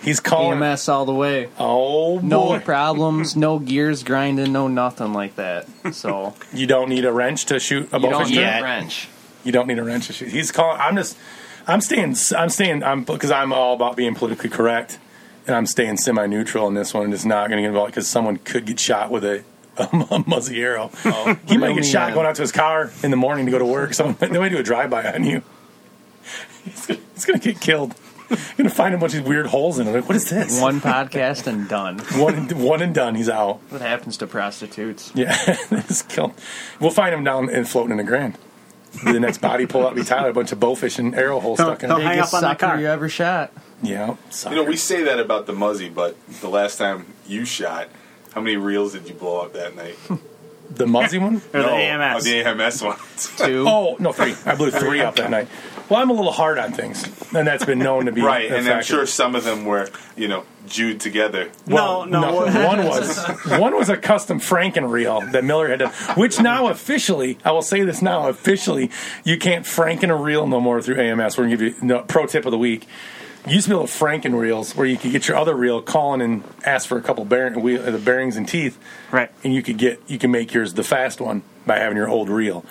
Speaker 2: He's
Speaker 5: So,
Speaker 2: calling.
Speaker 5: AMS all the way.
Speaker 2: Oh boy,
Speaker 5: No problems, no gears grinding, no nothing like that. So
Speaker 2: you don't need a wrench to shoot a
Speaker 5: you don't
Speaker 2: bowfish.
Speaker 5: need
Speaker 2: tournament?
Speaker 5: a wrench.
Speaker 2: You don't need a wrench issue. He's calling. I'm just. I'm staying. I'm staying. I'm because I'm all about being politically correct, and I'm staying semi-neutral in this one. and Just not going to get involved because someone could get shot with a. A, muzzy arrow. he might get shot
Speaker 5: man.
Speaker 2: going out to his car in the morning to go to work. Someone they might do a drive-by on you. He's gonna, he's gonna get killed. You're gonna find a bunch of weird holes in it. Like, what is this?
Speaker 5: One podcast and done.
Speaker 2: one, one and done. He's out.
Speaker 5: What happens to prostitutes?
Speaker 2: Yeah, it's killed. We'll find him down and floating in the grand. Be the next body pull out be Tyler, a bunch of bowfish and arrow holes stuck in.
Speaker 3: Don't
Speaker 2: it.
Speaker 3: hang up
Speaker 5: Biggest
Speaker 3: on the
Speaker 5: sucker
Speaker 3: car.
Speaker 5: you ever shot.
Speaker 2: Yeah,
Speaker 1: You know, we say that about the Muzzy, but the last time you shot, how many reels did you blow up that night?
Speaker 2: the Muzzy one.
Speaker 3: Or the
Speaker 1: No,
Speaker 3: AMS.
Speaker 1: oh, the AMS one.
Speaker 5: Two.
Speaker 2: Oh no, three. I blew three up that night. Well, I'm a little hard on things, and that's been known to be
Speaker 1: right,
Speaker 2: a
Speaker 1: and I'm
Speaker 2: factor.
Speaker 1: sure some of them were, you know, jewed together.
Speaker 3: no,
Speaker 2: Well,
Speaker 3: no,
Speaker 2: one was one was a custom Franken reel that Miller had done, which now officially, I will say this now officially, you can't Franken a reel no more through AMS. We're gonna give you no, pro tip of the week. You used to be able to Franken reels where you could get your other reel calling and ask for a couple bearing, wheel, the bearings and teeth,
Speaker 3: Right.
Speaker 2: and you could get you can make yours the fast one by having your old reel.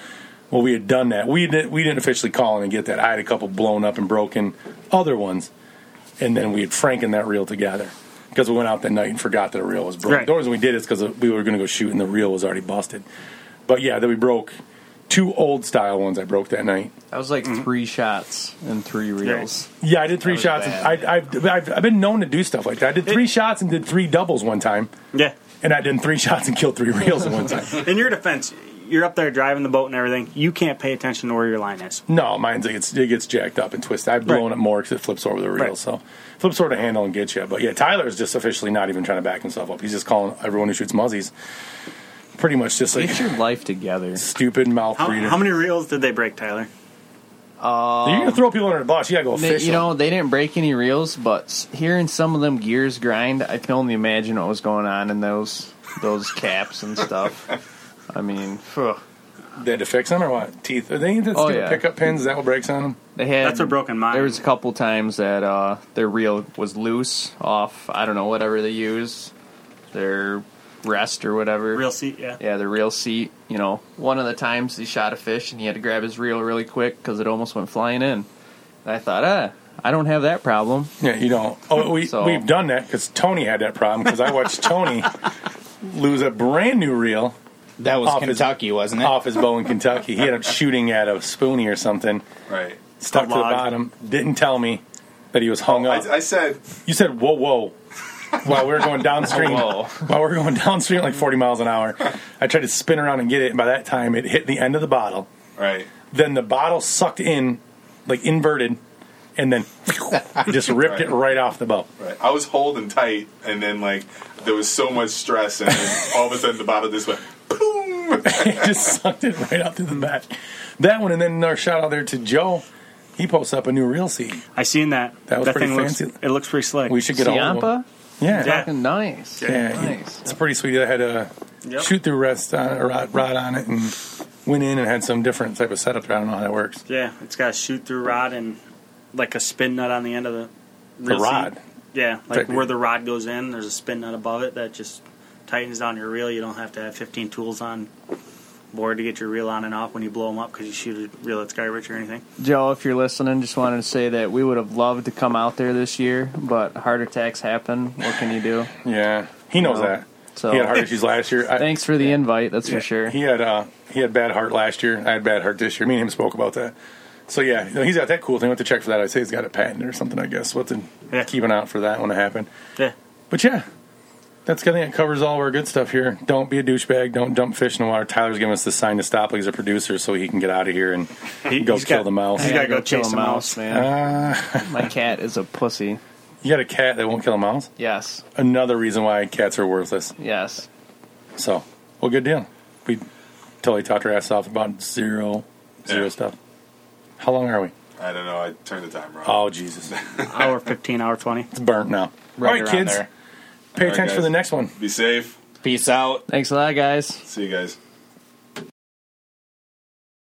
Speaker 2: Well, we had done that. We didn't we didn't officially call in and get that. I had a couple blown up and broken other ones, and then we had franken that reel together because we went out that night and forgot that a reel was broken.
Speaker 3: Right.
Speaker 2: The reason we did it is because we were going to go shoot and the reel was already busted. But yeah, then we broke two old style ones. I broke that night.
Speaker 5: That was like three shots and three reels.
Speaker 2: Yeah, I did three
Speaker 5: was
Speaker 2: shots. And
Speaker 5: bad.
Speaker 2: I, I've, I've I've been known to do stuff like that. I did three shots and did three doubles one time,
Speaker 3: Yeah.
Speaker 2: and I did three shots and killed three reels at one time.
Speaker 3: In your defense, you're up there driving the boat and everything. You can't pay attention to where your line is.
Speaker 2: No, mine's it gets, it gets jacked up and twisted. I've blown
Speaker 3: Right.
Speaker 2: it more because it flips over the reel.
Speaker 3: Right.
Speaker 2: So flips over the handle and gets you. But yeah, Tyler's just officially not even trying to back himself up. He's just calling everyone who shoots muzzies pretty much just like
Speaker 5: Get your life together.
Speaker 2: stupid mouth
Speaker 3: How,
Speaker 2: breeder.
Speaker 3: how many reels did they break, Tyler?
Speaker 2: You're gonna throw people under the bus. You gotta go
Speaker 5: Um, They-
Speaker 2: official.
Speaker 5: you know, they didn't break any reels, but s- hearing some of them gears grind, I can only imagine what was going on in those those caps and stuff. I mean, phew.
Speaker 2: they had to fix them or what? Teeth? Are they into
Speaker 5: Oh,
Speaker 2: stupid
Speaker 5: yeah.
Speaker 2: pickup pins? Is that what breaks on them?
Speaker 5: they had
Speaker 3: That's what broken mine.
Speaker 5: There was a couple times that uh, their reel was loose off. I don't know whatever they use, their rest or whatever.
Speaker 3: Reel seat, yeah.
Speaker 5: Yeah, the reel seat. You know, one of the times he shot a fish and he had to grab his reel really quick because it almost went flying in. And I thought, ah, I don't have that problem.
Speaker 2: Yeah, you don't. Oh, we
Speaker 5: So-
Speaker 2: we've done that because Tony had that problem because I watched Tony lose a brand new reel
Speaker 4: That was
Speaker 2: Off his-
Speaker 4: Kentucky, wasn't it?
Speaker 2: off his bow in Kentucky. He ended up shooting at a spoonie or something.
Speaker 1: Right.
Speaker 2: stuck to the
Speaker 3: log.
Speaker 2: bottom. Didn't tell me that he was hung up.
Speaker 1: I, I said,
Speaker 2: you said whoa whoa while we were going downstream.
Speaker 5: Whoa.
Speaker 2: While we were going downstream like 40 miles an hour, I tried to spin around and get it, and by that time it hit the end of the bottle.
Speaker 1: right.
Speaker 2: Then the bottle sucked in, like inverted, and then just ripped it right off the boat.
Speaker 1: Right. I was holding tight, and then like there was so much stress, and then all of a sudden the bottle just went boom.
Speaker 2: It just sucked it right out through the back. That one, and then our shout out there to Joe. He posts up a new reel seat.
Speaker 3: I seen that.
Speaker 2: That was pretty
Speaker 3: thing
Speaker 2: fancy.
Speaker 3: Looks, it looks pretty slick.
Speaker 2: We should get a hold of him.
Speaker 5: Siampa?
Speaker 2: Yeah.
Speaker 3: Yeah.
Speaker 5: Fucking nice.
Speaker 2: Yeah, he-
Speaker 5: nice.
Speaker 2: it's pretty sweet. I had a
Speaker 3: Yep.
Speaker 2: shoot through rest on a rod, rod on it and went in and had some different type of setup. There. I don't know how that works.
Speaker 3: Yeah, it's got a shoot through rod and like a spin nut on the end of the reel seat.
Speaker 2: rod?
Speaker 3: Yeah, like
Speaker 2: Technically.
Speaker 3: where the rod goes in, there's a spin nut above it that just tightens down your reel. You don't have to have 15 tools on board to get your reel on and off when you blow them up because you shoot a reel that's garbage or anything.
Speaker 5: Joe, if you're listening, just wanted to say that we would have loved to come out there this year, but heart attacks happen. What can you do?
Speaker 2: Yeah, he knows
Speaker 5: No.
Speaker 2: that.
Speaker 5: So
Speaker 2: He had heart issues last year. I,
Speaker 5: thanks for the invite, that's for sure.
Speaker 2: He had uh, he had bad heart last year. I had bad heart this year. Me and him spoke about that. So yeah, no, he's got that cool thing. I went to check for that. I say he's got a patent or something. I guess. What to
Speaker 3: Yeah.
Speaker 2: keep an eye out for that when it happened.
Speaker 3: Yeah.
Speaker 2: But yeah, that's I think it covers all of our good stuff here. Don't be a douchebag. Don't dump fish in the water. Tyler's giving us the sign to stop. Like he's a producer, so he can get out of here and go
Speaker 3: he's
Speaker 2: kill
Speaker 3: got-
Speaker 2: the mouse.
Speaker 3: he's
Speaker 6: I
Speaker 3: gotta
Speaker 6: gotta
Speaker 3: go chase
Speaker 6: kill
Speaker 3: Ah. the
Speaker 6: a
Speaker 3: mouse.
Speaker 6: mouse, man.
Speaker 2: Uh,
Speaker 5: My cat is a pussy.
Speaker 2: you got a cat that won't kill a mouse.
Speaker 5: Yes,
Speaker 2: Another reason why cats are worthless.
Speaker 5: yes.
Speaker 2: So, well, good deal. We totally talked our ass off about zero, zero
Speaker 1: Yeah.
Speaker 2: stuff. How long are we?
Speaker 1: I don't know. I turned the timer off.
Speaker 2: Oh Jesus,
Speaker 3: hour 15, hour 20.
Speaker 2: it's burnt now.
Speaker 4: Right
Speaker 2: all right,
Speaker 4: around
Speaker 2: kids,
Speaker 4: there.
Speaker 2: pay
Speaker 1: All right,
Speaker 2: attention for
Speaker 1: guys.
Speaker 2: the next one.
Speaker 1: Be safe.
Speaker 4: Peace out.
Speaker 5: Thanks a lot, guys.
Speaker 1: See you guys.